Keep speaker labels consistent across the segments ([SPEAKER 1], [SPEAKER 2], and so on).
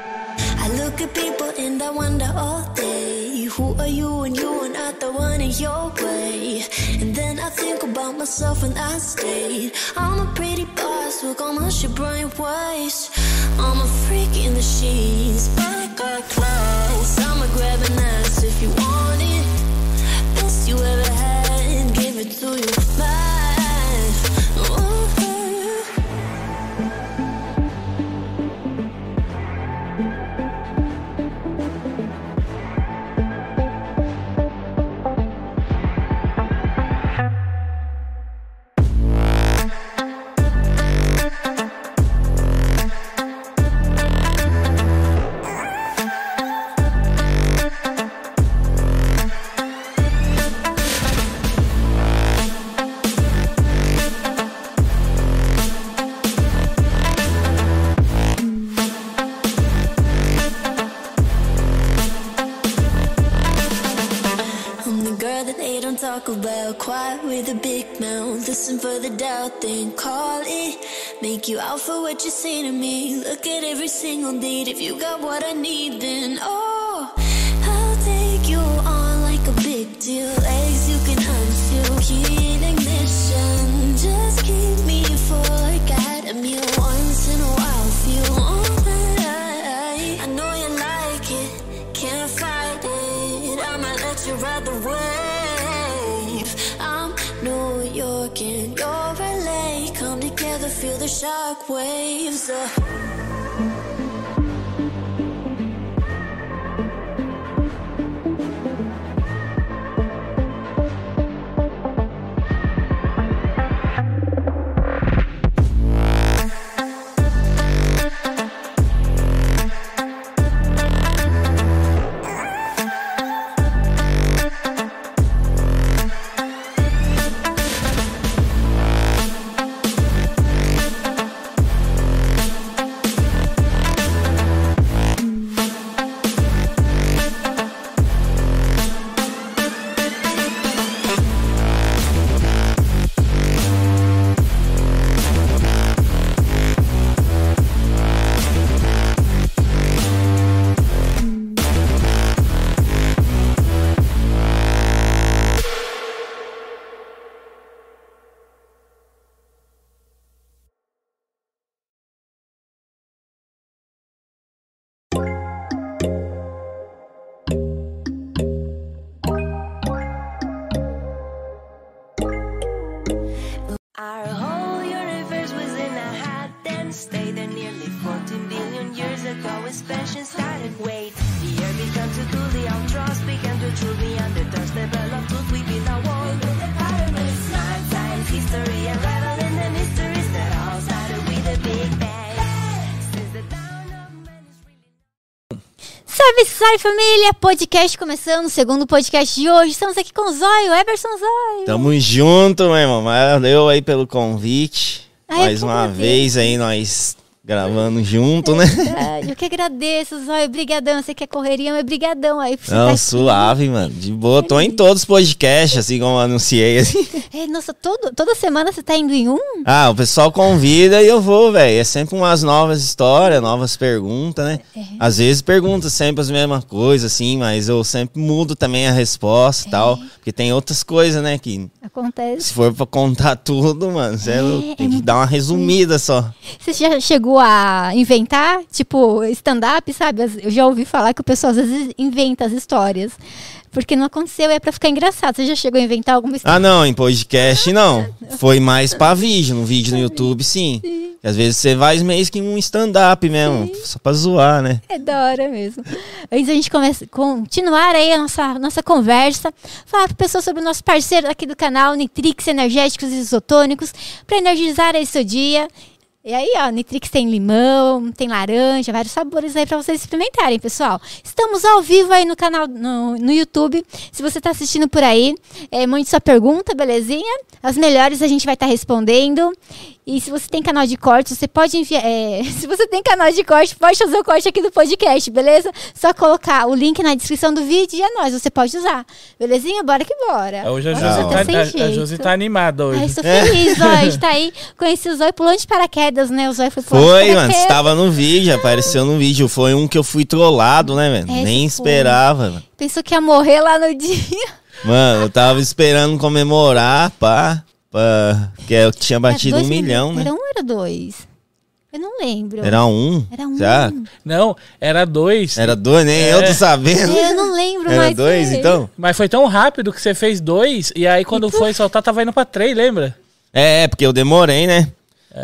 [SPEAKER 1] I look at people and I wonder all day Who are you and you are not the one in your way And then I think about myself and I state I'm a pretty boss, look almost your brain waste I'm a freak in the sheets, but I got class I'ma grab an ass if you want it Best you ever had, give it to you mine Ooh. I'm the girl that they don't talk about. Quiet with a big mouth. Listen for the doubt, then call it. Make you out for what you say to me. Look at every single date. If you got what I need, then oh, I'll take you on like a big deal. Legs you can unseal. Heat ignition. Just keep me full like I had a meal once in a while. Feel on I know you like it. Can't fight it. I might let you ride the wave. I'm New York and you're LA. Come together, feel the shock waves. Uh,
[SPEAKER 2] Our whole universe was in a hot and stayed there nearly 14 billion years ago. Expansion started. Wait, the air began to cool, the outros began to cool, the underdogs developed truth within our world. With the pyramids, smart science, history, unraveling the mysteries that all started with the Big Bang. Since the dawn of man is really.
[SPEAKER 3] Salve, salve família! Podcast começando, segundo podcast de hoje. Estamos aqui com o Zóio, Eberson Zóio.
[SPEAKER 4] Tamo junto, meu irmão. Valeu aí pelo convite.
[SPEAKER 3] Ai,
[SPEAKER 4] Mais
[SPEAKER 3] eu que
[SPEAKER 4] uma
[SPEAKER 3] agradeço.
[SPEAKER 4] vez aí nós gravando junto, né?
[SPEAKER 3] Verdade, Eu que agradeço, Zóio. Brigadão. Você quer correria, mas brigadão aí. Por você tá
[SPEAKER 4] Não,
[SPEAKER 3] aqui.
[SPEAKER 4] suave, mano. De boa. Tô em todos os podcasts, assim como eu anunciei. assim.
[SPEAKER 3] É, nossa, todo, toda semana você tá indo em um?
[SPEAKER 4] Ah, o pessoal convida e eu vou, velho. É sempre umas novas histórias, novas perguntas, né?
[SPEAKER 3] É.
[SPEAKER 4] Às vezes pergunta sempre as mesmas coisas, assim, mas eu sempre mudo também a resposta e
[SPEAKER 3] É.
[SPEAKER 4] tal. Porque tem outras coisas, né? Que
[SPEAKER 3] Acontece.
[SPEAKER 4] se for pra contar tudo, mano, cê é louco,
[SPEAKER 3] é
[SPEAKER 4] tem que dar uma resumida só.
[SPEAKER 3] Você já chegou a inventar, tipo, stand-up, sabe? As- Eu já ouvi falar que o pessoal às vezes inventa as histórias. Porque não aconteceu, é pra ficar engraçado. Você já chegou a inventar alguma história?
[SPEAKER 4] Ah, não, em
[SPEAKER 3] Ah,
[SPEAKER 4] podcast não.
[SPEAKER 3] é.
[SPEAKER 4] Foi mais pra vídeo, no vídeo no YouTube, sim. Às vezes você vai meio que um stand-up mesmo, só pra zoar, né?
[SPEAKER 3] É da hora mesmo. Antes da gente começa, continuar aí a nossa, nossa conversa, falar para pessoas sobre o nosso parceiro aqui do canal, Nitrix Energéticos e Isotônicos, para energizar aí seu dia. E aí, ó, Nitrix tem limão, tem laranja, vários sabores aí para vocês experimentarem, pessoal. Estamos ao vivo aí no canal, no, no YouTube. Se você tá assistindo por aí, é, mande sua pergunta, belezinha? As melhores a gente vai estar respondendo. E se você tem canal de corte, você pode enviar. é, se você tem canal de corte, pode fazer o corte aqui do podcast, beleza? Só colocar o link na descrição do vídeo e é nóis, você pode usar. Belezinha? Bora que bora.
[SPEAKER 5] Ah, Hoje a
[SPEAKER 3] Nossa,
[SPEAKER 5] Josi,
[SPEAKER 3] tá
[SPEAKER 5] tá,
[SPEAKER 3] sem
[SPEAKER 5] a- a
[SPEAKER 3] jeito.
[SPEAKER 5] Josi tá animada
[SPEAKER 3] Ai,
[SPEAKER 5] hoje.
[SPEAKER 3] estou feliz, ó, a gente tá aí, conheci o Zóio, pulando de paraquedas, Olimpíadas, né? O Zóio foi pro
[SPEAKER 4] Foi,
[SPEAKER 3] Oscar,
[SPEAKER 4] mano.
[SPEAKER 3] que-
[SPEAKER 4] Você tava no vídeo, apareceu no vídeo. Foi um que eu fui trollado, né, velho?
[SPEAKER 3] Esse
[SPEAKER 4] Nem
[SPEAKER 3] foi.
[SPEAKER 4] esperava, mano.
[SPEAKER 3] Pensou que ia morrer lá no dia.
[SPEAKER 4] Mano, eu tava esperando comemorar, pá. pá que eu tinha batido
[SPEAKER 3] Era
[SPEAKER 4] um
[SPEAKER 3] dois
[SPEAKER 4] milhão,
[SPEAKER 3] minutos.
[SPEAKER 4] né?
[SPEAKER 3] Era um ou era dois? Eu não lembro.
[SPEAKER 4] Era um.
[SPEAKER 3] Era um. É.
[SPEAKER 4] Já?
[SPEAKER 5] Não, era dois.
[SPEAKER 4] Era dois, nem eu tô sabendo.
[SPEAKER 3] Eu não lembro
[SPEAKER 4] Era
[SPEAKER 3] mais. é.
[SPEAKER 4] dois,
[SPEAKER 3] foi.
[SPEAKER 4] então?
[SPEAKER 5] Mas foi tão rápido que você fez dois, e aí quando foi soltar, tava indo pra três, lembra?
[SPEAKER 4] É, é, porque eu demorei, né?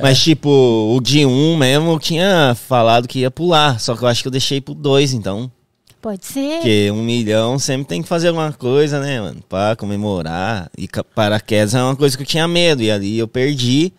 [SPEAKER 4] Mas, tipo, o de um mesmo eu tinha falado que ia pular. Só que eu acho que eu deixei pro dois, então.
[SPEAKER 3] Pode ser.
[SPEAKER 4] Porque um milhão sempre tem que fazer alguma coisa, né, mano? Pra comemorar. E ca- paraquedas é uma coisa que eu tinha medo. E ali eu perdi.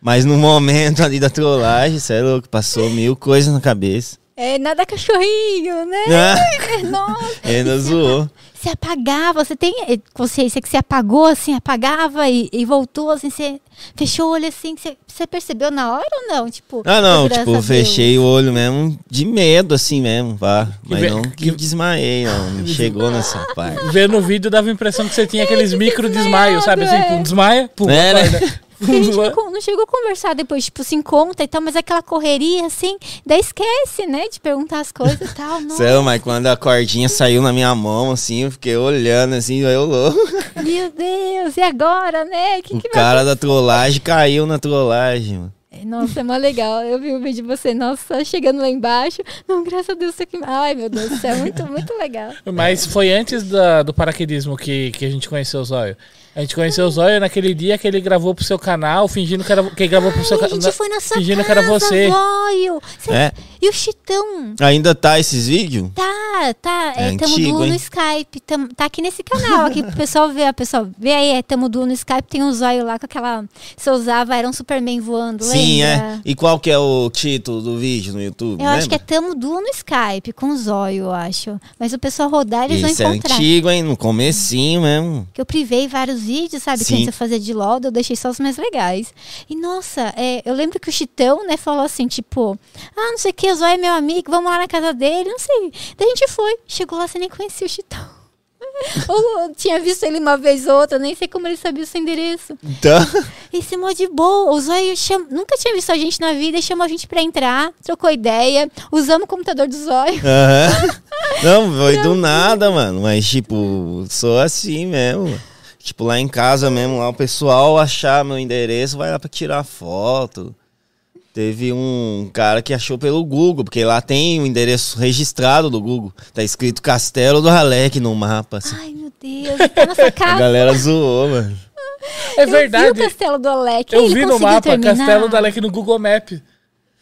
[SPEAKER 4] Mas no momento ali da trollagem, você é louco, passou mil coisas na cabeça.
[SPEAKER 3] É nada cachorrinho, né?
[SPEAKER 4] Ah,
[SPEAKER 3] Nossa.
[SPEAKER 4] ainda É, zoou.
[SPEAKER 3] Se apagava, você tem eh, consciência que se apagou, assim, apagava e, e voltou, assim, você fechou o olho, assim, você, você percebeu na hora ou não? Tipo,
[SPEAKER 4] Ah, não,
[SPEAKER 3] graças
[SPEAKER 4] tipo,
[SPEAKER 3] a Deus.
[SPEAKER 4] fechei o olho mesmo de medo, assim mesmo, pá. Mas
[SPEAKER 5] ve-
[SPEAKER 4] não que desmaiei, não. Não chegou nessa parte.
[SPEAKER 5] Vendo o vídio, dava a impressão que você tinha aqueles micro desmaios, sabe? Assim,
[SPEAKER 3] é.
[SPEAKER 5] pum, desmaia, pum,
[SPEAKER 4] É, né?
[SPEAKER 5] acorda.
[SPEAKER 3] Porque a gente não, con- não chegou a conversar depois, tipo, se encontra e tal, mas aquela correria, assim, daí esquece, né, de perguntar as coisas e tal. Nossa,
[SPEAKER 4] Céu, é mas quando a cordinha saiu na minha mão, assim, eu fiquei olhando, assim, eu louco.
[SPEAKER 3] meu Deus, e agora, né? Quem
[SPEAKER 4] O
[SPEAKER 3] que vai
[SPEAKER 4] cara da trollagem caiu na trollagem, mano.
[SPEAKER 3] Nossa, é mó legal. Eu vi o vídeo de você, nossa, chegando lá embaixo. Não, graças a Deus, você que. Ai, meu Deus do céu, muito, muito legal.
[SPEAKER 5] Mas foi antes da- do paraquedismo que, que a gente conheceu o Zóio. A gente conheceu o Zóio naquele dia que ele gravou pro seu canal, fingindo que, era, que ele gravou pro seu
[SPEAKER 3] Ai, a
[SPEAKER 5] canal.
[SPEAKER 3] gente foi na sua
[SPEAKER 5] Fingindo
[SPEAKER 3] casa,
[SPEAKER 5] que era você.
[SPEAKER 3] Zóio. Cê-
[SPEAKER 4] É.
[SPEAKER 3] E o Chitão?
[SPEAKER 4] Ainda tá esses vídeos?
[SPEAKER 3] Tá, tá. É,
[SPEAKER 4] É
[SPEAKER 3] tamo
[SPEAKER 4] antigo,
[SPEAKER 3] duo no
[SPEAKER 4] hein?
[SPEAKER 3] Skype. tam- tá aqui nesse canal, aqui pro pessoal ver. A pessoa vê aí, é tamo duo no Skype. Tem um zóio lá com aquela. Se eu usava, era um Superman voando,
[SPEAKER 4] Sim,
[SPEAKER 3] lembra?
[SPEAKER 4] é. E qual que é o título do vídeo no YouTube?
[SPEAKER 3] Eu acho que é
[SPEAKER 4] lembra?
[SPEAKER 3] tamo duo no Skype, com o zóio, eu acho. Mas o pessoal rodar, eles
[SPEAKER 4] Isso é
[SPEAKER 3] vão encontrar.
[SPEAKER 4] antigo, hein? No comecinho mesmo.
[SPEAKER 3] que eu privei vários vídeos, sabe? Que
[SPEAKER 4] Sim.
[SPEAKER 3] antes eu fazia de LOL, eu deixei só os mais legais. E nossa, é, eu lembro que o Chitão, né, falou assim, tipo, ah, não sei o que, o Zóio é meu amigo, vamos lá na casa dele, não sei. Daí a gente foi, chegou lá, você nem conhecia o Chitão. Ou eu tinha visto ele uma vez ou outra, nem sei como ele sabia o seu endereço.
[SPEAKER 4] Então,
[SPEAKER 3] Esse mó de boa, o Zóio cham- nunca tinha visto a gente na vida, e chamou a gente pra entrar, trocou ideia, usamos o computador do Zóio.
[SPEAKER 4] aham. Não, foi do nada, mano. Mas, tipo, sou assim mesmo. Tipo, lá em casa mesmo, lá o pessoal achar meu endereço, vai lá pra tirar foto. Teve um cara que achou pelo Google, porque lá tem o endereço registrado do Google. Tá escrito Castelo do Ralec no mapa. assim.
[SPEAKER 3] Ai, meu Deus, tá na sua
[SPEAKER 4] A
[SPEAKER 3] casa.
[SPEAKER 4] galera zoou, mano.
[SPEAKER 5] É
[SPEAKER 3] Eu vi
[SPEAKER 5] verdade.
[SPEAKER 3] o Castelo do Alec,
[SPEAKER 5] Eu
[SPEAKER 3] ele
[SPEAKER 5] vi no
[SPEAKER 3] conseguiu
[SPEAKER 5] mapa
[SPEAKER 3] terminar.
[SPEAKER 5] Castelo da Lec no Google Map.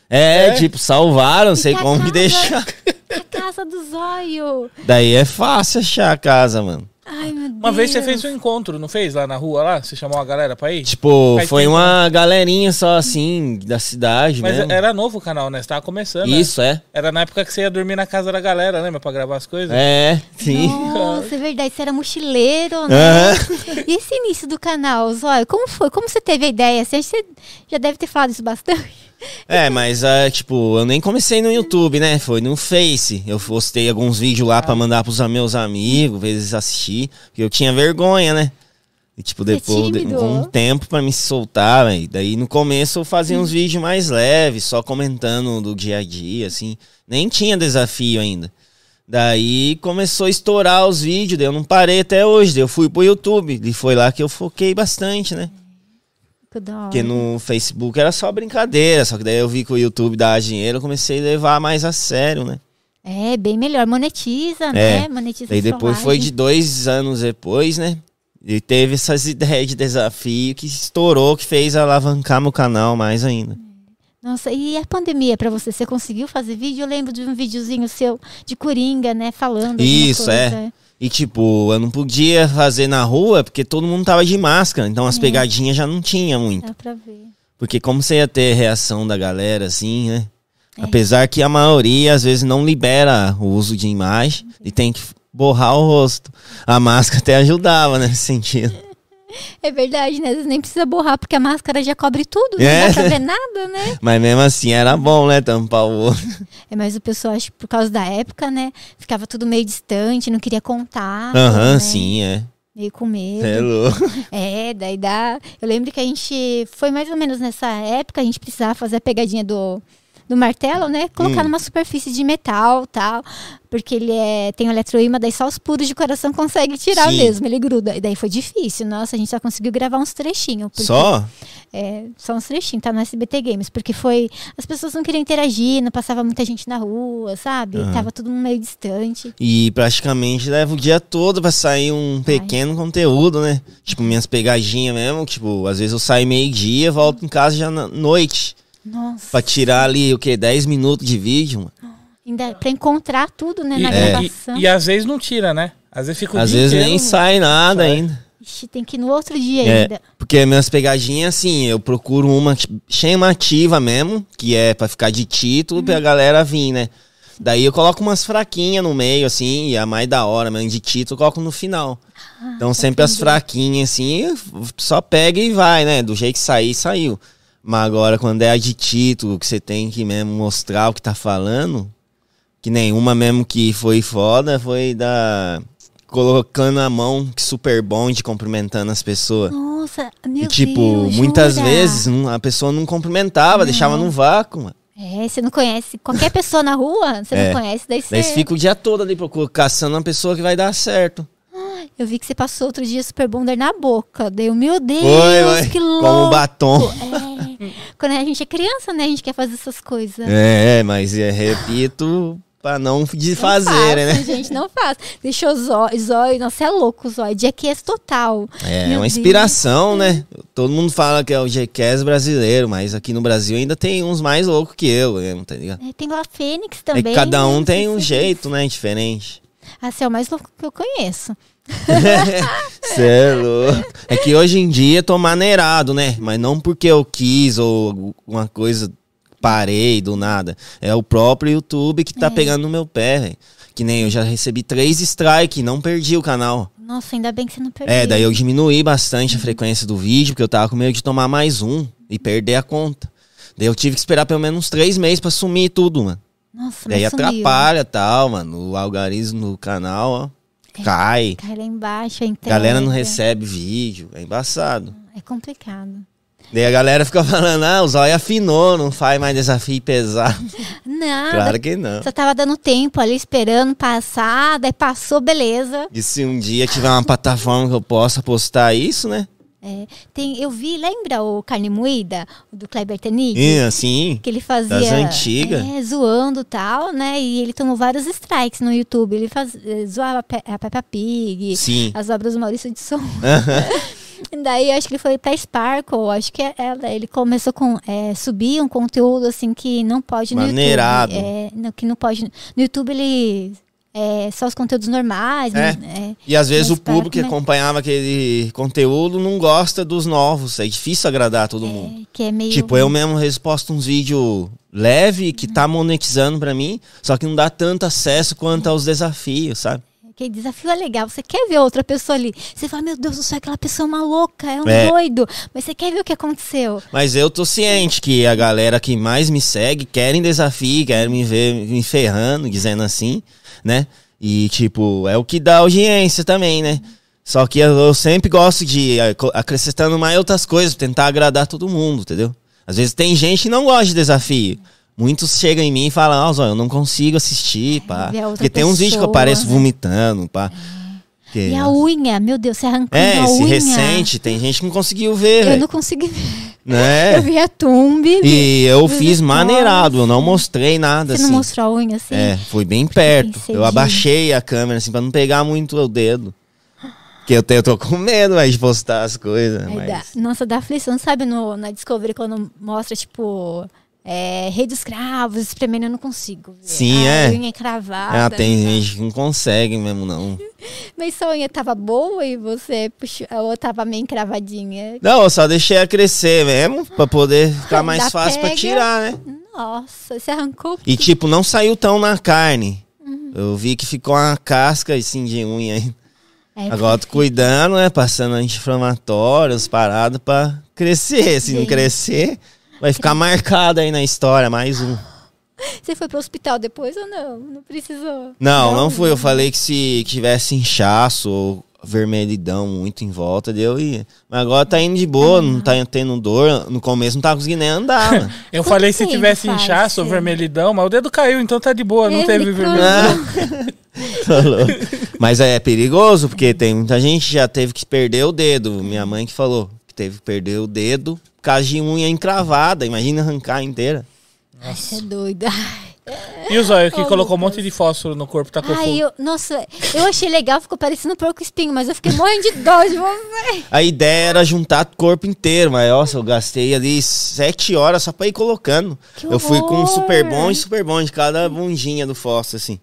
[SPEAKER 4] É, tipo, salvaram, não sei
[SPEAKER 3] Fica
[SPEAKER 4] como que
[SPEAKER 3] casa.
[SPEAKER 4] deixar.
[SPEAKER 3] A casa do zóio.
[SPEAKER 4] Daí é fácil achar a casa, mano.
[SPEAKER 3] Ai, meu Deus.
[SPEAKER 5] Uma vez você fez um encontro, não fez? Lá na rua, lá? Você chamou a galera pra ir?
[SPEAKER 4] Tipo,
[SPEAKER 5] Faz
[SPEAKER 4] foi
[SPEAKER 5] tempo,
[SPEAKER 4] uma galerinha só assim, da cidade
[SPEAKER 5] Mas
[SPEAKER 4] mesmo.
[SPEAKER 5] era novo o canal, né? Você tava começando. né?
[SPEAKER 4] Isso, é.
[SPEAKER 5] Era na época que você ia dormir na casa da galera, lembra? Pra gravar as coisas.
[SPEAKER 4] É,
[SPEAKER 5] um
[SPEAKER 4] sim.
[SPEAKER 3] Nossa, é verdade, você era mochileiro, né?
[SPEAKER 4] Aham.
[SPEAKER 3] E esse início do canal, Zóio, como foi? Como você teve a ideia? Assim, acho que você já deve ter falado isso bastante.
[SPEAKER 4] É, mas ah, tipo, eu nem comecei no YouTube, né? Foi no Face. Eu postei alguns vídeos lá
[SPEAKER 3] Ah.
[SPEAKER 4] pra mandar pros meus amigos, pra eles assistir. Porque eu tinha vergonha, né? E tipo,
[SPEAKER 3] Você é
[SPEAKER 4] depois de-
[SPEAKER 3] tímido.
[SPEAKER 4] um tempo pra me soltar, velho. Daí no começo eu fazia uns vídeos mais leves, só comentando do dia a dia, assim. Nem tinha desafio ainda. Daí começou a estourar os vídeos, daí eu não parei até hoje. Daí eu fui pro YouTube. E foi lá que eu foquei bastante, né?
[SPEAKER 3] Que da hora.
[SPEAKER 4] Porque no Facebook era só brincadeira, só que daí eu vi que o YouTube dava dinheiro, eu comecei a levar mais a sério, né?
[SPEAKER 3] É, bem melhor. Monetiza, né?
[SPEAKER 4] É.
[SPEAKER 3] Monetiza
[SPEAKER 4] Daí
[SPEAKER 3] sua
[SPEAKER 4] depois
[SPEAKER 3] live.
[SPEAKER 4] foi de dois anos depois, né? E teve essas ideias de desafio que estourou, que fez alavancar meu canal mais ainda.
[SPEAKER 3] Nossa, e a pandemia pra você? Você conseguiu fazer vídeo? Eu lembro de um videozinho seu de Coringa, né? Falando. alguma
[SPEAKER 4] Isso, é.
[SPEAKER 3] coisa.
[SPEAKER 4] E tipo, eu não podia fazer na rua porque todo mundo tava de máscara, então as pegadinhas já não tinha muito.
[SPEAKER 3] É, Dá pra ver.
[SPEAKER 4] Porque como você ia ter reação da galera, assim, né?
[SPEAKER 3] É.
[SPEAKER 4] Apesar que a maioria, às vezes, não libera o uso de imagem e tem que borrar o rosto. A máscara até ajudava nesse sentido.
[SPEAKER 3] É verdade, né? Às vezes nem precisa borrar, porque a máscara já cobre tudo. né? Não
[SPEAKER 4] É.
[SPEAKER 3] dá pra ver nada, né?
[SPEAKER 4] Mas mesmo assim era bom, né? Tampar o olho.
[SPEAKER 3] É, mas o pessoal, acho que por causa da época, né? Ficava tudo meio distante, não queria contar.
[SPEAKER 4] Aham,
[SPEAKER 3] né?
[SPEAKER 4] sim, é.
[SPEAKER 3] Meio com medo.
[SPEAKER 4] É louco.
[SPEAKER 3] É, daí dá. Eu lembro que a gente foi mais ou menos nessa época, a gente precisava fazer a pegadinha do, do martelo, né? Colocar
[SPEAKER 4] Hum.
[SPEAKER 3] numa superfície de metal tal. Porque ele é, tem o eletroímã, daí só os puros de coração conseguem tirar
[SPEAKER 4] Sim.
[SPEAKER 3] mesmo, ele gruda. E daí foi difícil, nossa, a gente só conseguiu gravar uns trechinhos. porque-
[SPEAKER 4] Só?
[SPEAKER 3] É, só uns trechinhos, tá no SBT Games. Porque foi. As pessoas não queriam interagir, não passava muita gente na rua, sabe? Tava todo mundo meio distante.
[SPEAKER 4] E praticamente leva o dia todo pra sair um pequeno conteúdo, né? Tipo, minhas pegadinhas mesmo. Tipo, às vezes eu saio meio-dia, volto em casa já na noite.
[SPEAKER 3] Nossa.
[SPEAKER 4] Pra tirar ali, o quê? 10 minutos de vídeo, mano.
[SPEAKER 3] Ainda pra encontrar tudo, né?
[SPEAKER 5] E,
[SPEAKER 3] Na
[SPEAKER 4] é,
[SPEAKER 5] e-
[SPEAKER 3] gravação.
[SPEAKER 5] e, às vezes não tira, né? Às vezes fica o
[SPEAKER 4] Às
[SPEAKER 5] dia
[SPEAKER 4] vezes
[SPEAKER 5] inteiro,
[SPEAKER 4] nem sai nada
[SPEAKER 5] sai.
[SPEAKER 4] ainda.
[SPEAKER 3] Ixi, tem que ir no outro dia
[SPEAKER 4] É,
[SPEAKER 3] ainda.
[SPEAKER 4] porque minhas pegadinhas, assim, eu procuro uma ch- chamativa mesmo, que é pra ficar de título pra galera vir, né? Daí eu coloco umas fraquinhas no meio, assim, e a mais da hora mesmo de título eu coloco no final. então sempre as fraquinhas, assim, eu f- só pega e vai, né? Do jeito que sair, saiu. Mas agora, quando é a de título, que você tem que mesmo mostrar o que tá falando, que nenhuma mesmo que foi foda foi da. Colocando a mão, que super bonde, cumprimentando as pessoas.
[SPEAKER 3] Nossa,
[SPEAKER 4] E,
[SPEAKER 3] meu
[SPEAKER 4] tipo,
[SPEAKER 3] Deus,
[SPEAKER 4] muitas
[SPEAKER 3] jura?
[SPEAKER 4] vezes não- a pessoa não cumprimentava, deixava no vácuo, mano.
[SPEAKER 3] É, você não conhece qualquer pessoa na rua, você
[SPEAKER 4] É.
[SPEAKER 3] não conhece, daí você.
[SPEAKER 4] Daí você fica o dia todo ali procurando, caçando uma pessoa que vai dar certo.
[SPEAKER 3] Eu vi que você passou outro dia super bonder na boca. Daí eu, meu Deus,
[SPEAKER 4] Oi, oi.
[SPEAKER 3] que
[SPEAKER 4] Como
[SPEAKER 3] louco.
[SPEAKER 4] Como batom.
[SPEAKER 3] É. Quando a gente é criança, né, a gente quer fazer essas coisas.
[SPEAKER 4] É, é, mas é, repito, pra não de
[SPEAKER 3] Não
[SPEAKER 4] fazer,
[SPEAKER 3] faça,
[SPEAKER 4] né?
[SPEAKER 3] Gente, não faz. Deixa o zóio, zóio. Nossa, é louco o zóio. Jackass total.
[SPEAKER 4] É,
[SPEAKER 3] Meu
[SPEAKER 4] uma
[SPEAKER 3] Deus.
[SPEAKER 4] inspiração, né? Todo mundo fala que é o GQS brasileiro, mas aqui no Brasil ainda tem uns mais loucos que eu, né? tá ligado?
[SPEAKER 3] É, tem o Fênix
[SPEAKER 4] É
[SPEAKER 3] também.
[SPEAKER 4] que cada um
[SPEAKER 3] né,
[SPEAKER 4] tem um
[SPEAKER 3] esse-
[SPEAKER 4] jeito, né? Diferente.
[SPEAKER 3] Ah, você é o mais louco que eu conheço.
[SPEAKER 4] Cê é louco. É que hoje em dia eu tô maneirado, né? Mas não porque eu quis ou alguma coisa parei do nada. É o próprio YouTube que tá pegando no meu pé, velho. Que nem eu já recebi três strikes, não perdi o canal.
[SPEAKER 3] Nossa, ainda bem que você não perdeu.
[SPEAKER 4] É, daí eu diminuí bastante a frequência do vídeo, porque eu tava com medo de tomar mais um e perder a conta. Daí eu tive que esperar pelo menos uns três meses pra sumir tudo, mano.
[SPEAKER 3] Nossa,
[SPEAKER 4] Daí
[SPEAKER 3] mas sumiu.
[SPEAKER 4] atrapalha tal, mano. O algarismo do canal, ó, cai.
[SPEAKER 3] Cai lá embaixo, a entrega.
[SPEAKER 4] Galera não recebe vídeo, é embaçado.
[SPEAKER 3] É complicado.
[SPEAKER 4] Daí a galera fica falando, ah, o zóio afinou, não faz mais desafio pesado.
[SPEAKER 3] Nada.
[SPEAKER 4] Claro que não.
[SPEAKER 3] Ah, Só tava dando tempo ali, esperando passar, daí passou, beleza.
[SPEAKER 4] E se um dia tiver uma plataforma que eu possa postar isso, né?
[SPEAKER 3] É, tem, eu vi, lembra o Carne Moída, o do Kleber Tenig?
[SPEAKER 4] E assim,
[SPEAKER 3] Que ele fazia.
[SPEAKER 4] Das antigas.
[SPEAKER 3] É, zoando e tal, né? E ele tomou vários strikes no YouTube. Ele faz, eh, zoava a Pe- a Peppa Pig,
[SPEAKER 4] sim.
[SPEAKER 3] as obras do Maurício de Souza. Daí acho que ele foi pra Sparkle, acho que é- ela, ele começou com é, subir um conteúdo assim que não pode
[SPEAKER 4] Maneirado.
[SPEAKER 3] no YouTube. É, não- que não pode. No YouTube ele. É, só os conteúdos normais,
[SPEAKER 4] É.
[SPEAKER 3] né?
[SPEAKER 4] E às vezes
[SPEAKER 3] Mas
[SPEAKER 4] o público que
[SPEAKER 3] Batman-
[SPEAKER 4] acompanhava aquele conteúdo não gosta dos novos. É difícil agradar todo
[SPEAKER 3] É,
[SPEAKER 4] mundo.
[SPEAKER 3] que é meio.
[SPEAKER 4] Tipo, eu mesmo resposto uns vídeos leve que tá monetizando pra mim, só que não dá tanto acesso quanto aos desafios, sabe?
[SPEAKER 3] Que desafio é legal. Você quer ver outra pessoa ali. Você fala, meu Deus do céu, aquela pessoa é uma louca, é um
[SPEAKER 4] É.
[SPEAKER 3] doido. Mas você quer ver o que aconteceu.
[SPEAKER 4] Mas eu tô ciente que a galera que mais me segue querem desafio, querem me ver me ferrando, dizendo assim, né? E, tipo, é o que dá audiência também, né? Só que eu, eu sempre gosto de eh, co- acrescentando mais outras coisas, tentar agradar todo mundo, entendeu? Às vezes tem gente que não gosta de desafio. Muitos chegam em mim e falam, ó, Zóio, eu não consigo assistir, pá.
[SPEAKER 3] ver É, a outra
[SPEAKER 4] Porque tem uns vídeos que eu
[SPEAKER 3] pessoa,
[SPEAKER 4] apareço
[SPEAKER 3] né? É.
[SPEAKER 4] vomitando, pá. Que-
[SPEAKER 3] E a unha, meu Deus, você arrancou
[SPEAKER 4] é,
[SPEAKER 3] a
[SPEAKER 4] se
[SPEAKER 3] unha.
[SPEAKER 4] recente, tem gente que não conseguiu ver,
[SPEAKER 3] Eu
[SPEAKER 4] velho.
[SPEAKER 3] não consegui ver.
[SPEAKER 4] Né?
[SPEAKER 3] Eu vi a tumbe.
[SPEAKER 4] E eu
[SPEAKER 3] Mas
[SPEAKER 4] fiz
[SPEAKER 3] nossa.
[SPEAKER 4] maneirado, eu não mostrei nada
[SPEAKER 3] Você
[SPEAKER 4] assim.
[SPEAKER 3] não mostrou a unha assim?
[SPEAKER 4] É, foi bem perto. Eu
[SPEAKER 3] cedinho.
[SPEAKER 4] abaixei a câmera assim pra não pegar muito o dedo. Porque eu, te- eu tô com medo aí de postar as coisas.
[SPEAKER 3] Aí
[SPEAKER 4] mas-
[SPEAKER 3] dá- nossa, dá aflição, sabe? No, na Discovery, quando mostra, tipo, é, rei dos cravos, espremendo, eu não consigo ver.
[SPEAKER 4] Sim,
[SPEAKER 3] a
[SPEAKER 4] é.
[SPEAKER 3] unha cravada.
[SPEAKER 4] Ah, tem gente que não consegue mesmo, não.
[SPEAKER 3] Mas sua unha tava boa e você puxou, ou tava meio encravadinha.
[SPEAKER 4] Não, eu só deixei ela crescer mesmo, pra poder ficar mais
[SPEAKER 3] Ainda
[SPEAKER 4] fácil pra
[SPEAKER 3] pega.
[SPEAKER 4] tirar, né?
[SPEAKER 3] Nossa, você arrancou
[SPEAKER 4] E tipo, não saiu tão na carne.
[SPEAKER 3] Uhum.
[SPEAKER 4] Eu vi que ficou uma casca assim de unha aí.
[SPEAKER 3] É,
[SPEAKER 4] Agora eu tô cuidando, né? Passando anti-inflamatório, as paradas pra crescer. Se não
[SPEAKER 3] Gente.
[SPEAKER 4] crescer, vai ficar marcado aí na história, mais um.
[SPEAKER 3] Você foi pro hospital depois ou não? Não precisou?
[SPEAKER 4] Não, não fui. Eu falei que se tivesse inchaço ou vermelhidão muito em volta, deu e. Mas agora tá indo de boa, não
[SPEAKER 3] Ah.
[SPEAKER 4] tá tendo dor. No começo não tava conseguindo nem andar, mano.
[SPEAKER 5] Eu
[SPEAKER 3] Como
[SPEAKER 5] falei
[SPEAKER 3] que
[SPEAKER 5] se
[SPEAKER 3] ele
[SPEAKER 5] tivesse
[SPEAKER 3] faz?
[SPEAKER 5] inchaço, vermelhidão, mas o dedo caiu, então tá de boa, não
[SPEAKER 3] Ele
[SPEAKER 5] teve
[SPEAKER 3] cruzou.
[SPEAKER 5] vermelhidão.
[SPEAKER 4] Ah. Tô Tá louco. Mas é perigoso, porque tem muita gente que já teve que perder o dedo. Minha mãe que falou que teve que perder o dedo por causa de unha encravada. Imagina arrancar inteira.
[SPEAKER 3] Você é doida. Ai,
[SPEAKER 5] E o zóio que
[SPEAKER 3] Oh,
[SPEAKER 5] colocou um
[SPEAKER 3] meu
[SPEAKER 5] monte de fósforo no corpo,
[SPEAKER 4] Tá
[SPEAKER 5] tacou
[SPEAKER 3] Ai,
[SPEAKER 5] fogo.
[SPEAKER 3] eu, nossa, eu achei legal, ficou parecendo um porco espinho, mas eu fiquei morrendo de dó de você.
[SPEAKER 4] A ideia era juntar o corpo inteiro, mas nossa, eu gastei ali sete horas só pra ir colocando.
[SPEAKER 3] Que
[SPEAKER 4] eu fui com um super bom
[SPEAKER 3] horror.
[SPEAKER 4] e super bom de cada bundinha do fósforo, assim.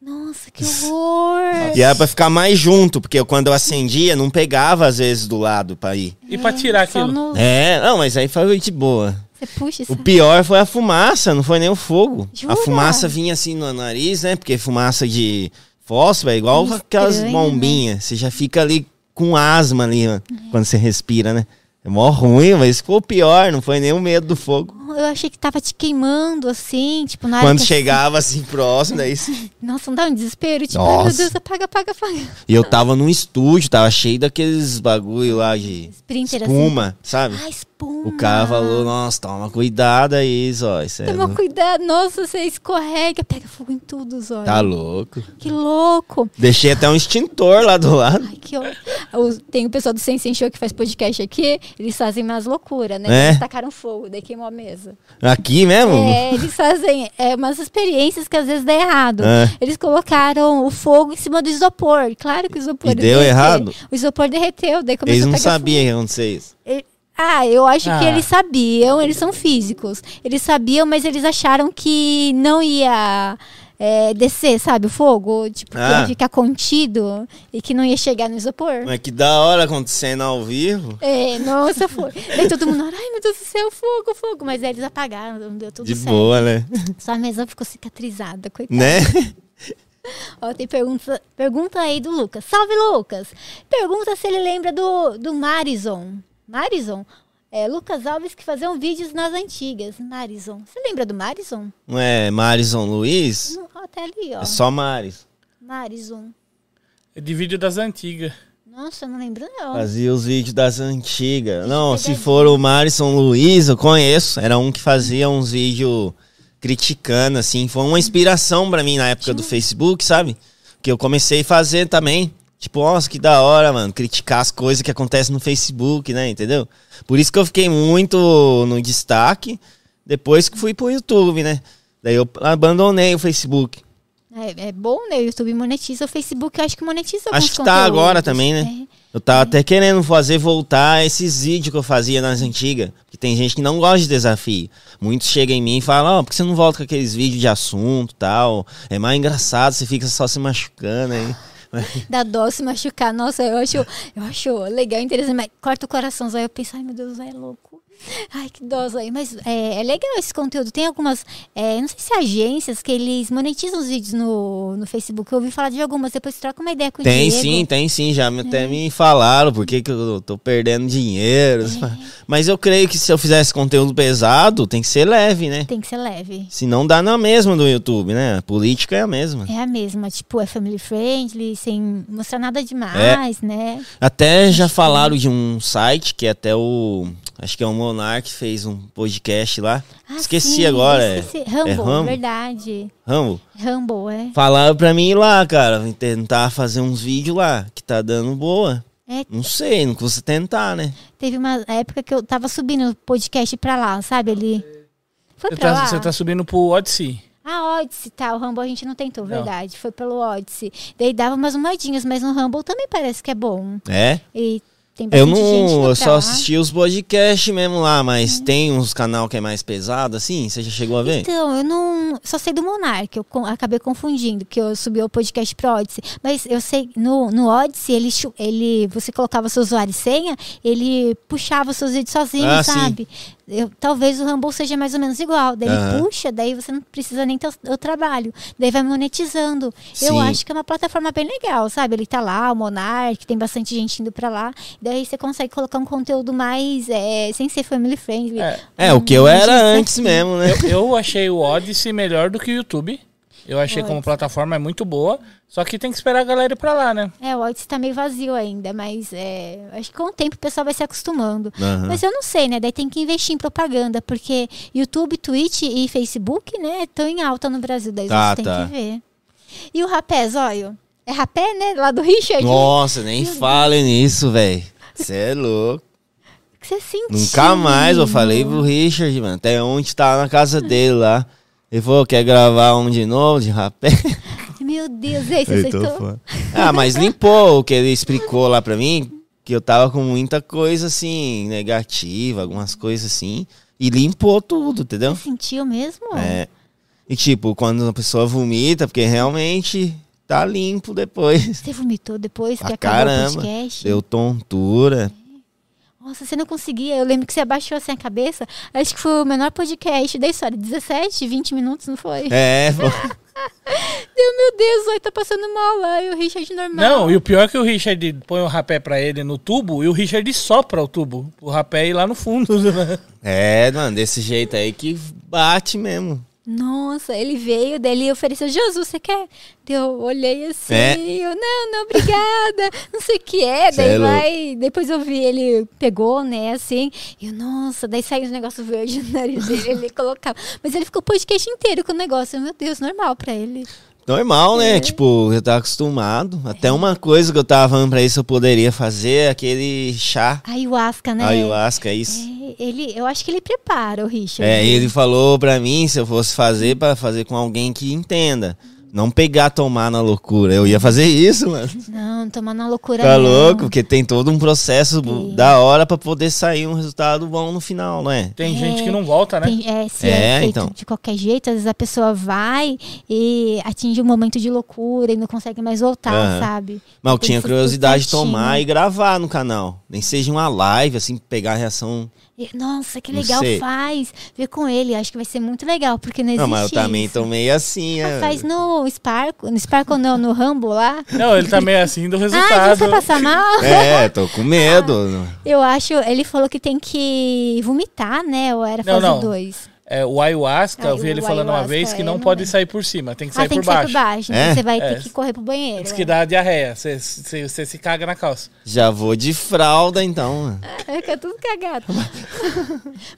[SPEAKER 3] Nossa, que horror.
[SPEAKER 4] E era pra ficar mais junto, porque eu, quando eu acendia, não pegava às vezes do lado pra ir.
[SPEAKER 5] E pra tirar
[SPEAKER 3] Só
[SPEAKER 5] aquilo?
[SPEAKER 3] no-
[SPEAKER 4] É, não, mas aí foi de boa.
[SPEAKER 3] Você puxa isso.
[SPEAKER 4] O pior foi a fumaça, não foi nem o fogo.
[SPEAKER 3] Jura?
[SPEAKER 4] A fumaça vinha assim no nariz, né? Porque fumaça de fósforo é igual
[SPEAKER 3] Estranho,
[SPEAKER 4] aquelas
[SPEAKER 3] né?
[SPEAKER 4] bombinhas. Você já fica ali com asma ali, ó, quando você respira, né? É mó ruim, mas ficou pior, não foi nem o medo do fogo.
[SPEAKER 3] Eu achei que tava te queimando, assim, tipo, na área
[SPEAKER 4] Quando
[SPEAKER 3] que-
[SPEAKER 4] chegava assim próximo, daí.
[SPEAKER 3] Nossa, não dá um desespero, tipo, ai, meu
[SPEAKER 4] Nossa.
[SPEAKER 3] Deus, apaga, apaga, apaga.
[SPEAKER 4] E eu tava num estúdio, tava cheio daqueles bagulho lá de
[SPEAKER 3] Sprinter,
[SPEAKER 4] espuma, sabe?
[SPEAKER 3] assim. Ah, espuma.
[SPEAKER 4] O cara falou, nossa, toma cuidado aí, Zó. Isso é
[SPEAKER 3] Toma
[SPEAKER 4] lou-
[SPEAKER 3] cuidado, nossa, você escorrega, pega fogo em tudo, Zóio.
[SPEAKER 4] Tá louco.
[SPEAKER 3] Que louco.
[SPEAKER 4] Deixei até um extintor lá do lado.
[SPEAKER 3] Ai, que horror. Ah, Os- Tem o pessoal do Sensei Show que faz podcast aqui, eles fazem umas loucuras, né?
[SPEAKER 4] É.
[SPEAKER 3] Eles tacaram fogo, daí queimou a mesa.
[SPEAKER 4] Aqui mesmo?
[SPEAKER 3] É, eles fazem é, umas experiências que às vezes dá errado.
[SPEAKER 4] É.
[SPEAKER 3] Eles colocaram o fogo em cima do isopor. Claro que o isopor
[SPEAKER 4] E deu errado?
[SPEAKER 3] O isopor derreteu, daí começou
[SPEAKER 4] Eles
[SPEAKER 3] a
[SPEAKER 4] não
[SPEAKER 3] pegar
[SPEAKER 4] sabiam que ia acontecer isso.
[SPEAKER 3] Ele- Ah, eu acho que
[SPEAKER 5] Ah.
[SPEAKER 3] eles sabiam, eles são físicos. Eles sabiam, mas eles acharam que não ia é, descer, sabe, o fogo? Tipo, que ia
[SPEAKER 4] Ah.
[SPEAKER 3] ficar contido e que não ia chegar no isopor.
[SPEAKER 4] Mas que da hora acontecendo ao vivo.
[SPEAKER 3] É, nossa, foi. Daí todo mundo, ai meu Deus do céu, fogo, fogo. Mas aí eles apagaram, não deu tudo
[SPEAKER 4] de
[SPEAKER 3] certo.
[SPEAKER 4] boa, né?
[SPEAKER 3] Só a mesa ficou cicatrizada, coitada.
[SPEAKER 4] né?
[SPEAKER 3] Ó, tem pergunta, pergunta aí do Lucas. Salve, Lucas! Pergunta se ele lembra do, do Marison. Marison? É, Lucas Alves que faziam vídeos nas antigas. Marison. Você lembra do Marison?
[SPEAKER 4] Não é Marison Luiz?
[SPEAKER 3] Não, ó, tá ali, ó.
[SPEAKER 4] É só Maris.
[SPEAKER 3] Marison.
[SPEAKER 5] É de vídeo das antigas.
[SPEAKER 3] Nossa, eu não lembro não.
[SPEAKER 4] Fazia os vídeos das antigas. Não, se for o Marison Luiz, eu conheço. Era um que fazia uns vídeos criticando, assim. Foi uma inspiração pra mim na época do Facebook, sabe? Que eu comecei a fazer também. Tipo, nossa, que da hora, mano. Criticar as coisas que acontecem no Facebook, né? Entendeu? Por isso que eu fiquei muito no destaque depois que fui pro YouTube, né? Daí eu abandonei o Facebook.
[SPEAKER 3] É, é bom, né? O YouTube monetiza, o Facebook eu acho que monetiza
[SPEAKER 4] Acho
[SPEAKER 3] alguns
[SPEAKER 4] que tá agora
[SPEAKER 3] conteúdos.
[SPEAKER 4] também, né?
[SPEAKER 3] É.
[SPEAKER 4] Eu tava até querendo fazer voltar esses vídeos que eu fazia nas antigas. Porque tem gente que não gosta de desafio. Muitos chegam em mim e falam, ó, por que você não volta com aqueles vídeos de assunto e tal? É mais engraçado, você fica só se machucando aí.
[SPEAKER 3] Dá dó se machucar. Nossa, eu acho, eu acho legal, interessante. Mas corta o coração, Zóia. Eu penso, ai meu Deus, Zóia é louco. Ai, que dó, Zóia. Mas é, é legal esse conteúdo. Tem algumas, é, não sei se agências que eles monetizam os vídeos no, no Facebook. Eu ouvi falar de algumas, depois troca uma ideia com
[SPEAKER 4] Tem
[SPEAKER 3] o É. Diego.
[SPEAKER 4] sim, tem sim. Já me- até me falaram por que, que eu tô perdendo dinheiro.
[SPEAKER 3] É.
[SPEAKER 4] Mas eu creio que se eu fizesse conteúdo pesado, tem que ser leve, né?
[SPEAKER 3] Tem que ser leve.
[SPEAKER 4] Senão dá na mesma do YouTube, né? A política é a mesma.
[SPEAKER 3] É a mesma, tipo, é family friendly, sem mostrar nada demais,
[SPEAKER 4] É.
[SPEAKER 3] né?
[SPEAKER 4] Até já falaram de um site que até o. Acho que é o Monark fez um podcast lá.
[SPEAKER 3] Ah,
[SPEAKER 4] esqueci
[SPEAKER 3] sim,
[SPEAKER 4] agora. é-
[SPEAKER 3] esqueci.
[SPEAKER 4] É
[SPEAKER 3] Rumble,
[SPEAKER 4] Rumble?
[SPEAKER 3] verdade.
[SPEAKER 4] Rambo.
[SPEAKER 3] Rumble, é.
[SPEAKER 4] Falaram pra mim ir lá, cara. vem Tentar fazer uns vídeos lá, que tá dando boa.
[SPEAKER 3] É,
[SPEAKER 4] Não sei, não custa tentar, né?
[SPEAKER 3] Teve uma época que eu tava subindo o podcast pra lá, sabe? Ele. Foi
[SPEAKER 5] Você
[SPEAKER 3] pra
[SPEAKER 5] tá,
[SPEAKER 3] lá?
[SPEAKER 5] você tá subindo pro Odyssey.
[SPEAKER 3] A Odyssey, tá? O Rumble a gente não tentou,
[SPEAKER 5] Não.
[SPEAKER 3] verdade. Foi pelo Odyssey. Daí dava umas moedinhas, mas no Rumble também parece que é bom.
[SPEAKER 4] É.
[SPEAKER 3] E tem
[SPEAKER 4] Eu
[SPEAKER 3] bastante gente indo
[SPEAKER 4] não.
[SPEAKER 3] pra
[SPEAKER 4] Eu só
[SPEAKER 3] lá. Uhum.
[SPEAKER 4] assisti os podcasts mesmo lá, mas tem uns canal que é mais pesado assim? Você já chegou a ver?
[SPEAKER 3] Então, eu não. Só sei do Monark, eu con- acabei confundindo, que eu subi o podcast pro Odyssey. Mas eu sei, no, no Odyssey, ele, chu- ele, você colocava seu usuário e senha, ele puxava os seus vídeos sozinho,
[SPEAKER 4] Ah, sim.
[SPEAKER 3] sabe? Eu- talvez o Rumble seja mais ou menos igual. Daí ele
[SPEAKER 4] Aham.
[SPEAKER 3] puxa, daí você não precisa nem ter o o trabalho. Daí vai monetizando. Eu
[SPEAKER 4] Sim.
[SPEAKER 3] acho que é uma plataforma bem legal, sabe? Ele tá lá, o Monark, tem bastante gente indo pra lá. Daí você consegue colocar um conteúdo mais, eh, sem ser family friendly.
[SPEAKER 5] É.
[SPEAKER 4] É, o que eu
[SPEAKER 3] Um
[SPEAKER 4] era
[SPEAKER 3] desafio.
[SPEAKER 4] antes mesmo, né?
[SPEAKER 5] Eu, eu achei o Odyssey melhor do que o YouTube. Eu achei
[SPEAKER 3] Pode.
[SPEAKER 5] como plataforma é muito boa, só que tem que esperar a galera ir pra lá, né?
[SPEAKER 3] É, o Odyssey tá meio vazio ainda, mas é, acho que com o tempo o pessoal vai se acostumando.
[SPEAKER 4] Aham.
[SPEAKER 3] Mas eu não sei, né? Daí tem que investir em propaganda, porque YouTube, Twitch e Facebook, né, estão em alta no Brasil, daí
[SPEAKER 4] Tá,
[SPEAKER 3] você
[SPEAKER 4] tá.
[SPEAKER 3] tem que ver. E o rapé, zóio? É rapé, né? Lá do Richard?
[SPEAKER 4] Nossa, nem
[SPEAKER 3] Meu
[SPEAKER 4] fale nisso, velho. Você é louco.
[SPEAKER 3] O que você sentiu?
[SPEAKER 4] Nunca mais, eu falei pro Richard, mano. Até ontem tava na casa dele lá. Ele falou, quer gravar um de novo, de rapé?
[SPEAKER 3] Meu Deus, e aí, você
[SPEAKER 4] Eu tô
[SPEAKER 3] aceitou?
[SPEAKER 4] fora. Ah, mas limpou o que ele explicou lá pra mim, que eu tava com muita coisa assim, negativa, algumas coisas assim. E limpou tudo, entendeu?
[SPEAKER 3] Você sentiu mesmo?
[SPEAKER 4] É. E tipo, quando a pessoa vomita, porque realmente tá limpo depois.
[SPEAKER 3] Você vomitou depois que
[SPEAKER 4] Ah,
[SPEAKER 3] acabou
[SPEAKER 4] caramba.
[SPEAKER 3] o podcast?
[SPEAKER 4] Deu tontura.
[SPEAKER 3] Nossa, você não conseguia. Eu lembro que você abaixou assim a cabeça. Acho que foi o menor podcast da história. 17, 20 minutos, não foi?
[SPEAKER 4] É, pô.
[SPEAKER 3] Eu, meu Deus, aí tá passando mal lá. E o Richard normal.
[SPEAKER 5] Não, e o pior é que o Richard põe o rapé pra ele no tubo e o Richard sopra o tubo. O rapé é ir lá no fundo. né?
[SPEAKER 4] É, mano, desse jeito aí que bate mesmo.
[SPEAKER 3] Nossa, ele veio, daí ele ofereceu, Jesus, você quer? Daí Eu olhei assim,
[SPEAKER 4] É.
[SPEAKER 3] eu, não, não, obrigada, não sei o que é.
[SPEAKER 4] Cê é
[SPEAKER 3] Daí
[SPEAKER 4] louco.
[SPEAKER 3] vai, depois eu vi, ele pegou, né, assim, e eu, nossa, daí saiu um negócio verde no nariz dele, ele colocava. Mas ele ficou o podcast inteiro com o negócio, meu Deus, normal pra ele.
[SPEAKER 4] Normal,
[SPEAKER 3] É.
[SPEAKER 4] né? Tipo, eu tava acostumado. Até uma coisa que eu tava falando pra isso eu poderia fazer, aquele chá
[SPEAKER 3] Ayahuasca, né?
[SPEAKER 4] ayahuasca, isso.
[SPEAKER 3] É, ele, eu acho que ele prepara o Richard.
[SPEAKER 4] É, ele falou pra mim se eu fosse fazer, pra fazer com alguém que entenda. Não pegar, tomar na loucura. Eu ia fazer isso, mano.
[SPEAKER 3] Não, tomando uma loucura
[SPEAKER 4] Tá
[SPEAKER 3] não.
[SPEAKER 4] louco? Porque tem todo um processo da hora pra poder sair um resultado bom no final, não é?
[SPEAKER 5] Tem gente que não volta, né?
[SPEAKER 3] Tem- é, se é,
[SPEAKER 4] É,
[SPEAKER 3] feito
[SPEAKER 4] então.
[SPEAKER 3] de qualquer jeito, às vezes a pessoa vai e atinge um momento de loucura e não consegue mais voltar,
[SPEAKER 4] Aham.
[SPEAKER 3] sabe?
[SPEAKER 4] Mas eu
[SPEAKER 3] Tem
[SPEAKER 4] tinha
[SPEAKER 3] que ser né? tudo
[SPEAKER 4] curiosidade de
[SPEAKER 3] certinho.
[SPEAKER 4] tomar e gravar no canal. Nem seja uma live, assim, pegar a reação.
[SPEAKER 3] E, Nossa, que
[SPEAKER 4] Não
[SPEAKER 3] legal
[SPEAKER 4] sei.
[SPEAKER 3] faz. Ver com ele, acho que vai ser muito legal, porque não existe.
[SPEAKER 4] Não, mas eu também
[SPEAKER 3] isso.
[SPEAKER 4] tomei assim,
[SPEAKER 3] Ah,
[SPEAKER 4] é.
[SPEAKER 3] Faz no Sparkle, no Sparkle não, no Rambo lá.
[SPEAKER 5] Não, ele tá meio assim do
[SPEAKER 3] Ah,
[SPEAKER 5] resultado.
[SPEAKER 3] você passa mal?
[SPEAKER 4] É, tô com medo.
[SPEAKER 3] Eu acho, ele falou que tem que vomitar, né? Ou era
[SPEAKER 5] Não,
[SPEAKER 3] fazer
[SPEAKER 5] não.
[SPEAKER 3] dois.
[SPEAKER 5] É, o ayahuasca,
[SPEAKER 3] Ah,
[SPEAKER 5] eu vi
[SPEAKER 3] o
[SPEAKER 5] ele falando uma
[SPEAKER 3] ayahuasca,
[SPEAKER 5] vez que
[SPEAKER 3] é,
[SPEAKER 5] não
[SPEAKER 3] não
[SPEAKER 5] pode
[SPEAKER 3] lembro.
[SPEAKER 5] sair por cima, tem que
[SPEAKER 3] Ah,
[SPEAKER 5] sair
[SPEAKER 3] tem
[SPEAKER 5] por
[SPEAKER 3] que sair por
[SPEAKER 5] baixo.
[SPEAKER 3] baixo.
[SPEAKER 4] É?
[SPEAKER 3] Então você vai
[SPEAKER 5] É.
[SPEAKER 3] ter que correr pro banheiro.
[SPEAKER 5] Diz que
[SPEAKER 3] é.
[SPEAKER 5] dá diarreia, você se caga na calça.
[SPEAKER 4] Já vou de fralda, então. mano.
[SPEAKER 3] É que é tudo cagado.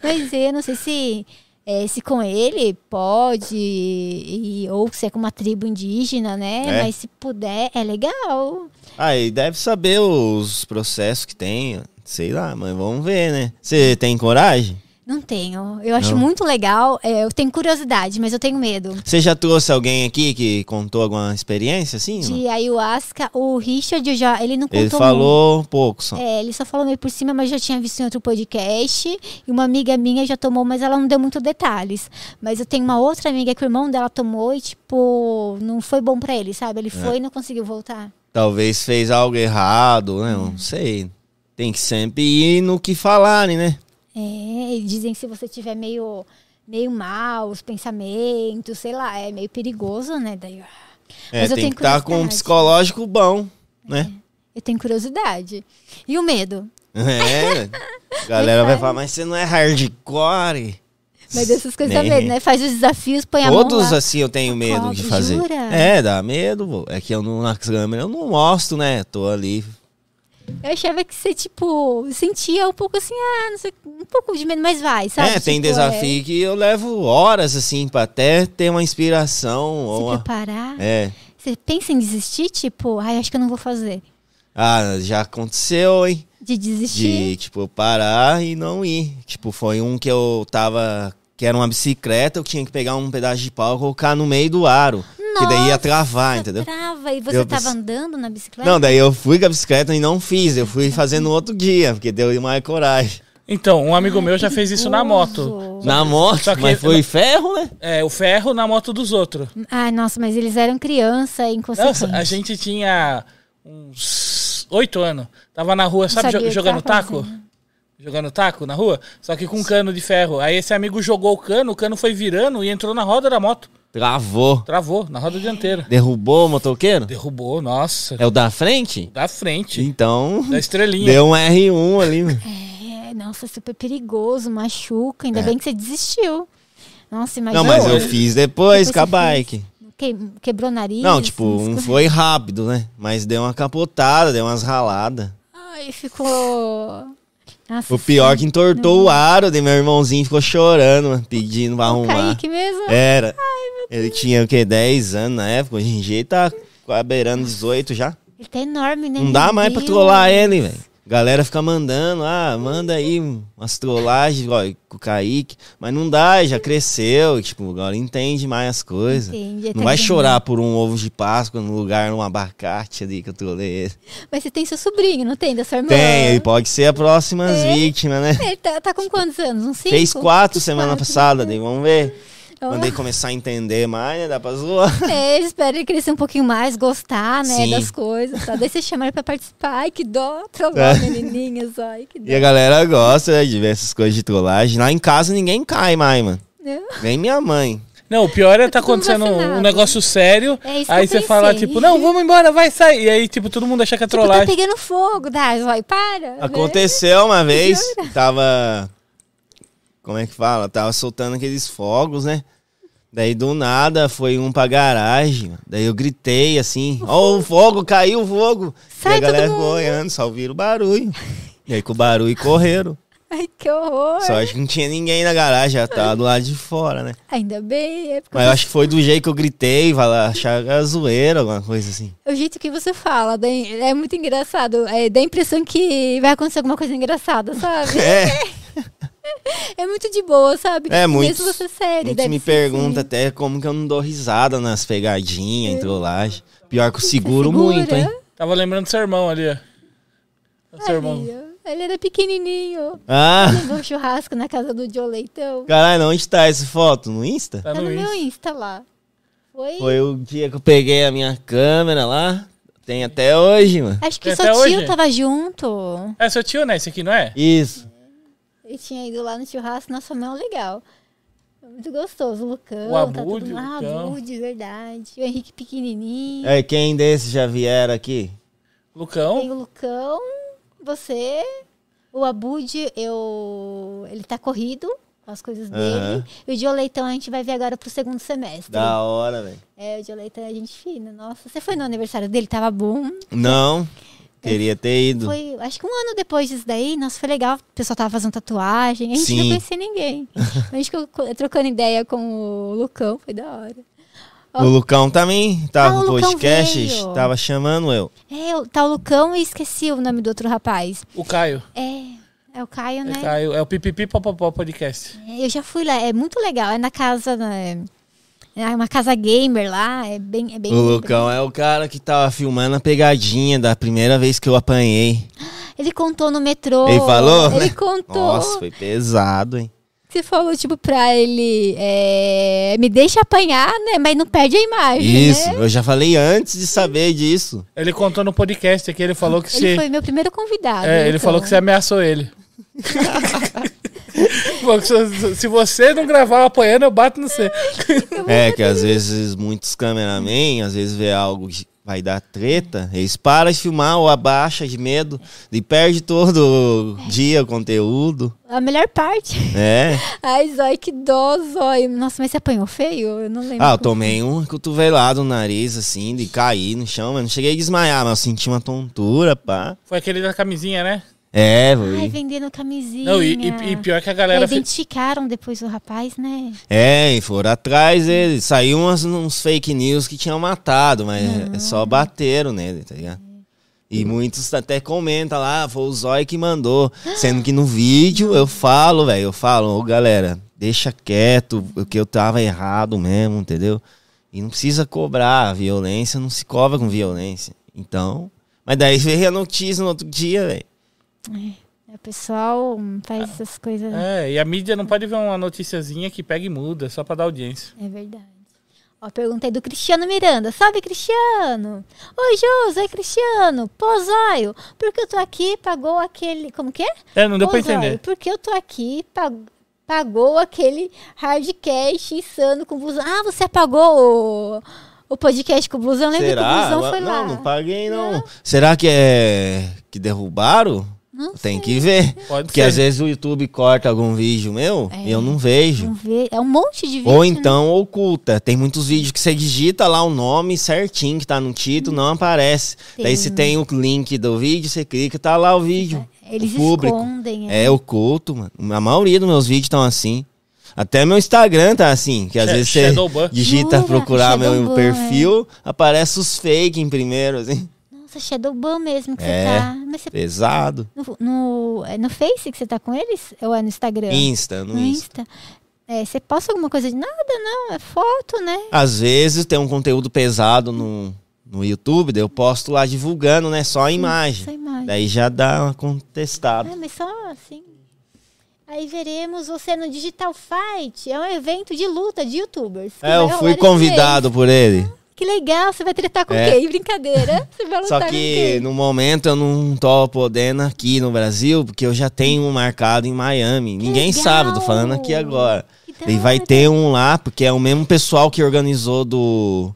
[SPEAKER 3] Mas eu não sei se, é, se com ele pode, e- ou se é com uma tribo indígena, né?
[SPEAKER 4] É.
[SPEAKER 3] Mas se puder, é legal.
[SPEAKER 4] Aí deve saber os processos que tem, sei lá, mas vamos ver, né? Você tem coragem?
[SPEAKER 3] Não tenho. Eu acho
[SPEAKER 4] Não?
[SPEAKER 3] muito legal. é, eu tenho curiosidade, mas eu tenho medo.
[SPEAKER 4] Você já trouxe alguém aqui que contou alguma experiência assim? mano?
[SPEAKER 3] De ayahuasca, o Richard eu já. Ele não contou
[SPEAKER 4] Ele falou um pouco só.
[SPEAKER 3] muito. É, ele só falou meio por cima, mas já tinha visto em outro podcast. E uma amiga minha já tomou, mas ela não deu muito detalhes. Mas eu tenho uma outra amiga que o irmão dela tomou e, tipo, não foi bom pra ele, sabe?
[SPEAKER 4] É.
[SPEAKER 3] Ele foi e não conseguiu voltar.
[SPEAKER 4] Talvez fez algo errado, né?
[SPEAKER 3] Hum.
[SPEAKER 4] Não sei. Tem que sempre ir no que falarem, né?
[SPEAKER 3] É, e dizem que se você tiver meio, meio mal, os pensamentos, sei lá, é meio perigoso, né? Daí, ah,
[SPEAKER 4] É,
[SPEAKER 3] Mas eu
[SPEAKER 4] tem
[SPEAKER 3] tenho
[SPEAKER 4] que estar com um
[SPEAKER 3] curiosidade.
[SPEAKER 4] psicológico bom, né?
[SPEAKER 3] eu tenho curiosidade. E o medo?
[SPEAKER 4] É. né? A galera vai falar, mas você não é hardcore?
[SPEAKER 3] Mas essas coisas dá
[SPEAKER 4] Né?
[SPEAKER 3] medo, né? Faz os desafios, põe a mão
[SPEAKER 4] Todos
[SPEAKER 3] lá.
[SPEAKER 4] assim eu tenho medo de
[SPEAKER 3] Cobra,
[SPEAKER 4] fazer.
[SPEAKER 3] jura?
[SPEAKER 4] É, dá medo, pô. É que eu não, na câmera eu não mostro, né? Tô ali.
[SPEAKER 3] Eu achava que você, tipo, sentia um pouco assim, ah, não sei, um pouco de medo, mas vai, sabe?
[SPEAKER 4] é, tem
[SPEAKER 3] Tipo,
[SPEAKER 4] desafio que eu levo horas, assim, pra até ter uma inspiração.
[SPEAKER 3] é,
[SPEAKER 4] Ou
[SPEAKER 3] se
[SPEAKER 4] uma...
[SPEAKER 3] preparar.
[SPEAKER 4] É.
[SPEAKER 3] Você pensa em desistir, tipo, ai, acho que eu não vou fazer.
[SPEAKER 4] Ah, já aconteceu, hein?
[SPEAKER 3] De desistir.
[SPEAKER 4] De, tipo, parar e não ir. Tipo, foi um que eu tava. Que era uma bicicleta, eu tinha que pegar um pedaço de pau e colocar no meio do aro. que daí ia
[SPEAKER 3] Nossa,
[SPEAKER 4] travar, ah, entendeu?
[SPEAKER 3] Trava, e você
[SPEAKER 4] Eu-
[SPEAKER 3] tava andando na bicicleta?
[SPEAKER 4] Não, daí eu fui com a bicicleta e não fiz. Eu fui fazendo outro dia, porque deu mais coragem.
[SPEAKER 5] Então, um amigo meu já fez isso na moto.
[SPEAKER 3] Perigoso.
[SPEAKER 4] Na moto,
[SPEAKER 5] só que-
[SPEAKER 4] mas foi ferro, né?
[SPEAKER 5] É, o ferro na moto dos outros.
[SPEAKER 3] Ai, nossa, mas eles eram criança e inconsequente.
[SPEAKER 5] Nossa, a gente tinha uns oito anos. Tava na rua, sabe,
[SPEAKER 3] Sabia
[SPEAKER 5] jo-
[SPEAKER 3] que
[SPEAKER 5] jogando
[SPEAKER 3] tava
[SPEAKER 5] taco? Jogando taco na rua, só que com um cano de ferro. Aí esse amigo jogou o cano, o cano foi virando e entrou na roda da moto.
[SPEAKER 4] Travou.
[SPEAKER 5] Travou, na roda dianteira.
[SPEAKER 4] Derrubou o motoqueiro?
[SPEAKER 5] Derrubou, nossa.
[SPEAKER 4] É o da frente?
[SPEAKER 5] Da frente,
[SPEAKER 4] Então,
[SPEAKER 5] da estrelinha.
[SPEAKER 4] deu um R1 ali. né?
[SPEAKER 3] É, nossa, super perigoso, machuca. Ainda bem que você desistiu. Nossa, imagina.
[SPEAKER 4] É. Não, mas eu
[SPEAKER 5] é-
[SPEAKER 4] fiz depois
[SPEAKER 3] Depois
[SPEAKER 4] com a
[SPEAKER 3] você
[SPEAKER 4] bike.
[SPEAKER 3] que- quebrou o nariz?
[SPEAKER 4] Não, tipo,
[SPEAKER 3] umas
[SPEAKER 4] não
[SPEAKER 3] coisas-
[SPEAKER 4] foi rápido, né? Mas deu uma capotada, deu umas raladas.
[SPEAKER 3] Ai, ficou. Nossa,
[SPEAKER 4] O pior é que entortou o aro de meu irmãozinho ficou chorando, mano, pedindo pra
[SPEAKER 3] o
[SPEAKER 4] arrumar.
[SPEAKER 3] Kaique mesmo.
[SPEAKER 4] Era. Ele tinha o quê? 10 anos na época. Hoje em dia ele tá quase beirando 18 já.
[SPEAKER 3] Ele tá enorme, né?
[SPEAKER 4] Não dá
[SPEAKER 3] Meu
[SPEAKER 4] mais pra
[SPEAKER 3] Deus.
[SPEAKER 4] trollar ele, velho. Galera fica mandando, ah, manda aí umas trollagens, ó, com o Kaique. Mas não dá, já cresceu, e, tipo, agora entende mais as coisas.
[SPEAKER 3] Entende, ele
[SPEAKER 4] Não
[SPEAKER 3] tá
[SPEAKER 4] vai
[SPEAKER 3] grandinho.
[SPEAKER 4] chorar por um ovo de Páscoa no lugar, num abacate ali que eu trolei ele.
[SPEAKER 3] Mas você tem seu sobrinho, não É. tem? Da sua irmã?
[SPEAKER 4] Tem, ele pode ser a próxima vítima, né?
[SPEAKER 3] Ele tá, tá com quantos anos? Uns cinco?
[SPEAKER 4] Fez quatro
[SPEAKER 3] Uns
[SPEAKER 4] semana
[SPEAKER 3] quatro.
[SPEAKER 4] passada, daí vamos ver.
[SPEAKER 3] né? Ó.
[SPEAKER 4] Mandei começar a entender mais, né? Dá pra zoar.
[SPEAKER 3] É, eu espero ele crescer um pouquinho mais, gostar, né,
[SPEAKER 4] Sim.
[SPEAKER 3] das coisas. Tá? Daí você chama ele pra participar. Ai, que dó, trollar menininhas, ai, que
[SPEAKER 4] É. E
[SPEAKER 3] dó.
[SPEAKER 4] a galera gosta né, de ver essas coisas de trollagem. Lá em casa ninguém cai mais, mano.
[SPEAKER 3] né?
[SPEAKER 4] Nem minha mãe.
[SPEAKER 5] Não, o pior é
[SPEAKER 3] Tá
[SPEAKER 5] tá
[SPEAKER 3] todo mundo
[SPEAKER 5] acontecendo um,
[SPEAKER 3] vacinado.
[SPEAKER 5] um negócio sério.
[SPEAKER 3] É isso que
[SPEAKER 5] aí
[SPEAKER 3] eu
[SPEAKER 5] você fala,
[SPEAKER 3] pensei.
[SPEAKER 5] tipo, não, vamos embora, vai sair. E aí, tipo, todo mundo acha que é
[SPEAKER 3] Tipo, tá
[SPEAKER 5] trollagem.
[SPEAKER 3] pegando fogo, Dai, vai, para. né?
[SPEAKER 4] Aconteceu uma vez, tava. Como é que fala? Tava soltando aqueles fogos, né? Daí do nada foi um pra garagem. mano. Daí eu gritei assim: Ó, o fogo, caiu o fogo.
[SPEAKER 3] Sai
[SPEAKER 4] e a galera
[SPEAKER 3] todo
[SPEAKER 4] ficou olhando, só viram o barulho. E aí com o barulho correram.
[SPEAKER 3] Ai, que horror.
[SPEAKER 4] Só acho que não tinha ninguém na garagem, já tava do lado de fora, né?
[SPEAKER 3] Ainda bem, é porque
[SPEAKER 4] Mas eu acho que foi do jeito que eu gritei, vai lá, achar que era zoeira, alguma coisa assim.
[SPEAKER 3] o jeito que você fala, dá- é muito engraçado. É, dá a impressão que vai acontecer alguma coisa engraçada, sabe?
[SPEAKER 4] É,
[SPEAKER 3] É muito de boa, sabe?
[SPEAKER 4] é muito.
[SPEAKER 3] Mesmo você sério,
[SPEAKER 4] Muitos
[SPEAKER 3] deve
[SPEAKER 4] me
[SPEAKER 3] ser assim. Hum.
[SPEAKER 4] pergunta até como que eu não dou risada nas pegadinhas, em trollagem. Pior que eu seguro
[SPEAKER 3] segura?
[SPEAKER 4] muito, hein?
[SPEAKER 5] Tava lembrando do seu irmão ali, ó. O seu irmão.
[SPEAKER 3] Ai, Ele era pequenininho.
[SPEAKER 4] Ah,
[SPEAKER 3] Levou um churrasco na casa do Joe Leitão.
[SPEAKER 4] caralho, onde tá essa foto? No Insta?
[SPEAKER 5] Tá
[SPEAKER 3] Tá
[SPEAKER 5] no
[SPEAKER 3] no meu
[SPEAKER 5] Insta.
[SPEAKER 3] Insta lá. Foi?
[SPEAKER 4] Foi o dia que eu peguei a minha câmera lá. Tem até hoje, mano.
[SPEAKER 3] Acho que
[SPEAKER 5] Tem
[SPEAKER 3] seu
[SPEAKER 5] até
[SPEAKER 3] tio
[SPEAKER 5] hoje?
[SPEAKER 3] tava junto.
[SPEAKER 5] É seu tio, né? Esse aqui, não é?
[SPEAKER 4] Isso.
[SPEAKER 3] Ele tinha ido lá no churrasco, nossa, mão legal. Muito gostoso. O Lucão,
[SPEAKER 5] O
[SPEAKER 3] tá
[SPEAKER 5] Abude,
[SPEAKER 3] tudo lá.
[SPEAKER 5] o Lucão.
[SPEAKER 3] Abude, verdade. O Henrique pequenininho.
[SPEAKER 4] É, quem desses já vieram aqui?
[SPEAKER 5] Lucão.
[SPEAKER 3] Tem o Lucão, você. O Abude, eu... ele tá corrido com as coisas
[SPEAKER 4] Aham.
[SPEAKER 3] dele. E o Joe Leitão a gente vai ver agora pro segundo semestre.
[SPEAKER 4] Da hora, velho.
[SPEAKER 3] É, o Joe Leitão é gente fina. Nossa, você foi no aniversário dele? Tava bom.
[SPEAKER 4] Não, queria ter ido.
[SPEAKER 3] Foi, acho que um ano depois disso daí, nossa, foi legal. O pessoal tava fazendo tatuagem, a gente
[SPEAKER 4] Sim.
[SPEAKER 3] não conhecia ninguém. a gente ficou co- trocando ideia com o Lucão, foi da hora.
[SPEAKER 4] O Lucão também tava
[SPEAKER 3] Ah, o
[SPEAKER 4] no
[SPEAKER 3] Lucão
[SPEAKER 4] podcast,
[SPEAKER 3] veio.
[SPEAKER 4] tava chamando eu.
[SPEAKER 3] É, o- tá o Lucão e esqueci o nome do outro rapaz.
[SPEAKER 5] O Caio.
[SPEAKER 3] É, é o Caio,
[SPEAKER 5] É,
[SPEAKER 3] né?
[SPEAKER 5] Caio. É o Pipipi Popopó Podcast.
[SPEAKER 3] É, Eu já fui lá, é muito legal. É na casa, né? É uma casa gamer lá, é bem. É bem
[SPEAKER 4] O Lucão é o cara que tava filmando a pegadinha da primeira vez que eu apanhei.
[SPEAKER 3] Ele contou no metrô.
[SPEAKER 4] Ele falou,
[SPEAKER 3] Ele
[SPEAKER 4] né?
[SPEAKER 3] contou.
[SPEAKER 4] Nossa, foi pesado, hein?
[SPEAKER 3] Você falou, tipo, pra ele. é, me deixa apanhar, né? Mas não perde a imagem.
[SPEAKER 4] Isso,
[SPEAKER 3] né?
[SPEAKER 4] eu já falei antes de saber disso.
[SPEAKER 5] Ele contou no podcast aqui, ele falou que
[SPEAKER 3] Ele
[SPEAKER 5] se.
[SPEAKER 3] foi meu primeiro convidado.
[SPEAKER 5] É, ele
[SPEAKER 3] então.
[SPEAKER 5] falou que você ameaçou ele. Falou que se- se você não gravar apanhando, eu bato no você.
[SPEAKER 4] É que às vezes muitos cameramen, às vezes vê algo que vai dar treta, eles param de filmar ou abaixa de medo e perde todo dia o conteúdo.
[SPEAKER 3] A melhor parte.
[SPEAKER 4] É.
[SPEAKER 3] Ai, Zói, que dó, Zói. Nossa, mas você apanhou feio? Eu não lembro.
[SPEAKER 4] Ah, eu
[SPEAKER 3] como-
[SPEAKER 4] tomei uma cotovelada no nariz, assim, de cair no chão, mas não cheguei a desmaiar, mas eu senti uma tontura, pá.
[SPEAKER 5] Foi aquele da camisinha, né?
[SPEAKER 4] É,
[SPEAKER 3] Ai,
[SPEAKER 4] foi.
[SPEAKER 3] vendendo camisinha.
[SPEAKER 5] Não, e,
[SPEAKER 3] é.
[SPEAKER 5] e- e pior que a
[SPEAKER 3] Aí
[SPEAKER 5] galera. fi-
[SPEAKER 3] identificaram depois o rapaz, né?
[SPEAKER 4] É, e foram atrás dele. Saiu umas, uns fake news que tinham matado, mas é só bateram nele, tá ligado? E muitos até comentam lá, "Ah, foi o Zói que mandou. Sendo que no vídeo eu falo, velho, eu falo, ô galera, deixa quieto, porque eu tava errado mesmo, entendeu? E não precisa cobrar, a violência não se cobra com violência. Então. Mas daí veio a notícia no outro dia, velho.
[SPEAKER 3] O pessoal faz
[SPEAKER 5] Ah,
[SPEAKER 3] essas coisas. né?
[SPEAKER 5] É, e a mídia não pode ver uma noticiazinha que pega e muda, só pra dar audiência.
[SPEAKER 3] É verdade. Ó, perguntei do Cristiano Miranda. Salve, Cristiano! Oi, José Cristiano! Pô, Zóio, por que eu tô aqui? Pagou aquele. Como que é? então.
[SPEAKER 5] É, não deu
[SPEAKER 3] Ô,
[SPEAKER 5] pra
[SPEAKER 3] Zóio,
[SPEAKER 5] entender.
[SPEAKER 3] por que eu tô aqui? pa- Pagou aquele hardcast insano com o blusão. Ah, você apagou o, o podcast com o blusão? Lembra que o
[SPEAKER 4] Será?
[SPEAKER 3] blusão foi
[SPEAKER 4] não, tá.
[SPEAKER 3] lá?
[SPEAKER 4] não paguei, não. Será que é. que derrubaram?
[SPEAKER 3] Não
[SPEAKER 4] Tem que ver.
[SPEAKER 5] Pode
[SPEAKER 4] Porque
[SPEAKER 5] ser.
[SPEAKER 4] às vezes o YouTube corta algum vídeo meu e eu não
[SPEAKER 3] É.
[SPEAKER 4] vejo.
[SPEAKER 3] Não vê. É um monte de vídeo.
[SPEAKER 4] Ou
[SPEAKER 3] né?
[SPEAKER 4] então oculta. Tem muitos vídeos que você digita lá o nome certinho que tá no título, não aparece. Daí se tem o link do vídeo, você clica, tá lá o vídeo.
[SPEAKER 3] Eles
[SPEAKER 4] o público.
[SPEAKER 3] escondem.
[SPEAKER 4] É oculto, mano. A maioria dos meus vídeos estão assim. Até meu Instagram tá assim, que às
[SPEAKER 5] Sha-
[SPEAKER 4] vezes você
[SPEAKER 5] Shadowban.
[SPEAKER 4] digita
[SPEAKER 3] Jura?
[SPEAKER 4] procurar meu
[SPEAKER 3] Shadowban,
[SPEAKER 4] perfil, aparece os fake em primeiro, assim.
[SPEAKER 3] Nossa, Shadowban mesmo que
[SPEAKER 4] É.
[SPEAKER 3] você tá. Mas você,
[SPEAKER 4] Pesado.
[SPEAKER 3] no, no, é no Face que você tá com eles? Ou é no Instagram?
[SPEAKER 4] Insta,
[SPEAKER 3] No
[SPEAKER 4] no Insta.
[SPEAKER 3] Insta. É, você posta alguma coisa de nada? Não, é foto, né?
[SPEAKER 4] Às vezes tem um conteúdo pesado no, no YouTube, daí eu posto lá divulgando, né? Só a imagem.
[SPEAKER 3] Só imagem.
[SPEAKER 4] Daí já dá uma contestada.
[SPEAKER 3] Ah, mas só assim. Aí veremos você no Digital Fight. É um evento de luta de youtubers. Que
[SPEAKER 4] É, eu
[SPEAKER 3] legal,
[SPEAKER 4] fui
[SPEAKER 3] olha que
[SPEAKER 4] convidado por ele.
[SPEAKER 3] legal. Que legal, você vai tretar com
[SPEAKER 4] É.
[SPEAKER 3] quem? Brincadeira. Você vai lutar
[SPEAKER 4] Só
[SPEAKER 3] com
[SPEAKER 4] que
[SPEAKER 3] quem?
[SPEAKER 4] no momento eu não tô podendo aqui no Brasil, porque eu já tenho um marcado em Miami. Ninguém
[SPEAKER 3] legal! Tá
[SPEAKER 4] sabe, eu tô falando aqui agora.
[SPEAKER 3] Que da
[SPEAKER 4] E vai
[SPEAKER 3] hora.
[SPEAKER 4] ter um lá, porque é o mesmo pessoal que organizou do.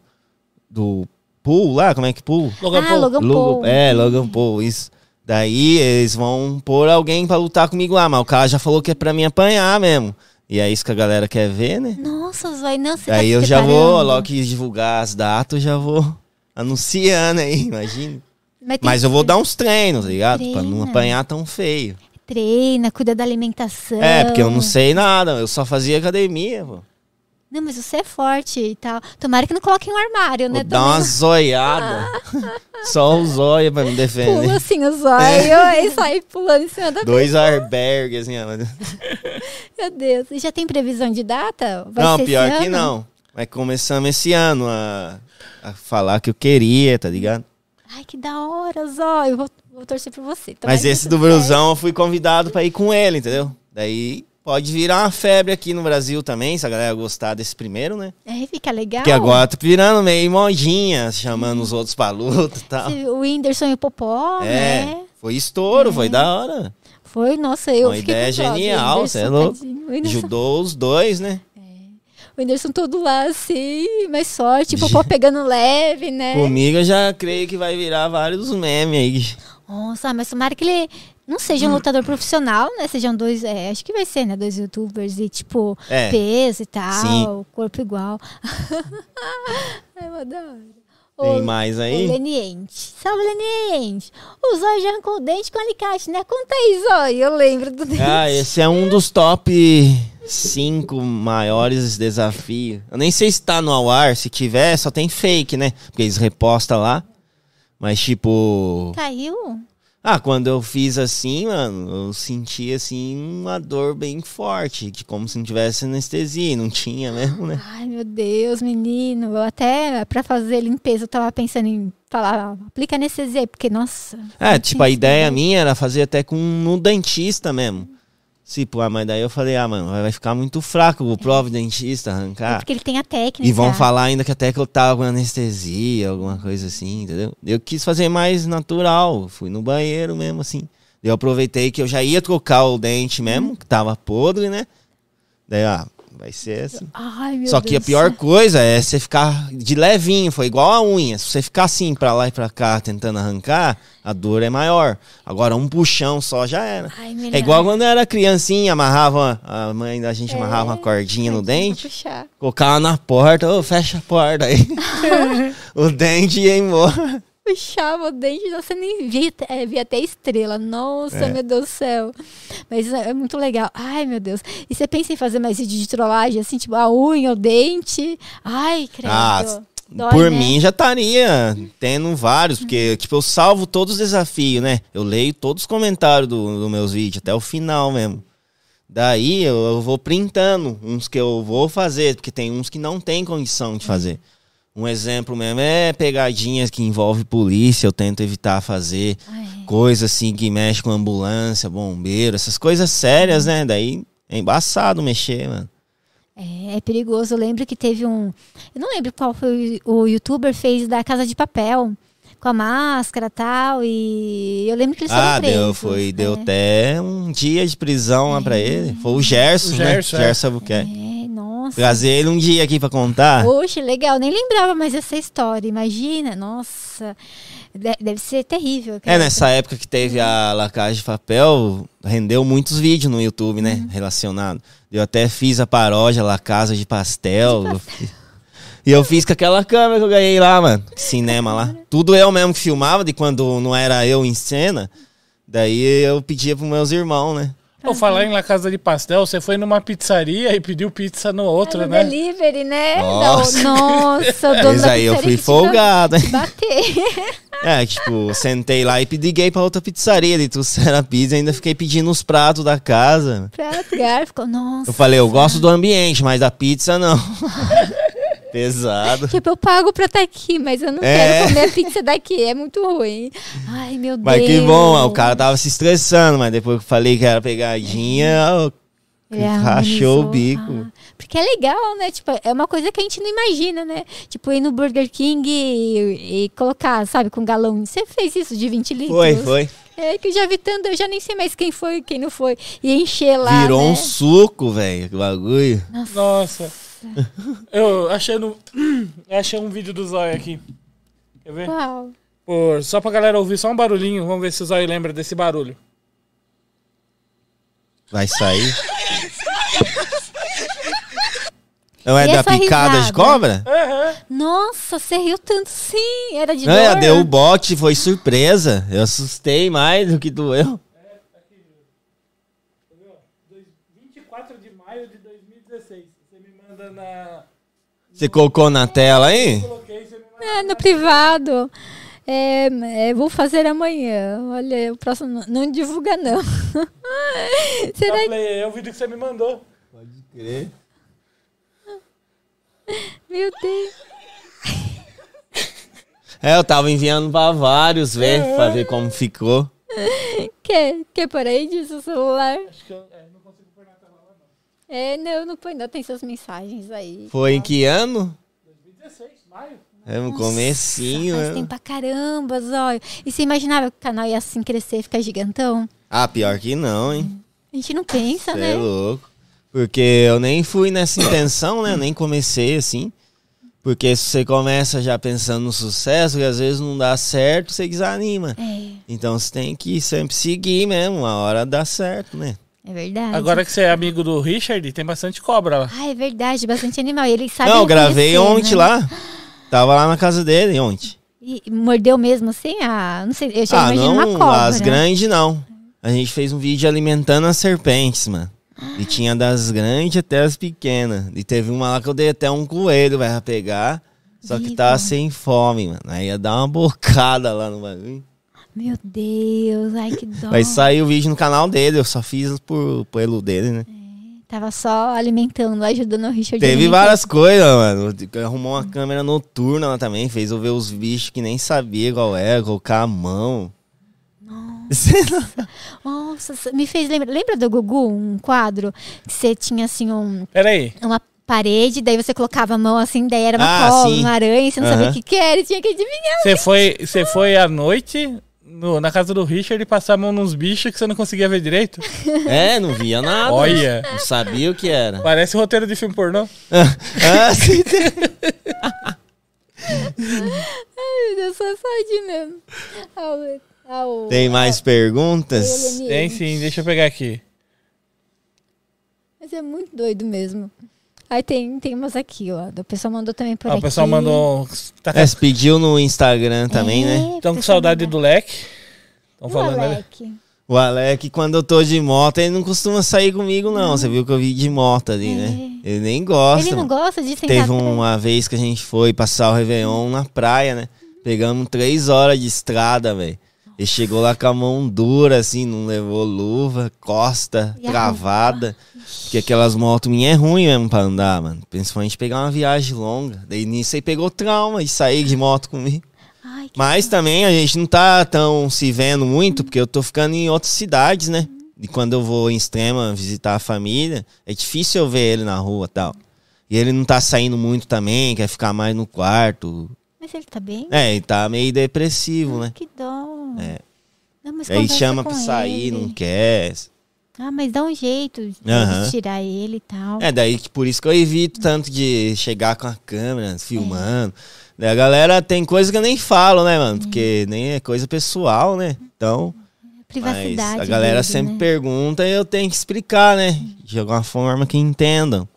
[SPEAKER 4] Do pool lá, como é que pool?
[SPEAKER 5] Logan
[SPEAKER 3] ah,
[SPEAKER 5] Paul.
[SPEAKER 3] Logan Paul.
[SPEAKER 4] Logan- é, Logan Paul, isso. Daí eles vão pôr alguém pra lutar comigo lá, mas o cara já falou que é pra mim apanhar mesmo. E é isso que a galera quer ver, né?
[SPEAKER 3] Nossa, vai não, você tá
[SPEAKER 4] Daí
[SPEAKER 3] se
[SPEAKER 4] eu já vou,
[SPEAKER 3] preparando.
[SPEAKER 4] logo que divulgar as datas, eu já vou anunciando aí, imagina.
[SPEAKER 3] tem
[SPEAKER 4] Mas
[SPEAKER 3] que
[SPEAKER 4] eu vou dar uns treinos, tá ligado? Pra não
[SPEAKER 3] Treina.
[SPEAKER 4] apanhar tão feio.
[SPEAKER 3] Treina, cuida da alimentação.
[SPEAKER 4] É, porque eu não sei nada, eu só fazia academia, pô.
[SPEAKER 3] Não, mas você é forte e tal. Tomara que não coloquem um armário,
[SPEAKER 4] Vou
[SPEAKER 3] né?
[SPEAKER 4] dar
[SPEAKER 3] Também
[SPEAKER 4] uma zoiada. Só o zóia pra me
[SPEAKER 3] não
[SPEAKER 4] defender.
[SPEAKER 3] Pula assim os
[SPEAKER 4] É.
[SPEAKER 3] olhos e sai pulando em cima da...
[SPEAKER 4] Dois albergues, assim, ó.
[SPEAKER 3] Meu Deus. E já tem previsão de data? Vai
[SPEAKER 4] não,
[SPEAKER 3] ser
[SPEAKER 4] pior
[SPEAKER 3] esse
[SPEAKER 4] que
[SPEAKER 3] ano?
[SPEAKER 4] não. Mas começamos esse ano a, a falar que eu queria, tá ligado?
[SPEAKER 3] Ai, que da hora, Zó. Eu vou, vou torcer por você. Tomara
[SPEAKER 4] Mas
[SPEAKER 3] que
[SPEAKER 4] esse
[SPEAKER 3] dê
[SPEAKER 4] do
[SPEAKER 3] tudo certo.
[SPEAKER 4] Brusão eu fui convidado pra ir com ele, entendeu? Daí pode virar uma febre aqui no Brasil também, se a galera gostar desse primeiro, né?
[SPEAKER 3] É, fica legal.
[SPEAKER 4] Porque agora tá virando meio modinha, chamando os outros pra luta e tal.
[SPEAKER 3] Esse- O Whindersson e o Popó,
[SPEAKER 4] É,
[SPEAKER 3] né?
[SPEAKER 4] foi estouro, foi da hora.
[SPEAKER 3] Foi, nossa, eu
[SPEAKER 4] Uma
[SPEAKER 3] fiquei
[SPEAKER 4] ideia
[SPEAKER 3] com dó do
[SPEAKER 4] genial,
[SPEAKER 3] Whindersson,
[SPEAKER 4] cê é louco.
[SPEAKER 3] tadinho. O Whindersson,
[SPEAKER 4] Ajudou os dois, né?
[SPEAKER 3] o Whindersson todo lá, assim, mais sorte. O Popó pegando leve, né?
[SPEAKER 4] Comigo eu já creio que vai virar vários memes aí.
[SPEAKER 3] Nossa, mas tomara que ele não seja
[SPEAKER 4] Hum.
[SPEAKER 3] um lutador profissional, né? Sejam dois, é, acho que vai ser, né? Dois youtubers e, tipo,
[SPEAKER 4] É.
[SPEAKER 3] peso e tal,
[SPEAKER 4] Sim.
[SPEAKER 3] corpo igual. Ai, eu adoro.
[SPEAKER 4] Tem
[SPEAKER 3] Ô,
[SPEAKER 4] mais
[SPEAKER 3] O
[SPEAKER 4] aí?
[SPEAKER 3] Leniente. Salve, Leniente. O Zóio já arrancou o dente com alicate, né? Conta aí, Zóio. Eu lembro do dente.
[SPEAKER 4] Ah, esse é um dos top 5 maiores desafios. Eu nem sei se tá no ao ar, se tiver, só tem fake, né? Porque eles repostam lá. Mas tipo.
[SPEAKER 3] Caiu?
[SPEAKER 4] Ah, quando eu fiz assim, mano, eu senti assim uma dor bem forte, de como se não tivesse anestesia, e não tinha mesmo, né?
[SPEAKER 3] Ai, meu Deus, menino. Eu até, pra fazer limpeza, eu tava pensando em falar, "Ah, aplica anestesia aí, porque, nossa.
[SPEAKER 4] É, tipo, a ideia minha era fazer até com no dentista mesmo. Tipo, ah, mas daí eu falei, ah, mano, vai ficar muito fraco o próprio dentista
[SPEAKER 3] É
[SPEAKER 4] arrancar.
[SPEAKER 3] porque ele tem a técnica.
[SPEAKER 4] Ah. E vão falar ainda que até que eu tava com anestesia, alguma coisa assim, entendeu? Eu quis fazer mais natural, fui no banheiro mesmo, assim. Eu aproveitei que eu já ia trocar o dente mesmo, que tava podre, né? Daí, ah, vai ser assim.
[SPEAKER 3] Ai, meu
[SPEAKER 4] Só
[SPEAKER 3] Deus
[SPEAKER 4] que a
[SPEAKER 3] do
[SPEAKER 4] pior
[SPEAKER 3] céu.
[SPEAKER 4] coisa é você ficar de levinho, foi igual a unha. Se você ficar assim pra lá e pra cá tentando arrancar, a dor é maior. Agora um puxão só já era.
[SPEAKER 3] Ai, melhor.
[SPEAKER 4] É igual quando eu era criancinha, amarrava, a mãe da
[SPEAKER 3] É.
[SPEAKER 4] gente amarrava uma cordinha no dente,
[SPEAKER 3] Puxar.
[SPEAKER 4] colocava na porta, ô, fecha a porta aí. o dente ia embora.
[SPEAKER 3] Puxava o dente, você nem via, é, via até estrela. Nossa,
[SPEAKER 4] É.
[SPEAKER 3] meu Deus do céu. Mas é é muito legal. Ai, meu Deus. E você pensa em fazer mais vídeo de trollagem, assim, tipo a unha, o dente? Ai, credo.
[SPEAKER 4] Ah,
[SPEAKER 3] Dói, né?
[SPEAKER 4] Por
[SPEAKER 3] Uhum.
[SPEAKER 4] mim já estaria tendo vários, porque tipo, eu salvo todos os desafios, né? Eu leio todos os comentários dos do meus vídeos, até o final mesmo. Daí eu, eu vou printando uns que eu vou fazer, porque tem uns que não tem condição
[SPEAKER 3] Uhum.
[SPEAKER 4] de fazer. Um exemplo mesmo é pegadinhas que envolve polícia, eu tento evitar fazer.
[SPEAKER 3] Ai,
[SPEAKER 4] Coisa assim que mexe com ambulância, bombeiro, essas coisas sérias,
[SPEAKER 3] Uhum.
[SPEAKER 4] né? Daí é embaçado mexer, mano.
[SPEAKER 3] é, é perigoso. Eu lembro que teve um. Eu não lembro qual foi o o youtuber fez da Casa de Papel. Com a máscara e tal. E eu lembro que eles
[SPEAKER 4] Ah,
[SPEAKER 3] foram presos.
[SPEAKER 4] deu, foi,
[SPEAKER 3] É.
[SPEAKER 4] deu até um dia de prisão lá pra ele. Foi o Gerson,
[SPEAKER 5] O
[SPEAKER 4] né?
[SPEAKER 5] Gerson, é.
[SPEAKER 4] Gerson Albuquerque.
[SPEAKER 3] É, Nossa.
[SPEAKER 4] Trazer ele um dia aqui pra contar.
[SPEAKER 3] Poxa, legal, nem lembrava mais essa história, imagina, nossa, de- deve ser terrível.
[SPEAKER 4] É,
[SPEAKER 3] cara.
[SPEAKER 4] nessa época que teve a lacagem de papel, rendeu muitos vídeos no YouTube, né?
[SPEAKER 3] Uhum.
[SPEAKER 4] Relacionado. Eu até fiz a paródia La Casa de Pastel. Eu fiz- E eu fiz com aquela câmera que eu ganhei lá, mano. Cinema lá. Tudo eu mesmo que filmava, de quando não era eu em cena. Daí eu pedia pros meus irmãos, né?
[SPEAKER 5] Ou falar em La Casa de Pastel, você foi numa pizzaria e pediu pizza no outro,
[SPEAKER 3] Ah, no
[SPEAKER 5] né?
[SPEAKER 3] delivery, né?
[SPEAKER 4] Nossa.
[SPEAKER 3] Não, nossa, o dono
[SPEAKER 4] Mas
[SPEAKER 3] da
[SPEAKER 4] aí
[SPEAKER 3] pizzaria
[SPEAKER 4] eu
[SPEAKER 3] que
[SPEAKER 4] fui
[SPEAKER 3] te deu-
[SPEAKER 4] folgado, hein?
[SPEAKER 3] Bater.
[SPEAKER 4] É, tipo, sentei lá e pedi gay pra outra pizzaria. Eles trouxeram a pizza e ainda fiquei pedindo os pratos da casa.
[SPEAKER 3] Prato, garfo, nossa.
[SPEAKER 4] Eu falei, eu gosto do ambiente, mas da pizza não. Pesado.
[SPEAKER 3] Tipo, eu pago pra estar aqui, mas eu não
[SPEAKER 4] É.
[SPEAKER 3] quero comer a pizza daqui, é muito ruim. Ai, meu
[SPEAKER 4] Mas
[SPEAKER 3] Deus.
[SPEAKER 4] que bom, ó, o cara tava se estressando, mas depois que eu falei que era pegadinha, ó,
[SPEAKER 3] Ele
[SPEAKER 4] rachou o
[SPEAKER 3] harmonizou.
[SPEAKER 4] bico.
[SPEAKER 3] Ah, porque é legal, né? Tipo, é uma coisa que a gente não imagina, né? Tipo, ir no Burger King e, e colocar, sabe, com galão. Você fez isso de 20 litros?
[SPEAKER 4] foi, foi.
[SPEAKER 3] É que eu já vi tanto, eu já nem sei mais quem foi e quem não foi. E encher lá,
[SPEAKER 4] Virou
[SPEAKER 3] né?
[SPEAKER 4] um suco, velho, que bagulho.
[SPEAKER 5] Nossa. Eu achei, no... eu achei um vídeo do Zóio aqui. Quer ver?
[SPEAKER 3] Uau.
[SPEAKER 5] Por... Só pra galera ouvir só um barulhinho, vamos ver se o Zóio lembra desse barulho.
[SPEAKER 4] Vai sair. Não é
[SPEAKER 3] E
[SPEAKER 4] da
[SPEAKER 3] essa
[SPEAKER 4] picada de
[SPEAKER 3] risada?
[SPEAKER 4] cobra?
[SPEAKER 3] Nossa, você riu tanto sim, era de
[SPEAKER 4] Não,
[SPEAKER 3] dor.
[SPEAKER 4] ela deu o bote, foi surpresa. Eu assustei mais do que doeu.
[SPEAKER 5] 24 de maio de 2016. Você me manda na.
[SPEAKER 4] Você colocou na tela aí?
[SPEAKER 5] Coloquei, você me manda.
[SPEAKER 3] É, no privado. É, é, vou fazer amanhã. Olha, o próximo. não- Não divulga, não. Será que.
[SPEAKER 5] Play, é o vídeo que você me mandou.
[SPEAKER 4] Pode crer.
[SPEAKER 3] Meu Deus.
[SPEAKER 4] É, eu tava enviando pra vários, velho, pra ver como ficou.
[SPEAKER 3] Quer, quer por aí disso, celular?
[SPEAKER 5] Acho que eu é, não consigo pôr na tela lá, não.
[SPEAKER 3] É, não, não põe, não. Tem suas mensagens aí.
[SPEAKER 4] Foi em que ano?
[SPEAKER 5] 16, maio?
[SPEAKER 4] É no comecinho,
[SPEAKER 3] Mas
[SPEAKER 4] né?
[SPEAKER 3] tem pra caramba, zóio. E você imaginava que o canal ia assim crescer e ficar gigantão?
[SPEAKER 4] Ah, pior que não, hein?
[SPEAKER 3] A gente não pensa,
[SPEAKER 4] Você
[SPEAKER 3] né?
[SPEAKER 4] é louco. Porque eu nem fui nessa intenção, né? Eu nem comecei assim. Porque se você começa já pensando no sucesso e às vezes não dá certo, você desanima.
[SPEAKER 3] É,
[SPEAKER 4] Então você tem que sempre seguir mesmo, uma hora dá certo, né?
[SPEAKER 3] é verdade.
[SPEAKER 5] Agora que você é amigo do Richard, tem bastante cobra lá.
[SPEAKER 3] Ah, é verdade, bastante animal. E ele sabe.
[SPEAKER 4] não, eu gravei
[SPEAKER 3] reconhecer,
[SPEAKER 4] ontem
[SPEAKER 3] né?
[SPEAKER 4] lá. Tava lá na casa dele ontem.
[SPEAKER 3] E mordeu mesmo assim? Ah, não sei, eu já
[SPEAKER 4] ah,
[SPEAKER 3] imagino né?
[SPEAKER 4] não,
[SPEAKER 3] uma cobra.
[SPEAKER 4] as grandes não. A gente fez um vídeo alimentando as serpentes, mano. E tinha das grandes até as pequenas. E teve uma lá que eu dei até um coelho, vai pegar. Só que
[SPEAKER 3] Viva.
[SPEAKER 4] tava sem fome, mano. Aí ia dar uma bocada lá no bagulho.
[SPEAKER 3] Meu Deus, ai que dó.
[SPEAKER 4] Vai sair o vídeo no canal dele, eu só fiz por, pelo dele, né?
[SPEAKER 3] Tava só alimentando, ajudando o Richard.
[SPEAKER 4] Teve
[SPEAKER 3] alimentar.
[SPEAKER 4] várias coisas, mano. Arrumou uma câmera noturna lá também, fez eu ver os bichos que nem sabia qual era, colocar a mão. Nossa.
[SPEAKER 3] Nossa, cê- me fez lembrar. Lembra do Gugu, um quadro? Que você tinha assim um,
[SPEAKER 5] Pera aí.
[SPEAKER 3] uma parede, daí você colocava a mão assim, daí era uma
[SPEAKER 4] Ah,
[SPEAKER 3] cobra,
[SPEAKER 4] sim.
[SPEAKER 3] uma aranha, você não sabia
[SPEAKER 4] Aham.
[SPEAKER 3] o que, que era, e tinha que adivinhar.
[SPEAKER 5] Você foi, você foi à noite no- na casa do Richard e passar a mão nos bichos que você não conseguia ver direito?
[SPEAKER 4] É, não via nada.
[SPEAKER 5] Olha.
[SPEAKER 4] Não sabia o que era.
[SPEAKER 5] Parece roteiro de filme pornô.
[SPEAKER 4] Ah, sim, tem-
[SPEAKER 3] Ai, meu Deus, só saúde mesmo. Ao, ao,
[SPEAKER 4] Tem mais perguntas?
[SPEAKER 3] Ele,
[SPEAKER 5] Tem sim, deixa eu pegar aqui.
[SPEAKER 3] Mas é muito doido mesmo. Aí tem, tem umas aqui, ó. O pessoal mandou também por
[SPEAKER 5] Ah,
[SPEAKER 3] aqui.
[SPEAKER 5] o pessoal mandou. um- Tá
[SPEAKER 4] É, você pediu no Instagram também, né?
[SPEAKER 5] Estão com saudade do leque. Estão falando, né?
[SPEAKER 3] É, Alec.
[SPEAKER 4] O Alec, quando eu tô de moto, ele não costuma sair comigo, não. Você viu que eu vi de moto ali, né? Ele nem gosta.
[SPEAKER 3] É. Ele não
[SPEAKER 4] mano.
[SPEAKER 3] gosta de sentar
[SPEAKER 4] Teve um uma vez que a gente foi passar o Réveillon na praia, né? Pegamos três horas de estrada, velho. Ele chegou lá com a mão dura, assim, não levou luva, costa,
[SPEAKER 3] E a
[SPEAKER 4] travada. Porque aquelas motos minhas é ruim mesmo pra andar, mano. Principalmente pegar uma viagem longa. Daí nisso aí pegou trauma de sair de moto comigo.
[SPEAKER 3] Ai, que...
[SPEAKER 4] Mas também a gente não tá tão se vendo muito, porque eu tô ficando em outras cidades, né? E quando eu vou em extrema visitar a família, é difícil eu ver ele na rua e tal. E ele não tá saindo muito também, quer ficar mais no quarto.
[SPEAKER 3] Mas ele tá bem?
[SPEAKER 4] É, ele tá meio depressivo, né?
[SPEAKER 3] Que dó.
[SPEAKER 4] É.
[SPEAKER 3] Não, mas
[SPEAKER 4] Aí
[SPEAKER 3] conversa
[SPEAKER 4] chama
[SPEAKER 3] com
[SPEAKER 4] pra sair,
[SPEAKER 3] ele.
[SPEAKER 4] não quer.
[SPEAKER 3] Ah, mas dá um jeito de
[SPEAKER 4] Aham.
[SPEAKER 3] tirar ele e tal.
[SPEAKER 4] É, daí que por isso que eu evito tanto de chegar com a câmera, filmando. Daí a galera tem coisa que eu nem falo, né, mano? Porque nem é coisa pessoal, né? Então, mas
[SPEAKER 3] Privacidade.
[SPEAKER 4] a galera
[SPEAKER 3] dele,
[SPEAKER 4] sempre
[SPEAKER 3] né?
[SPEAKER 4] pergunta e eu tenho que explicar, né? De alguma forma que entendam.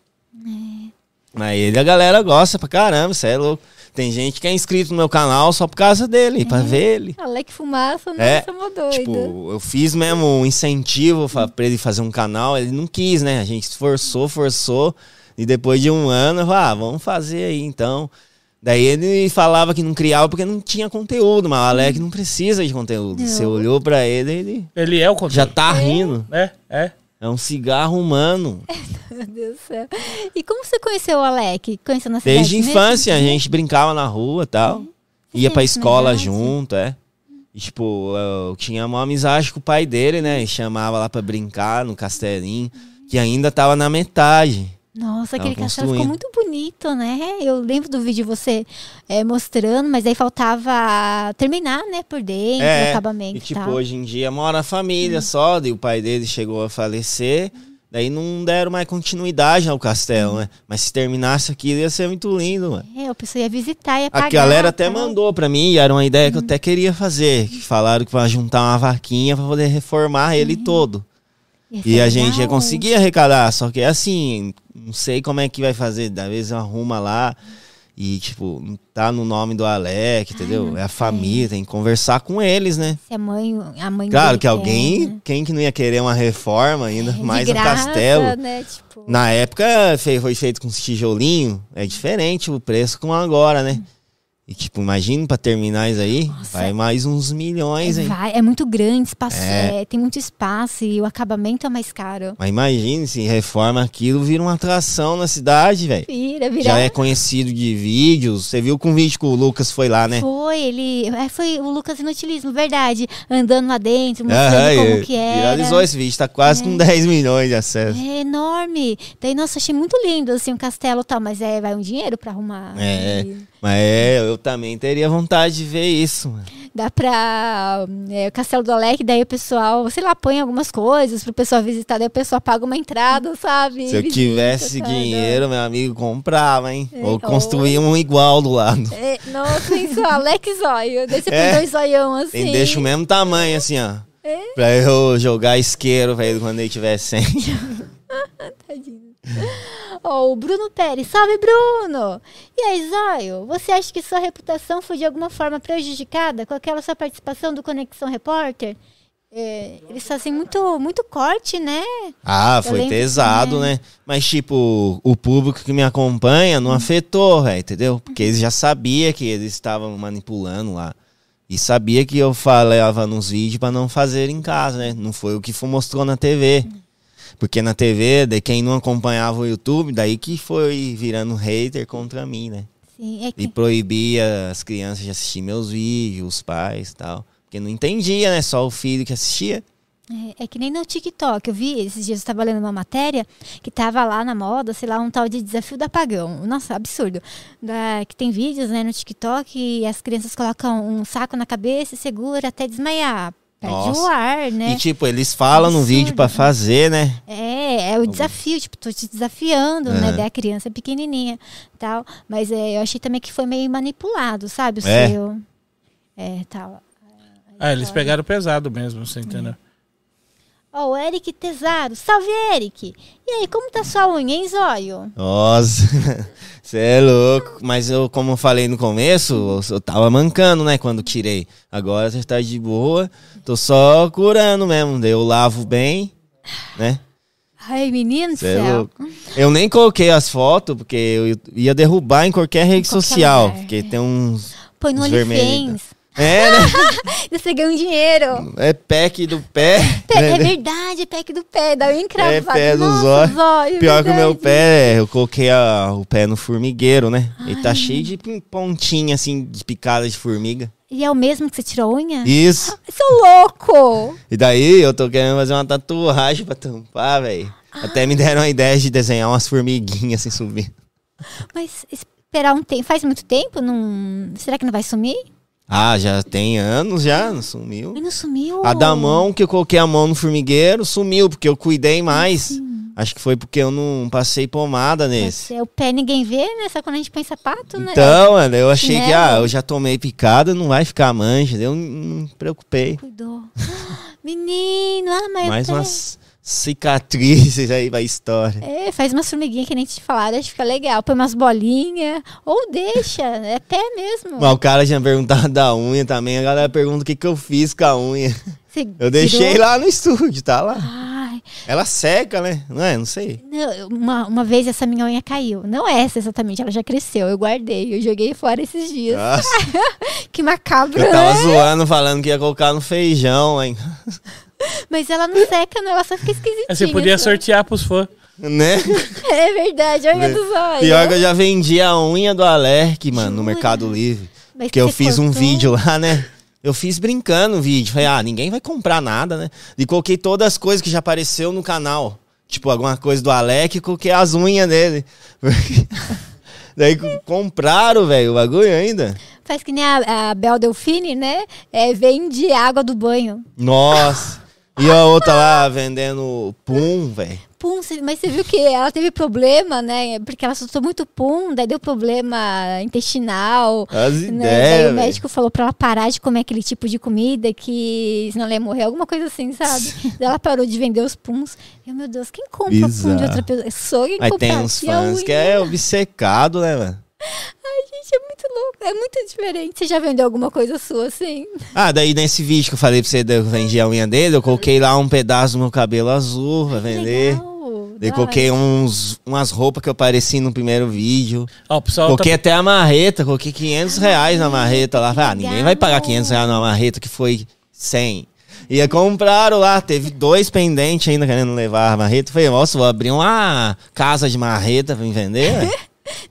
[SPEAKER 3] É.
[SPEAKER 4] Mas ele a galera gosta pra caramba, isso é louco. Tem gente que é inscrito no meu canal só por causa dele, pra ver ele.
[SPEAKER 3] Ah, leque fumaça, nossa,
[SPEAKER 4] É,
[SPEAKER 3] mó Tá doido.
[SPEAKER 4] Tipo, eu fiz mesmo um incentivo fa- pra ele fazer um canal, ele não quis, né? A gente forçou, forçou, e depois de um ano, eu falei, ah, vamos fazer aí então. Daí ele falava que não criava porque não tinha conteúdo, mas o Alec não precisa de conteúdo.
[SPEAKER 3] Hum. Não.
[SPEAKER 4] Você olhou pra ele, ele
[SPEAKER 5] Ele é o conteúdo.
[SPEAKER 4] já tá rindo.
[SPEAKER 5] É, é.
[SPEAKER 4] É um cigarro humano.
[SPEAKER 3] É Meu Deus do céu. E como você conheceu o Alec? Conheceu na cidade
[SPEAKER 4] Desde a
[SPEAKER 3] mesmo? Uhum.
[SPEAKER 4] infância, a gente brincava na rua e tal. Ia pra
[SPEAKER 3] Sim,
[SPEAKER 4] escola
[SPEAKER 3] legal, sim.
[SPEAKER 4] junto, é. E, tipo, eu tinha uma amizade com o pai dele, né? E chamava lá pra brincar no castelinho, que ainda tava na metade.
[SPEAKER 3] Nossa, aquele
[SPEAKER 4] Tava
[SPEAKER 3] castelo ficou
[SPEAKER 4] construindo.
[SPEAKER 3] muito bonito, né? Eu lembro do vídeo de você é, mostrando, mas aí faltava terminar, né? Por dentro, o acabamento
[SPEAKER 4] e
[SPEAKER 3] e
[SPEAKER 4] tipo,
[SPEAKER 3] tal. Uhum.
[SPEAKER 4] hoje em dia mora a família só, daí o pai dele chegou a falecer, daí não deram mais continuidade ao castelo,
[SPEAKER 3] Uhum.
[SPEAKER 4] né? Mas se terminasse aquilo ia ser muito lindo, mano.
[SPEAKER 3] É, a pessoa ia visitar, né? ia pagar.
[SPEAKER 4] A galera até
[SPEAKER 3] tal.
[SPEAKER 4] mandou pra mim, e era uma ideia que eu até queria fazer. Que falaram que vai juntar uma vaquinha pra poder reformar ele
[SPEAKER 3] Uhum.
[SPEAKER 4] todo.
[SPEAKER 3] Ia um ser
[SPEAKER 4] E a gente ia
[SPEAKER 3] legal.
[SPEAKER 4] conseguir arrecadar, só que é assim, não sei como é que vai fazer. Da vez arruma lá e, tipo, não tá no nome do Alec,
[SPEAKER 3] Ah,
[SPEAKER 4] entendeu? É a família, tem que conversar com eles, né?
[SPEAKER 3] Se a mãe, a mãe dele
[SPEAKER 4] Claro que
[SPEAKER 3] quer, né?
[SPEAKER 4] alguém, quem que não ia querer uma reforma, ainda
[SPEAKER 3] De
[SPEAKER 4] mais um
[SPEAKER 3] graça,
[SPEAKER 4] castelo.
[SPEAKER 3] Né? Tipo,
[SPEAKER 4] Na época fe- foi feito com tijolinho, é diferente o preço com agora, né? E tipo, imagina pra terminar isso aí,
[SPEAKER 3] Nossa.
[SPEAKER 4] vai mais uns milhões, hein?
[SPEAKER 3] vai- é muito grande, espaço, é, tem muito espaço e o acabamento é mais caro.
[SPEAKER 4] Mas imagina se reforma aquilo, vira uma atração na cidade, velho.
[SPEAKER 3] Vira, um vira.
[SPEAKER 4] Já é conhecido de vídeos, você viu com o vídeo que o Lucas foi lá, né?
[SPEAKER 3] Foi, ele. é, Foi o Lucas Inutilismo, verdade. Andando lá dentro, mostrando
[SPEAKER 4] Aham,
[SPEAKER 3] como
[SPEAKER 4] e-
[SPEAKER 3] que era.
[SPEAKER 4] Viralizou esse vídeo, tá quase com 10 milhões de acessos.
[SPEAKER 3] É enorme. Daí, nossa, achei muito lindo, assim, o castelo e tal, mas é, vai um dinheiro pra arrumar.
[SPEAKER 4] É,
[SPEAKER 3] E
[SPEAKER 4] mas é, eu também teria vontade de ver isso, mano.
[SPEAKER 3] Dá pra. é, o castelo do Alec, daí o pessoal, sei lá, põe algumas coisas pro pessoal visitar, daí o pessoal paga uma entrada, sabe?
[SPEAKER 4] Se eu
[SPEAKER 3] Visita,
[SPEAKER 4] tivesse
[SPEAKER 3] sabe?
[SPEAKER 4] dinheiro, meu amigo, comprava, hein?
[SPEAKER 3] É,
[SPEAKER 4] Ou
[SPEAKER 3] ou-
[SPEAKER 4] construía um igual do lado.
[SPEAKER 3] É, nossa, isso, Alec Zóio. Daí você
[SPEAKER 4] É.
[SPEAKER 3] põe dois zoião assim.
[SPEAKER 4] Tem, deixa o mesmo tamanho, assim, ó.
[SPEAKER 3] É.
[SPEAKER 4] Pra eu jogar isqueiro, velho, quando ele tiver sem.
[SPEAKER 3] Tadinho. Ó, o Bruno Pérez. Salve, Bruno! E aí, Zóio, você acha que sua reputação foi de alguma forma prejudicada com aquela sua participação do Conexão Repórter? É, eles fazem muito, muito corte, né?
[SPEAKER 4] Ah,
[SPEAKER 3] Eu
[SPEAKER 4] foi
[SPEAKER 3] lembro
[SPEAKER 4] pesado, né? Mas, tipo, o público que me acompanha
[SPEAKER 3] Hum.
[SPEAKER 4] não afetou, velho, entendeu? Porque eles já sabiam que eles estavam manipulando lá. E sabia que eu falava nos vídeos pra não fazer em casa, né? Não foi o que foi, mostrou na TV.
[SPEAKER 3] Hum.
[SPEAKER 4] Porque na TV, de quem não acompanhava o YouTube, daí que foi virando hater contra mim, né?
[SPEAKER 3] Sim, é
[SPEAKER 4] E
[SPEAKER 3] que
[SPEAKER 4] proibia as crianças de assistir meus vídeos, os pais e tal. Porque não entendia, né? Só o filho que assistia.
[SPEAKER 3] É, é que nem no TikTok. Eu vi esses dias, eu estava lendo uma matéria que tava lá na moda, sei lá, um tal de desafio da apagão. Nossa, absurdo. Da- que tem vídeos né, no TikTok e as crianças colocam um saco na cabeça e segura até desmaiar. Perde o
[SPEAKER 4] Nossa.
[SPEAKER 3] ar,
[SPEAKER 4] E
[SPEAKER 3] né?
[SPEAKER 4] tipo, eles falam no
[SPEAKER 3] Absurdo,
[SPEAKER 4] vídeo pra fazer, né?
[SPEAKER 3] É, é o desafio, tipo, tô te desafiando, né?
[SPEAKER 4] Aham.
[SPEAKER 3] Da criança pequenininha tal. Mas é, eu achei também que foi meio manipulado, sabe? O
[SPEAKER 4] É.
[SPEAKER 3] seu. É, tal.
[SPEAKER 5] Ah,
[SPEAKER 3] tá.
[SPEAKER 5] eles pegaram pesado mesmo,
[SPEAKER 3] É.
[SPEAKER 5] você entendeu?
[SPEAKER 3] Ó, o Eric Tesaro. Salve, Eric! E aí, como tá sua unha, hein, Zóio?
[SPEAKER 4] Nossa, você é louco. Mas eu, como eu falei no começo, eu- eu tava mancando, né? Quando tirei. Agora você tá de boa. Tô só curando mesmo. Daí eu lavo bem, né?
[SPEAKER 3] Ai, menino do
[SPEAKER 4] Cê é
[SPEAKER 3] céu.
[SPEAKER 4] louco. Eu nem coloquei as fotos, porque eu ia derrubar em qualquer rede
[SPEAKER 3] qualquer
[SPEAKER 4] social.
[SPEAKER 3] lugar,
[SPEAKER 4] Porque tem uns.
[SPEAKER 3] Põe no
[SPEAKER 4] Os vermelhos.
[SPEAKER 3] OnlyFans.
[SPEAKER 4] É, né?
[SPEAKER 3] Você ganha um dinheiro.
[SPEAKER 4] É pack do pé.
[SPEAKER 3] Pe- é
[SPEAKER 4] né?
[SPEAKER 3] verdade, é pack do pé. Dá um encravado.
[SPEAKER 4] É pé do
[SPEAKER 3] Nossa,
[SPEAKER 4] zóio.
[SPEAKER 3] zóio, é
[SPEAKER 4] Pior que o meu
[SPEAKER 3] verdade.
[SPEAKER 4] pé, eu coloquei a- o pé no formigueiro, né? Ele tá cheio de pin- pontinha, assim, de picada de formiga.
[SPEAKER 3] E é o mesmo que você tirou a unha?
[SPEAKER 4] Isso.
[SPEAKER 3] Sou louco!
[SPEAKER 4] E daí eu tô querendo fazer uma tatuagem pra tampar, velho.
[SPEAKER 3] Ah.
[SPEAKER 4] Até me deram a ideia de desenhar umas formiguinhas assim subindo.
[SPEAKER 3] Mas esperar um tempo. Faz muito tempo? Não... Será que não vai sumir?
[SPEAKER 4] Ah, já tem anos já, não sumiu.
[SPEAKER 3] Mas não sumiu.
[SPEAKER 4] A da mão, que eu coloquei a mão no formigueiro, sumiu, porque eu cuidei mais. Acho que foi porque eu não passei pomada nesse.
[SPEAKER 3] É, O pé ninguém vê, né? Só quando a gente põe sapato, né?
[SPEAKER 4] Então, mano, eu achei que,
[SPEAKER 3] Chinelo.
[SPEAKER 4] ah, eu já tomei picada, não vai ficar mancha. Eu não me preocupei.
[SPEAKER 3] Cuidou. Ah, Menino, ah, mas.
[SPEAKER 4] Então Mais
[SPEAKER 3] tá-
[SPEAKER 4] umas cicatrizes aí pra história.
[SPEAKER 3] É, faz umas formiguinhas que nem te falaram, acho que fica legal. Põe umas bolinhas. Ou deixa, é pé mesmo.
[SPEAKER 4] Mas o cara já perguntava da unha também, a galera pergunta o que, que eu fiz com a unha.
[SPEAKER 3] Você
[SPEAKER 4] Eu deixei
[SPEAKER 3] tirou?
[SPEAKER 4] lá no estúdio, tá lá.
[SPEAKER 3] Ai,
[SPEAKER 4] Ela seca, né? Não é? Não sei.
[SPEAKER 3] não, uma, uma vez essa minha unha caiu. Não essa exatamente, ela já cresceu. Eu guardei, eu joguei fora esses dias.
[SPEAKER 4] Nossa,
[SPEAKER 3] Que macabro,
[SPEAKER 4] eu tava
[SPEAKER 3] né?
[SPEAKER 4] zoando, falando que ia colocar no feijão, hein?
[SPEAKER 3] Mas ela não seca, não, ela só fica esquisitinha.
[SPEAKER 5] É, Você podia
[SPEAKER 3] só.
[SPEAKER 5] sortear pros fãs.
[SPEAKER 4] Né?
[SPEAKER 3] É verdade, olha dos olhos.
[SPEAKER 4] Pior que eu já vendi a unha do Alerc, mano, no
[SPEAKER 3] Jura?
[SPEAKER 4] Mercado Livre.
[SPEAKER 3] Mas
[SPEAKER 4] Porque eu
[SPEAKER 3] você
[SPEAKER 4] fiz um
[SPEAKER 3] cortou?
[SPEAKER 4] vídeo lá, né? Eu fiz brincando o vídeo. Falei, ah, ninguém vai comprar nada, né? E coloquei todas as coisas que já apareceu no canal. Tipo, alguma coisa do Alec e coloquei as unhas dele. Daí co- compraram, velho, o bagulho ainda.
[SPEAKER 3] Faz que nem a, a Bel Delfine, né? É, vende água do banho.
[SPEAKER 4] Nossa. E a outra lá vendendo pum, velho.
[SPEAKER 3] Pum, cê- mas você viu que ela teve problema, né? Porque ela soltou muito pum, daí deu problema intestinal.
[SPEAKER 4] As
[SPEAKER 3] Né? Daí
[SPEAKER 4] ideias,
[SPEAKER 3] o
[SPEAKER 4] velho.
[SPEAKER 3] médico falou pra ela parar de comer aquele tipo de comida que senão ela ia morrer, alguma coisa assim, sabe? daí ela parou de vender os puns. Eu, meu Deus, quem compra pum
[SPEAKER 4] Bizarro.
[SPEAKER 3] de outra pessoa? Sou quem
[SPEAKER 4] Aí
[SPEAKER 3] compra
[SPEAKER 4] tem uns
[SPEAKER 3] aqui a
[SPEAKER 4] fãs
[SPEAKER 3] unha.
[SPEAKER 4] que é obcecado, né, mano?
[SPEAKER 3] Gente, é muito louco, é muito diferente. Você já vendeu alguma coisa sua assim?
[SPEAKER 4] Ah, daí nesse vídeo que eu falei pra você, eu vendi a unha dele, eu coloquei lá um pedaço do meu cabelo azul pra vender.
[SPEAKER 3] Legal.
[SPEAKER 4] Daí
[SPEAKER 3] da hora.
[SPEAKER 4] coloquei uns, umas roupas que eu pareci no primeiro vídeo.
[SPEAKER 5] Ó, o pessoal tá-
[SPEAKER 4] Coloquei até a marreta, coloquei 500 reais na marreta lá. Falei, Ah, ninguém vai pagar
[SPEAKER 3] legal.
[SPEAKER 4] 500 reais na marreta, que foi 100. E aí compraram lá, teve dois pendentes ainda querendo levar a marreta. Falei, nossa, vou abrir uma casa de marreta pra me vender, né?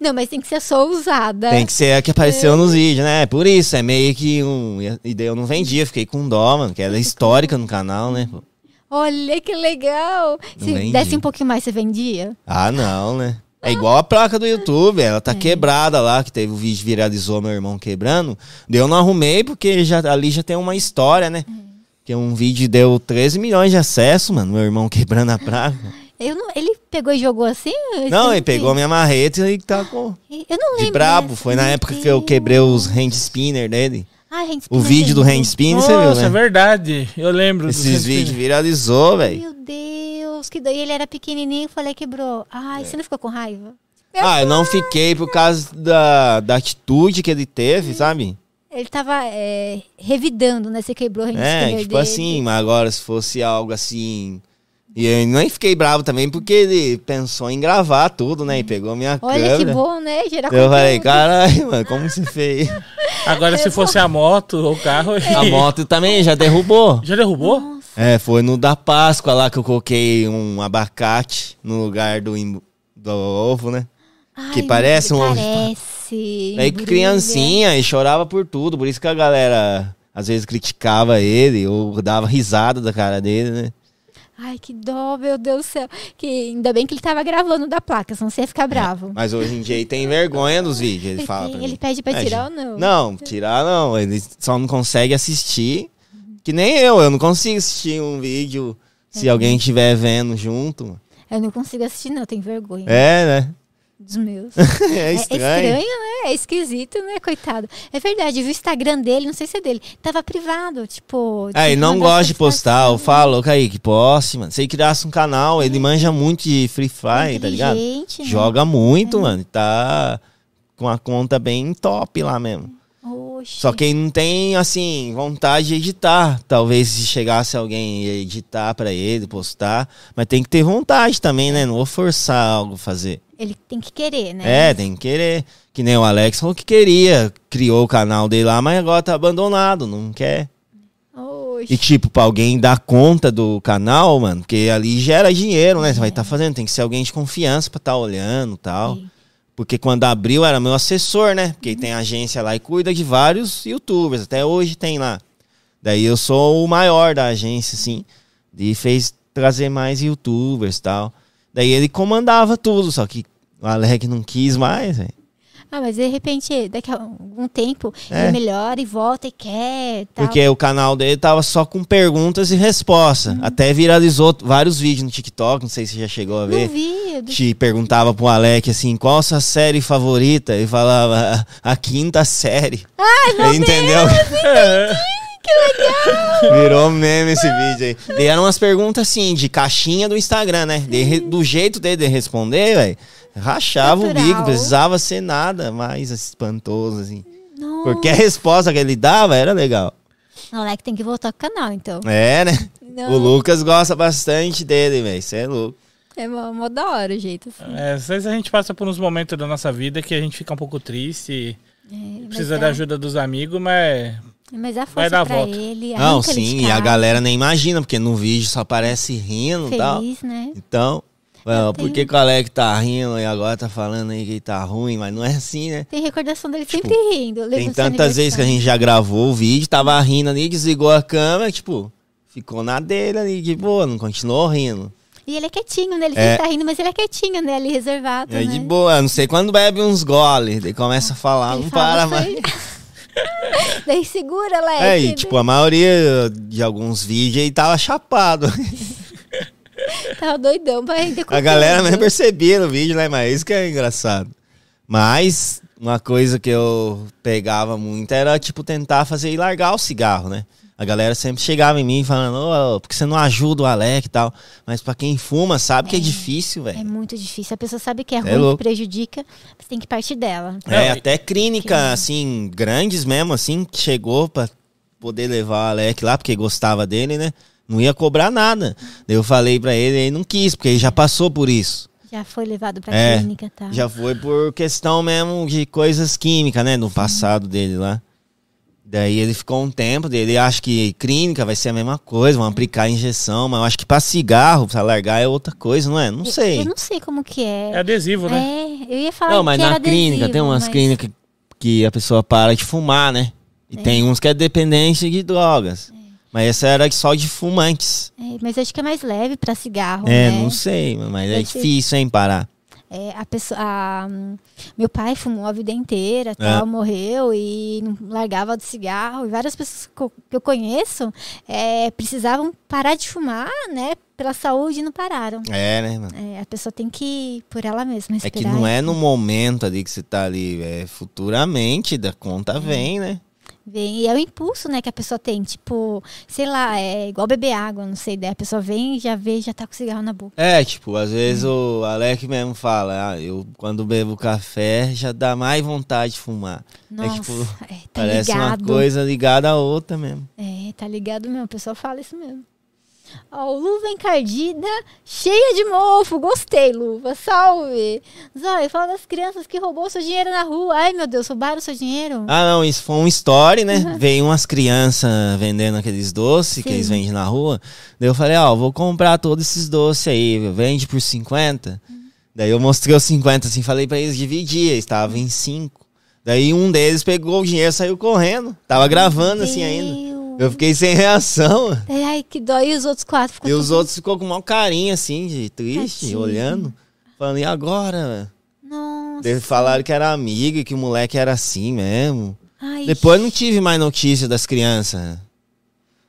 [SPEAKER 3] Não, mas tem que ser só usada.
[SPEAKER 4] Tem que ser a que apareceu nos vídeos, né? Por isso, é meio que um. E daí eu não vendia, fiquei com dó, mano, que ela é histórica no canal, né? pô?
[SPEAKER 3] Olha que legal!
[SPEAKER 4] Não
[SPEAKER 3] Se
[SPEAKER 4] vendi.
[SPEAKER 3] desse um pouquinho mais, você vendia?
[SPEAKER 4] Ah, não, né? É igual a placa do YouTube, ela
[SPEAKER 3] É.
[SPEAKER 4] tá quebrada lá, que teve o vídeo que viralizou meu irmão quebrando. Daí eu não arrumei, porque já, ali já tem uma história, né?
[SPEAKER 3] Hum.
[SPEAKER 4] Porque um vídeo deu 13 milhões de acesso, mano, meu irmão quebrando a placa.
[SPEAKER 3] Eu não, ele pegou e jogou assim?
[SPEAKER 4] Não, ele
[SPEAKER 3] Assim,
[SPEAKER 4] pegou a minha marreta e tá com.
[SPEAKER 3] Eu não lembro.
[SPEAKER 4] De brabo,
[SPEAKER 3] dessa,
[SPEAKER 4] foi na
[SPEAKER 3] meu
[SPEAKER 4] época que eu
[SPEAKER 3] Deus.
[SPEAKER 4] quebrei os hand spinner dele.
[SPEAKER 3] Ah, hand
[SPEAKER 4] O
[SPEAKER 3] spinner,
[SPEAKER 4] vídeo do
[SPEAKER 3] gente.
[SPEAKER 4] hand spinner, você viu,
[SPEAKER 5] Nossa,
[SPEAKER 4] né?
[SPEAKER 5] é verdade. Eu lembro dos
[SPEAKER 4] Esses
[SPEAKER 5] Sandpinner.
[SPEAKER 4] vídeos viralizou, velho.
[SPEAKER 3] Meu Deus, que daí ele era pequenininho, eu falei, quebrou. Ai,
[SPEAKER 4] É.
[SPEAKER 3] você não ficou com raiva?
[SPEAKER 4] Ah, eu não fiquei por causa da, da atitude que ele teve, sabe?
[SPEAKER 3] Ele tava é, revidando, né? Você quebrou o hand
[SPEAKER 4] É,
[SPEAKER 3] spinner
[SPEAKER 4] tipo
[SPEAKER 3] dele.
[SPEAKER 4] assim, mas agora se fosse algo assim. E eu nem fiquei bravo também, porque ele pensou em gravar tudo, né? E pegou minha
[SPEAKER 3] Olha que
[SPEAKER 4] câmera.
[SPEAKER 3] bom, né? Gerar
[SPEAKER 4] Eu falei,
[SPEAKER 3] conteúdo.
[SPEAKER 4] caralho, mano, como você fez?
[SPEAKER 5] Agora, se fosse a moto ou o
[SPEAKER 3] É.
[SPEAKER 5] carro. ele-
[SPEAKER 4] A moto também já derrubou.
[SPEAKER 5] Já derrubou?
[SPEAKER 4] É, foi no da Páscoa lá que eu coloquei um abacate no lugar do, im- do ovo, né?
[SPEAKER 3] Ai,
[SPEAKER 4] que parece um ovo de
[SPEAKER 3] Parece. né?"
[SPEAKER 4] Daí
[SPEAKER 3] embrulha.
[SPEAKER 4] criancinha e chorava por tudo, por isso que a galera às vezes criticava ele ou dava risada da cara dele, né?
[SPEAKER 3] Ai, que dó, meu Deus do céu. Que, ainda bem que ele tava gravando da placa, senão você ia ficar bravo.
[SPEAKER 4] É, Mas hoje em dia ele tem vergonha dos vídeos, ele
[SPEAKER 3] Ele,
[SPEAKER 4] fala
[SPEAKER 3] tem-
[SPEAKER 4] pra
[SPEAKER 3] ele
[SPEAKER 4] mim.
[SPEAKER 3] pede pra
[SPEAKER 4] É,
[SPEAKER 3] tirar ou
[SPEAKER 4] gente,
[SPEAKER 3] não?
[SPEAKER 4] Não, tirar não, ele só não consegue assistir, que nem eu, eu não consigo assistir um vídeo
[SPEAKER 3] É.
[SPEAKER 4] se alguém estiver vendo junto.
[SPEAKER 3] Eu não consigo assistir, não, eu tenho vergonha
[SPEAKER 4] É, né?
[SPEAKER 3] dos meus.
[SPEAKER 4] É
[SPEAKER 3] É
[SPEAKER 4] estranho.
[SPEAKER 3] estranho, né? É esquisito, né? Coitado. É verdade, eu vi o Instagram dele, não sei se é dele. Tava privado, tipo.
[SPEAKER 4] É,
[SPEAKER 3] tinha
[SPEAKER 4] ele
[SPEAKER 3] que
[SPEAKER 4] não
[SPEAKER 3] mandar
[SPEAKER 4] gosta de postar, eu
[SPEAKER 3] solicitação.
[SPEAKER 4] falo, ô, Kaique, poste, mano. Se ele criasse um canal, ele manja muito de Free Fire, tá ligado?
[SPEAKER 3] Inteligente, né?
[SPEAKER 4] Joga muito, mano. Tá com a conta bem top lá mesmo.
[SPEAKER 3] Oxe.
[SPEAKER 4] Só que ele não tem, assim, vontade de editar. Talvez se chegasse alguém e editar pra ele, postar. Mas tem que ter vontade também, né? Não vou forçar algo a fazer.
[SPEAKER 3] Ele tem que querer, né?
[SPEAKER 4] É, tem que querer. Que nem o Alex falou que queria. Criou o canal dele lá, mas agora tá abandonado, não quer. E
[SPEAKER 3] Oxe.
[SPEAKER 4] tipo, pra alguém dar conta do canal, mano, porque ali gera dinheiro, né? Você vai estar tá fazendo, tem que ser alguém de confiança pra estar tá olhando e tal.
[SPEAKER 3] Sim.
[SPEAKER 4] Porque quando abriu era meu assessor, né? Porque tem agência lá e cuida de vários youtubers, até hoje tem lá. Daí eu sou o maior da agência, assim. E fez trazer mais youtubers e tal. Daí ele comandava tudo, só que o Alec não quis mais, velho.
[SPEAKER 3] Ah, mas de repente, daqui a algum tempo,
[SPEAKER 4] É.
[SPEAKER 3] ele melhora e volta e quer. Tal.
[SPEAKER 4] Porque o canal dele tava só com perguntas e respostas. Até viralizou t- vários vídeos no TikTok, não sei se você já chegou a
[SPEAKER 3] Não
[SPEAKER 4] ver.
[SPEAKER 3] vi. eu do-
[SPEAKER 4] Te perguntava pro Alec assim, qual a sua série favorita? E falava, a quinta série. Ai, meu Entendeu? que legal! Virou meme esse vídeo aí. E eram umas perguntas assim, de caixinha do Instagram, né? De re- do jeito dele de responder, velho, rachava
[SPEAKER 3] Natural.
[SPEAKER 4] o bico, precisava ser nada mais espantoso, assim.
[SPEAKER 3] Não.
[SPEAKER 4] Porque a resposta que ele dava era legal.
[SPEAKER 3] O Alec tem que voltar pro canal, então.
[SPEAKER 4] É, né?
[SPEAKER 3] Não.
[SPEAKER 4] O Lucas gosta bastante dele, velho. Você é louco.
[SPEAKER 3] É mó, mó da hora o jeito, assim.
[SPEAKER 5] É, às vezes a gente passa por uns momentos da nossa vida que a gente fica um pouco triste,
[SPEAKER 3] É, mas
[SPEAKER 5] precisa
[SPEAKER 3] dá-
[SPEAKER 5] da ajuda dos amigos, mas
[SPEAKER 3] Mas a
[SPEAKER 5] Vai
[SPEAKER 3] força
[SPEAKER 5] dar a
[SPEAKER 3] pra
[SPEAKER 5] volta.
[SPEAKER 3] ele.
[SPEAKER 4] Não,
[SPEAKER 3] arranca ele de
[SPEAKER 4] sim, e a
[SPEAKER 3] casa,
[SPEAKER 4] galera nem imagina, porque no vídeo só aparece rindo e tal.
[SPEAKER 3] Feliz, né?
[SPEAKER 4] Então, well, por
[SPEAKER 3] tenho-
[SPEAKER 4] que que o Alec tá rindo e agora tá falando aí que tá ruim? Mas não é assim, né?
[SPEAKER 3] Tem recordação dele
[SPEAKER 4] Tipo,
[SPEAKER 3] sempre rindo.
[SPEAKER 4] Tem tantas vezes que a gente já gravou o vídeo, tava rindo ali, desligou a câmera, tipo, ficou na dele ali, de boa, não continuou rindo.
[SPEAKER 3] E ele é quietinho, né? Ele
[SPEAKER 4] É.
[SPEAKER 3] sempre tá rindo, mas ele é quietinho, né? Ali reservado.
[SPEAKER 4] É
[SPEAKER 3] né?
[SPEAKER 4] de boa, a não sei quando bebe uns goles, daí começa a falar,
[SPEAKER 3] Ele
[SPEAKER 4] não
[SPEAKER 3] fala
[SPEAKER 4] para mais.
[SPEAKER 3] assim. Daí segura, Leque.
[SPEAKER 4] É, e
[SPEAKER 3] né?
[SPEAKER 4] tipo, a maioria de alguns vídeos aí tava chapado.
[SPEAKER 3] Tava Tá doidão pra render
[SPEAKER 4] A
[SPEAKER 3] conteúdo.
[SPEAKER 4] galera nem percebia no vídeo, né? Mas isso que é engraçado. Mas uma coisa que eu pegava muito era, tipo, tentar fazer e largar o cigarro, né? A galera sempre chegava em mim falando, ô, porque você não ajuda o Alec e tal. Mas pra quem fuma, sabe que é difícil,
[SPEAKER 3] É
[SPEAKER 4] velho.
[SPEAKER 3] muito difícil. A pessoa sabe que é ruim, que
[SPEAKER 4] louco.
[SPEAKER 3] prejudica, mas tem que partir dela.
[SPEAKER 4] É,
[SPEAKER 5] Não,
[SPEAKER 4] até clínica, assim, grandes mesmo, assim, que chegou pra poder levar o Alec lá, porque gostava dele, né? Não ia cobrar nada. Daí eu falei pra ele, ele não quis, porque ele já passou por isso.
[SPEAKER 3] Já foi levado pra
[SPEAKER 4] É,
[SPEAKER 3] clínica, tá?
[SPEAKER 4] Já foi por questão mesmo de coisas químicas, né? No passado dele lá. Daí ele ficou um tempo, daí ele acha que clínica vai ser a mesma coisa, vão aplicar a injeção, mas eu acho que pra cigarro, pra largar é outra coisa, não é? Não
[SPEAKER 3] Eu,
[SPEAKER 4] sei.
[SPEAKER 3] não sei como que
[SPEAKER 5] é
[SPEAKER 3] é.
[SPEAKER 5] adesivo, né?
[SPEAKER 3] É, eu ia falar
[SPEAKER 4] Não, mas
[SPEAKER 3] que
[SPEAKER 4] na
[SPEAKER 3] era
[SPEAKER 4] clínica,
[SPEAKER 3] adesivo,
[SPEAKER 4] tem umas
[SPEAKER 3] mas-
[SPEAKER 4] clínicas que a pessoa para de fumar, né? E tem uns que é dependência de drogas. Mas essa era só de fumantes.
[SPEAKER 3] é, mas acho que é mais leve pra cigarro,
[SPEAKER 4] É,
[SPEAKER 3] né?
[SPEAKER 4] não sei, mas é
[SPEAKER 3] Deve ser.
[SPEAKER 4] difícil, hein, parar.
[SPEAKER 3] É, a pessoa, a- meu pai fumou a vida
[SPEAKER 4] É.
[SPEAKER 3] inteira, tal, morreu e não largava do cigarro. E várias pessoas co- que eu conheço é, precisavam parar de fumar, né? Pela saúde e não pararam.
[SPEAKER 4] É, né, mano?
[SPEAKER 3] É, a pessoa tem que ir por ela mesma
[SPEAKER 4] É
[SPEAKER 3] respirar.
[SPEAKER 4] que não
[SPEAKER 3] e
[SPEAKER 4] é no momento ali que você tá ali, é futuramente, da
[SPEAKER 3] Hum.
[SPEAKER 4] conta vem, né?
[SPEAKER 3] Vem, e é o impulso, né, que a pessoa tem. Tipo, sei lá, é igual beber água, não sei, daí a pessoa vem, já vê, já tá com o cigarro na boca.
[SPEAKER 4] É, tipo, às vezes o Alec mesmo fala, ah, eu quando bebo café já dá mais vontade de fumar.
[SPEAKER 3] Nossa,
[SPEAKER 4] é tipo,
[SPEAKER 3] é, tá
[SPEAKER 4] parece
[SPEAKER 3] ligado.
[SPEAKER 4] uma coisa ligada à outra mesmo.
[SPEAKER 3] É, tá ligado mesmo, o pessoal fala isso mesmo. Ó, o luva encardida, cheia de mofo, gostei, luva, salve. Zóia, fala das crianças que roubou seu dinheiro na rua. Ai, meu Deus, roubaram seu dinheiro?
[SPEAKER 4] Ah, não, isso foi um story, né? Veio umas crianças vendendo aqueles doces que
[SPEAKER 3] Sim.
[SPEAKER 4] eles vendem na rua. Daí eu falei, ó, vou comprar todos esses doces aí, vende por 50.
[SPEAKER 3] Uhum.
[SPEAKER 4] Daí eu mostrei os 50 assim, falei pra eles dividir, eles estavam em 5. Daí um deles pegou o dinheiro e saiu correndo. Tava gravando assim ainda.
[SPEAKER 3] Deus.
[SPEAKER 4] Eu fiquei sem reação.
[SPEAKER 3] Ai, que dó. E os outros quatro? Ficou
[SPEAKER 4] E os
[SPEAKER 3] tudo-
[SPEAKER 4] outros ficou com maior carinho, assim, de triste,
[SPEAKER 3] Tadinho.
[SPEAKER 4] olhando. Falando, e agora?
[SPEAKER 3] Nossa.
[SPEAKER 4] Eles falaram que era amiga, que o moleque era assim mesmo.
[SPEAKER 3] Ai,
[SPEAKER 4] Depois não tive mais notícia das crianças.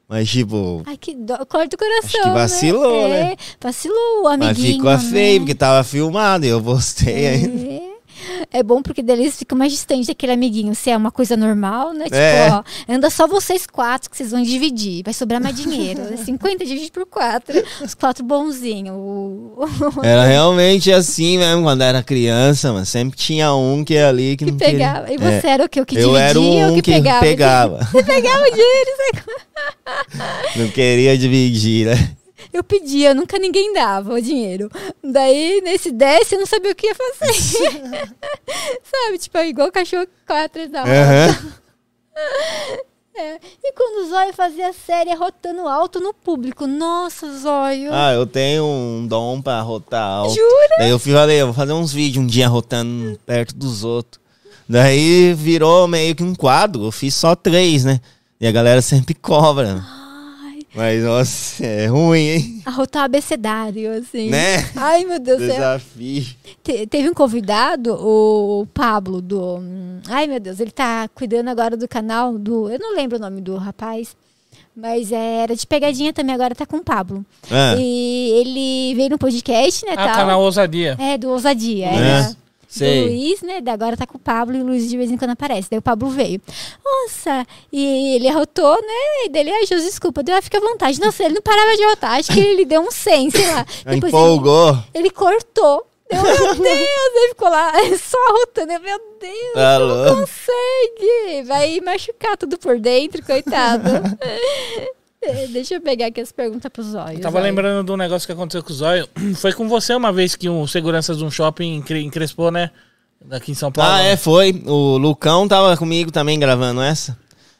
[SPEAKER 4] Mas, tipo,
[SPEAKER 3] Ai, que dó. Corta o coração,
[SPEAKER 4] Acho que vacilou,
[SPEAKER 3] né?
[SPEAKER 4] né?
[SPEAKER 3] É, vacilou o amiguinho,
[SPEAKER 4] mas ficou feio,
[SPEAKER 3] né?
[SPEAKER 4] porque tava filmado e eu postei ainda.
[SPEAKER 3] É bom porque daí eles ficam mais distantes daquele amiguinho. Se é uma coisa normal, né? Tipo,
[SPEAKER 4] É.
[SPEAKER 3] ó, anda só vocês quatro que vocês vão dividir. Vai sobrar mais dinheiro. É 50 divide por quatro. Os quatro bonzinhos. O- o-
[SPEAKER 4] Era realmente assim mesmo quando era criança, mas sempre tinha um que ia ali que,
[SPEAKER 3] que
[SPEAKER 4] não queria.
[SPEAKER 3] pegava. E
[SPEAKER 4] É.
[SPEAKER 3] você era o que? O que
[SPEAKER 4] eu
[SPEAKER 3] dividia
[SPEAKER 4] era o
[SPEAKER 3] ou
[SPEAKER 4] um
[SPEAKER 3] o que, pegava? Você pegava o dinheiro. você-
[SPEAKER 4] Não queria dividir, né?
[SPEAKER 3] Eu pedia, nunca ninguém dava o dinheiro. Daí, nesse 10, eu não sabia o que ia fazer. Sabe? Tipo, é igual cachorro que corre atrás da roda.
[SPEAKER 4] Aham.
[SPEAKER 3] É. E quando o Zóio fazia série é rotando alto no público. Nossa, Zóio.
[SPEAKER 4] Ah, eu tenho um dom pra rotar alto.
[SPEAKER 3] Jura?
[SPEAKER 4] Daí eu fui, falei, eu vou fazer uns vídeos um dia rotando perto dos outros. Daí virou meio que um quadro, eu fiz só três, né? E a galera sempre cobra.
[SPEAKER 3] Ai,
[SPEAKER 4] Mas, nossa, é ruim, hein?
[SPEAKER 3] Arrotar o abecedário, assim.
[SPEAKER 4] Né?
[SPEAKER 3] Ai, meu Deus do céu.
[SPEAKER 4] Desafio.
[SPEAKER 3] Te- teve um convidado, o Pablo, do. hum, Ai, meu Deus, ele tá cuidando agora do canal do. Eu não lembro o nome do rapaz. Mas é, era de pegadinha também, agora tá com o Pablo.
[SPEAKER 4] Ah,
[SPEAKER 3] E ele veio no podcast, né?
[SPEAKER 5] Ah,
[SPEAKER 3] tal.
[SPEAKER 5] canal Ousadia.
[SPEAKER 3] É, né? do Ousadia.
[SPEAKER 4] É.
[SPEAKER 3] Era do
[SPEAKER 4] sei.
[SPEAKER 3] Luiz, né? da- Agora tá com o Pablo e o Luiz de vez em quando aparece. Daí o Pablo veio. Nossa! E ele arrotou, né? E dele, ai, Jesus, desculpa. Deu, ah, fica à vontade. Nossa, ele não parava de arrotar. Acho que ele deu um 100, sei lá. Depois ele,
[SPEAKER 4] Ah, Empolgou.
[SPEAKER 3] ele cortou. Deu, meu Deus! Aí ficou lá só arrotando. Eu, meu Deus!
[SPEAKER 4] Tá
[SPEAKER 3] Não
[SPEAKER 4] louco.
[SPEAKER 3] consegue! Vai machucar tudo por dentro, coitado. É, Deixa eu pegar aqui as perguntas pros olhos.
[SPEAKER 5] Eu tava lembrando de um negócio que aconteceu com o Zóio. Foi com você uma vez que um segurança de um shopping encre- encrespou, né? Aqui em São Paulo.
[SPEAKER 4] Ah, é, foi. O Lucão tava comigo também gravando essa.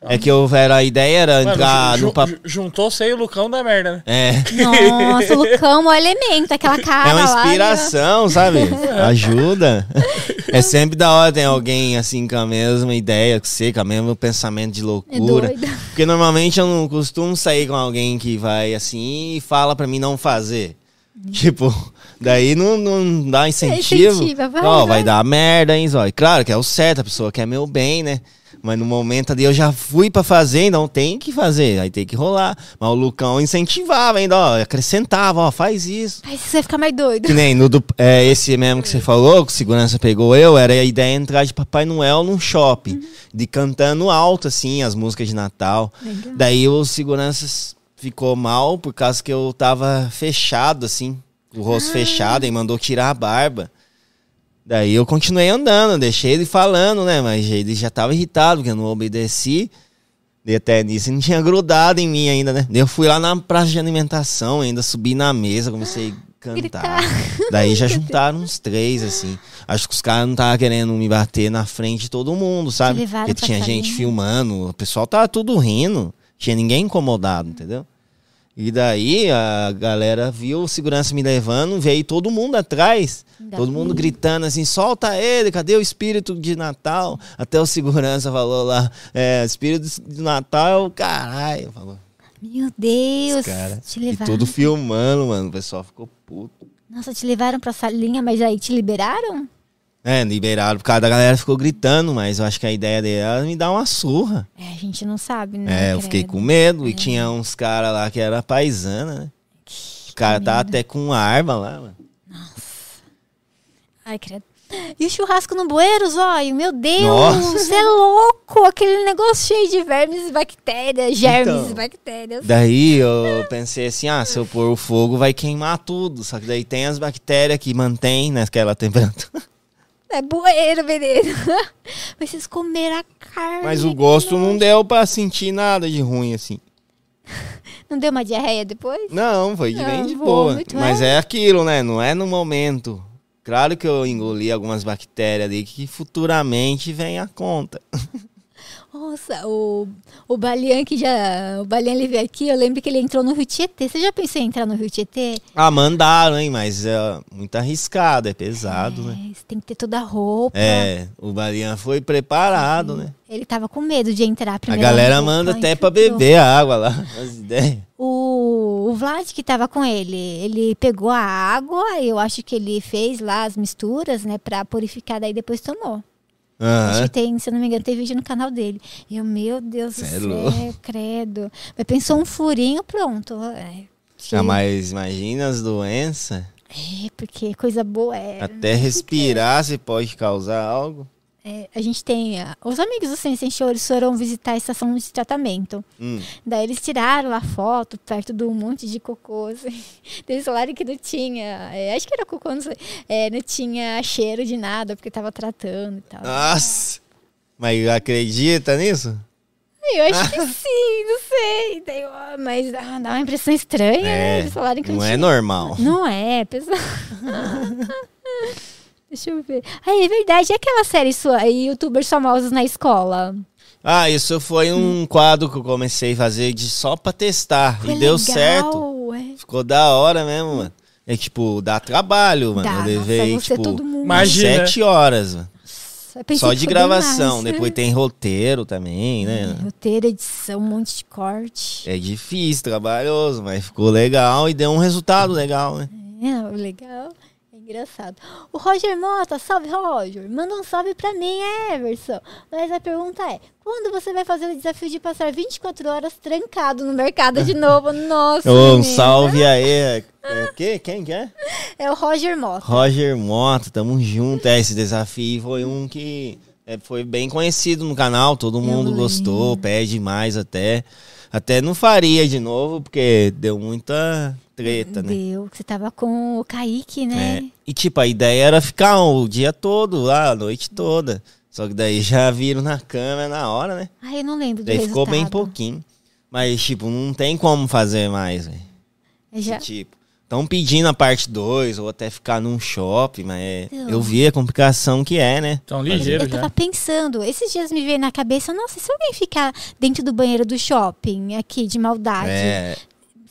[SPEAKER 4] É que eu era, a ideia era
[SPEAKER 5] Mano,
[SPEAKER 4] entrar
[SPEAKER 5] ju-
[SPEAKER 4] no papo.
[SPEAKER 5] ju- Juntou você e o Lucão da merda, né?
[SPEAKER 4] É.
[SPEAKER 3] Nossa, o Lucão, o elemento, aquela cara
[SPEAKER 4] É uma
[SPEAKER 3] lá, né?
[SPEAKER 4] inspiração, sabe? Ajuda. É sempre da hora tem alguém assim com a mesma ideia que você, com o mesmo pensamento de loucura.
[SPEAKER 3] É doido.
[SPEAKER 4] Porque normalmente eu não costumo sair com alguém que vai assim e fala pra mim não fazer. Tipo, daí não, não dá incentivo.
[SPEAKER 3] É incentiva, vai,
[SPEAKER 4] Ó,
[SPEAKER 3] vai.
[SPEAKER 4] vai dar merda, hein, Zói? Claro que é o certo, a pessoa quer meu bem, né? Mas no momento ali eu já fui pra fazer, então tem que fazer, aí tem que rolar. Mas o Lucão incentivava ainda, ó, acrescentava, ó, faz isso.
[SPEAKER 3] Aí você vai ficar mais doido.
[SPEAKER 4] Que nem no do, é, esse mesmo que você falou, que o segurança pegou eu, era a ideia de entrar de Papai Noel num shopping, de cantando alto, assim, as músicas de Natal. Daí o segurança ficou mal por causa que eu tava fechado, assim, com o rosto fechado, e mandou tirar a barba. Daí eu continuei andando, deixei ele falando, né? Mas ele já tava irritado, porque eu não obedeci. E até nisso ele não tinha grudado em mim ainda, né? Daí eu fui lá na praça de alimentação, ainda subi na mesa, comecei a cantar. Daí já juntaram uns três, assim. Acho que os caras não estavam querendo me bater na frente de todo mundo, sabe?
[SPEAKER 3] levaram
[SPEAKER 4] Porque
[SPEAKER 3] pra
[SPEAKER 4] tinha gente
[SPEAKER 3] salinha.
[SPEAKER 4] filmando, o pessoal tava tudo rindo. Tinha ninguém incomodado, entendeu? E daí a galera viu o segurança me levando, veio todo mundo atrás.
[SPEAKER 3] Ainda
[SPEAKER 4] todo mundo gritando assim, solta ele, cadê o espírito de Natal? Até o segurança falou lá, é, espírito de Natal, é caralho. Falou,
[SPEAKER 3] Meu Deus.
[SPEAKER 4] cara.
[SPEAKER 3] Te
[SPEAKER 4] E
[SPEAKER 3] levaram.
[SPEAKER 4] tudo filmando, mano. O pessoal ficou puto.
[SPEAKER 3] Nossa, te levaram pra salinha, mas aí te liberaram?
[SPEAKER 4] É, liberaram, por causa da galera ficou gritando, mas eu acho que a ideia dela era me dar uma surra.
[SPEAKER 3] É, a gente não sabe, né?
[SPEAKER 4] É, eu fiquei
[SPEAKER 3] credo.
[SPEAKER 4] com medo. E tinha uns caras lá que era paisana, né? Os caras tá até com arma lá, mano.
[SPEAKER 3] Ai, credo. E o churrasco no bueiro, zóio? Meu Deus,
[SPEAKER 4] Nossa.
[SPEAKER 3] você é louco! Aquele negócio cheio de vermes e bactérias, germes
[SPEAKER 4] Então.
[SPEAKER 3] e bactérias.
[SPEAKER 4] Daí eu pensei assim, ah, se eu pôr o fogo vai queimar tudo. Só que daí tem as bactérias que mantém naquela temperatura.
[SPEAKER 3] É bueiro, menino. mas vocês comeram a carne. né?
[SPEAKER 4] Mas o gosto não deu pra sentir nada de ruim, assim.
[SPEAKER 3] Não deu uma diarreia depois?
[SPEAKER 4] Não, foi de
[SPEAKER 3] Não,
[SPEAKER 4] bem de boa.
[SPEAKER 3] vômito,
[SPEAKER 4] Mas é aquilo, né? Não é no momento. Claro que eu engoli algumas bactérias ali que futuramente vem a conta.
[SPEAKER 3] Nossa, o, o Balian que já. O Balian ele veio aqui, eu lembro que ele entrou no Rio Tietê. Você já pensou em entrar no Rio Tietê?
[SPEAKER 4] Ah, mandaram, hein? Mas é muito arriscado, é pesado, né?
[SPEAKER 3] É, você tem que ter toda a roupa.
[SPEAKER 4] É, o Barian foi preparado, né?
[SPEAKER 3] Ele tava com medo de entrar
[SPEAKER 4] A
[SPEAKER 3] primeiro.
[SPEAKER 4] galera
[SPEAKER 3] roupa,
[SPEAKER 4] manda até
[SPEAKER 3] entrou.
[SPEAKER 4] pra beber a água lá. As ideias.
[SPEAKER 3] O, o Vlad que tava com ele, ele pegou a água, eu acho que ele fez lá as misturas, né, pra purificar, daí depois tomou. Acho
[SPEAKER 4] Aham.
[SPEAKER 3] que tem, se eu não me engano, tem vídeo no canal dele. E eu, meu Deus do
[SPEAKER 4] Cê é
[SPEAKER 3] céu,
[SPEAKER 4] louco.
[SPEAKER 3] credo. Mas pensou um furinho, pronto. É,
[SPEAKER 4] Ah, mas imagina as doenças.
[SPEAKER 3] é, porque coisa boa é.
[SPEAKER 4] Até respirar se pode causar algo.
[SPEAKER 3] É, a gente tem. ah, Os amigos do Sem Senhores foram visitar a estação de tratamento.
[SPEAKER 4] Hum.
[SPEAKER 3] Daí eles tiraram a foto perto de um monte de cocô. Assim. Eles falaram que não tinha. é, acho que era cocô, não sei. é, não tinha cheiro de nada, porque tava tratando e tal.
[SPEAKER 4] Ah. Nossa! Mas acredita nisso?
[SPEAKER 3] Eu acho que sim, não sei. Daí, eu, ah, mas ah, dá uma impressão estranha, né? Eles falaram que não,
[SPEAKER 4] não é
[SPEAKER 3] tinha.
[SPEAKER 4] normal.
[SPEAKER 3] Não é, pessoal. Deixa eu ver. Ah, é verdade. E aquela série sua, aí, youtubers famosos na escola?
[SPEAKER 4] Ah, isso foi um quadro que eu comecei a fazer de só pra testar.
[SPEAKER 3] Hum. Foi
[SPEAKER 4] e deu
[SPEAKER 3] legal,
[SPEAKER 4] certo.
[SPEAKER 3] é.
[SPEAKER 4] Ficou da hora mesmo, mano. É tipo, dá trabalho, mano.
[SPEAKER 3] Dá,
[SPEAKER 4] eu levei,
[SPEAKER 3] nossa, você é
[SPEAKER 4] tipo,
[SPEAKER 3] todo mundo.
[SPEAKER 5] Imagina.
[SPEAKER 4] sete horas, mano.
[SPEAKER 3] Nossa, eu pensei
[SPEAKER 4] Só
[SPEAKER 3] que
[SPEAKER 4] de
[SPEAKER 3] foi bem
[SPEAKER 4] gravação.
[SPEAKER 3] mais.
[SPEAKER 4] Depois tem roteiro também, né?
[SPEAKER 3] Roteiro, edição, um monte de corte.
[SPEAKER 4] É difícil, trabalhoso, mas ficou legal e deu um resultado legal, né?
[SPEAKER 3] É, legal. É engraçado. O Roger Mota, salve Roger. Manda um salve pra mim, Everson. Mas a pergunta é: quando você vai fazer o desafio de passar 24 horas trancado no mercado de novo? Nossa,
[SPEAKER 4] Ô, um
[SPEAKER 3] menina.
[SPEAKER 4] salve aí. É, é que- Quem que é?
[SPEAKER 3] É o Roger Mota.
[SPEAKER 4] Roger Mota, tamo junto. É, esse desafio foi um que é, foi bem conhecido no canal, todo mundo
[SPEAKER 3] lembro.
[SPEAKER 4] gostou, pede mais até. Até não faria de novo, porque deu muita treta, né?
[SPEAKER 3] Deu, que você tava com o Kaique,
[SPEAKER 4] É,
[SPEAKER 3] né?
[SPEAKER 4] E tipo, a ideia era ficar o dia todo lá, a noite toda. Só que daí já viram na câmera na hora, né?
[SPEAKER 3] Ai, eu não lembro do
[SPEAKER 4] Daí ficou bem
[SPEAKER 3] resultado.
[SPEAKER 4] pouquinho. Mas, tipo, não tem como fazer mais, velho.
[SPEAKER 3] É, Já...
[SPEAKER 4] Tipo, estão pedindo a parte 2 ou até ficar num shopping, mas é-
[SPEAKER 3] Não.
[SPEAKER 4] eu vi a complicação que é, né?
[SPEAKER 5] Tão Então, ligeiro
[SPEAKER 3] Eu
[SPEAKER 5] já.
[SPEAKER 3] tava Tá pensando, esses dias me veio na cabeça, nossa, e se alguém ficar dentro do banheiro do shopping aqui de maldade,
[SPEAKER 4] É,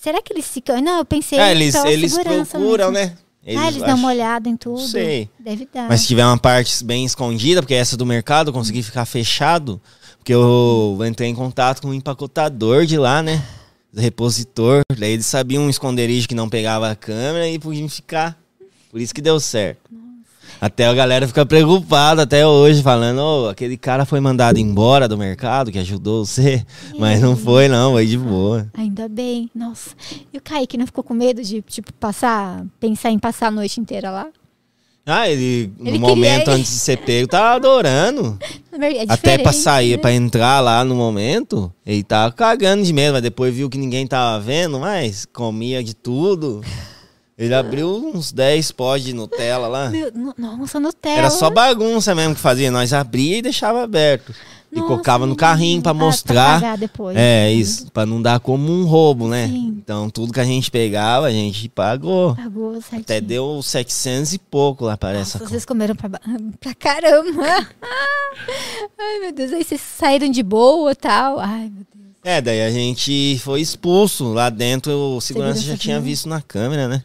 [SPEAKER 3] será que eles ficam? Não, eu pensei.
[SPEAKER 4] é, eles,
[SPEAKER 3] pela
[SPEAKER 4] eles
[SPEAKER 3] segurança
[SPEAKER 4] procuram,
[SPEAKER 3] mesmo.
[SPEAKER 4] né?
[SPEAKER 3] ah, eles dão
[SPEAKER 4] acham-
[SPEAKER 3] uma olhada em tudo.
[SPEAKER 4] sei.
[SPEAKER 3] Deve dar.
[SPEAKER 4] Mas se tiver uma parte bem escondida, porque essa do mercado eu consegui ficar fechado, porque eu entrei em contato com o empacotador de lá, né? Do repositor. Daí eles sabiam um esconderijo que não pegava a câmera e podiam ficar. Por isso que deu certo. Até a galera fica preocupada até hoje, falando, "Ô, aquele cara foi mandado embora do mercado que ajudou você. Mas não foi, não, foi de boa.
[SPEAKER 3] Ainda bem, nossa. E o Kaique não ficou com medo de, tipo, passar, pensar em passar a noite inteira lá?
[SPEAKER 4] Ah, ele,
[SPEAKER 3] Ele
[SPEAKER 4] no momento
[SPEAKER 3] queria-
[SPEAKER 4] antes de ser pego, tá adorando.
[SPEAKER 3] É
[SPEAKER 4] Até pra
[SPEAKER 3] diferente,
[SPEAKER 4] sair,
[SPEAKER 3] né?
[SPEAKER 4] pra entrar lá no momento, ele tava cagando de medo, mas depois viu que ninguém tava vendo, mas comia de tudo.
[SPEAKER 3] Ah.
[SPEAKER 4] Ele abriu uns 10 pós de Nutella lá.
[SPEAKER 3] Meu, no- nossa, Nutella.
[SPEAKER 4] Era só bagunça mesmo que fazia. Nós abria e deixava aberto. E
[SPEAKER 3] Nossa,
[SPEAKER 4] colocava no
[SPEAKER 3] menina.
[SPEAKER 4] carrinho pra
[SPEAKER 3] Ah,
[SPEAKER 4] mostrar.
[SPEAKER 3] pagar depois.
[SPEAKER 4] é, isso. Pra não dar como um roubo, né?
[SPEAKER 3] Sim.
[SPEAKER 4] Então tudo que a gente pegava, a gente pagou.
[SPEAKER 3] Pagou certinho.
[SPEAKER 4] Até deu 700 e pouco lá, parece.
[SPEAKER 3] Nossa, vocês comeram pra, ba- pra caramba. Ai, meu Deus. Aí vocês saíram de boa e tal. Ai, meu Deus.
[SPEAKER 4] É, daí a gente foi expulso. Lá dentro o segurança já
[SPEAKER 3] Segurança
[SPEAKER 4] tinha
[SPEAKER 3] viu.
[SPEAKER 4] visto na câmera, né?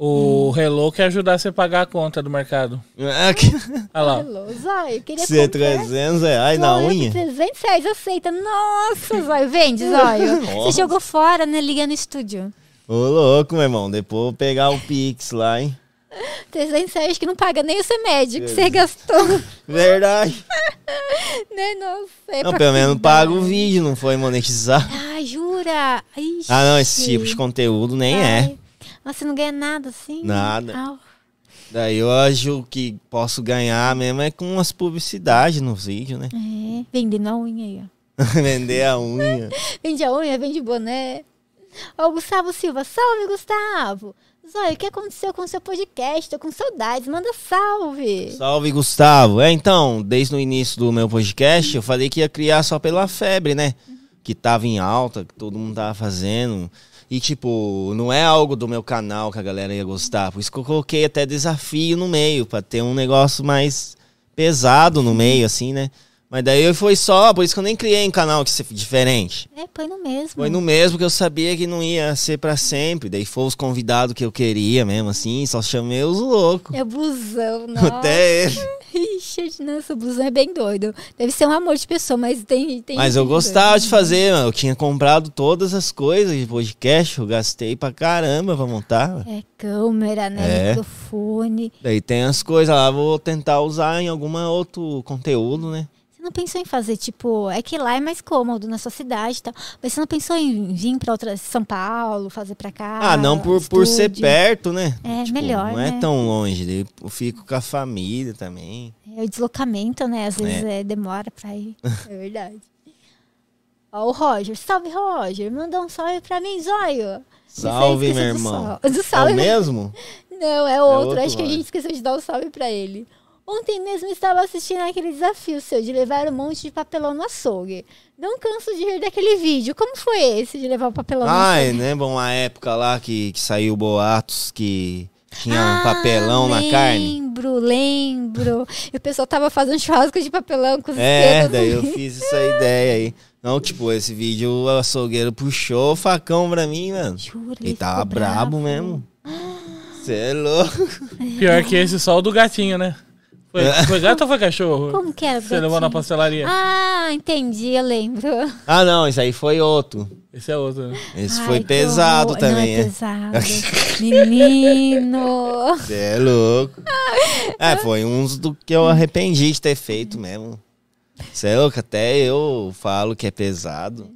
[SPEAKER 5] O Hello quer ajudar você a pagar a conta do mercado.
[SPEAKER 4] Ah,
[SPEAKER 3] é
[SPEAKER 4] que-
[SPEAKER 5] Olha lá.
[SPEAKER 3] Alô, Zóio, eu queria
[SPEAKER 4] Você é
[SPEAKER 3] comprar.
[SPEAKER 4] 300 reais na
[SPEAKER 3] Zóio,
[SPEAKER 4] unha?
[SPEAKER 3] 300 reais, aceita. Nossa, Zóio, vende, Zóio. Você
[SPEAKER 4] Nossa.
[SPEAKER 3] jogou fora, né? Liga no estúdio.
[SPEAKER 4] Ô, louco, meu irmão. Depois eu vou pegar o Pix lá, hein?
[SPEAKER 3] 300 reais que não paga nem o seu médico que você gastou.
[SPEAKER 4] Verdade.
[SPEAKER 3] né? Nossa, é
[SPEAKER 4] Não,
[SPEAKER 3] pra
[SPEAKER 4] pelo menos
[SPEAKER 3] cuidar.
[SPEAKER 4] paga o vídeo, não foi monetizar.
[SPEAKER 3] Ah, jura? Ixi.
[SPEAKER 4] Ah, não, esse tipo de conteúdo nem é.
[SPEAKER 3] Ai. Nossa, você não ganha nada assim?
[SPEAKER 4] Nada.
[SPEAKER 3] Au.
[SPEAKER 4] Daí eu acho que posso ganhar mesmo é com as publicidades nos vídeos, né?
[SPEAKER 3] É, vendendo a unha aí, ó.
[SPEAKER 4] Vender a unha.
[SPEAKER 3] Vende a unha, vende boné. Ó, o Gustavo Silva, salve, Gustavo! Zóia, o que aconteceu com o seu podcast? Tô com saudades, manda salve!
[SPEAKER 4] Salve, Gustavo. É, então, desde o início do meu podcast, eu falei que ia criar só pela febre, né? Que tava em alta, que todo mundo tava fazendo. E, tipo, não é algo do meu canal que a galera ia gostar. Por isso que eu coloquei até desafio no meio, pra ter um negócio mais pesado no meio, assim, né? Mas daí foi só, por isso que eu nem criei um canal que se- diferente.
[SPEAKER 3] É, põe no mesmo.
[SPEAKER 4] Foi no mesmo que eu sabia que não ia ser pra sempre. Daí foi os convidados que eu queria mesmo, assim, só chamei os loucos.
[SPEAKER 3] É busão, nossa.
[SPEAKER 4] Até ele.
[SPEAKER 3] Richard, nossa, o busão é bem doido. Deve ser um amor de pessoa, mas tem... tem
[SPEAKER 4] Mas eu
[SPEAKER 3] tem
[SPEAKER 4] gostava
[SPEAKER 3] doido.
[SPEAKER 4] de fazer, mano. Eu tinha comprado todas as coisas de podcast, eu gastei pra caramba pra montar. mano.
[SPEAKER 3] É câmera, né?
[SPEAKER 4] É.
[SPEAKER 3] Microfone.
[SPEAKER 4] Daí tem as coisas lá, vou tentar usar em algum outro conteúdo, né?
[SPEAKER 3] Você não pensou em fazer, tipo, é que lá é mais cômodo na sua cidade e tal. Mas você não pensou em vir pra outra São Paulo, fazer pra cá?
[SPEAKER 4] Ah, não por, por ser
[SPEAKER 3] estúdio?
[SPEAKER 4] perto, né?
[SPEAKER 3] É, melhor,
[SPEAKER 4] Não
[SPEAKER 3] né?
[SPEAKER 4] é tão longe. daí Eu fico com a família também.
[SPEAKER 3] É o deslocamento, né? Às vezes é, demora pra ir. É verdade. Ó, o Roger. Salve, Roger. Manda um salve pra mim, zóio. Você
[SPEAKER 4] Salve,
[SPEAKER 3] esqueceu
[SPEAKER 4] meu
[SPEAKER 3] do
[SPEAKER 4] irmão.
[SPEAKER 3] sal- Do salve.
[SPEAKER 4] É o mesmo?
[SPEAKER 3] Não, é outro.
[SPEAKER 4] outro
[SPEAKER 3] Acho que a
[SPEAKER 4] Roger.
[SPEAKER 3] gente esqueceu de dar um salve pra ele. Ontem mesmo estava assistindo aquele desafio seu de levar um monte de papelão no açougue. Não canso de rir daquele vídeo. Como foi esse de levar o papelão no açougue?
[SPEAKER 4] Ai, lembra uma época lá que, que saiu boatos que tinha um
[SPEAKER 3] Ah,
[SPEAKER 4] papelão na carne?
[SPEAKER 3] Lembro, lembro. E o pessoal tava fazendo churrasco de papelão com os
[SPEAKER 4] É,
[SPEAKER 3] dedos,
[SPEAKER 4] daí eu
[SPEAKER 3] assim.
[SPEAKER 4] fiz essa ideia aí. Não, tipo, esse vídeo o açougueiro puxou o facão pra mim, mano.
[SPEAKER 3] Juro,
[SPEAKER 4] Ele
[SPEAKER 3] ele
[SPEAKER 4] tava
[SPEAKER 3] ficou
[SPEAKER 4] brabo
[SPEAKER 3] bravo.
[SPEAKER 4] mesmo. Você é louco.
[SPEAKER 5] Pior que esse, só o do gatinho, né? Foi Foi,
[SPEAKER 4] É.
[SPEAKER 5] foi gato ou foi cachorro?
[SPEAKER 3] Como que era? o
[SPEAKER 5] Você levou na
[SPEAKER 3] gatinho?
[SPEAKER 5] pastelaria?
[SPEAKER 3] Ah, entendi, eu lembro.
[SPEAKER 4] Ah, não, isso aí foi outro.
[SPEAKER 5] Esse é outro. né?
[SPEAKER 4] Esse
[SPEAKER 3] Ai,
[SPEAKER 4] foi
[SPEAKER 3] que
[SPEAKER 4] pesado
[SPEAKER 3] horror.
[SPEAKER 4] também.
[SPEAKER 3] Não, é
[SPEAKER 4] é.
[SPEAKER 3] pesado. Menino.
[SPEAKER 4] Cê é louco. É, foi um do que eu arrependi de ter feito mesmo. Você é louco, até eu falo que é pesado.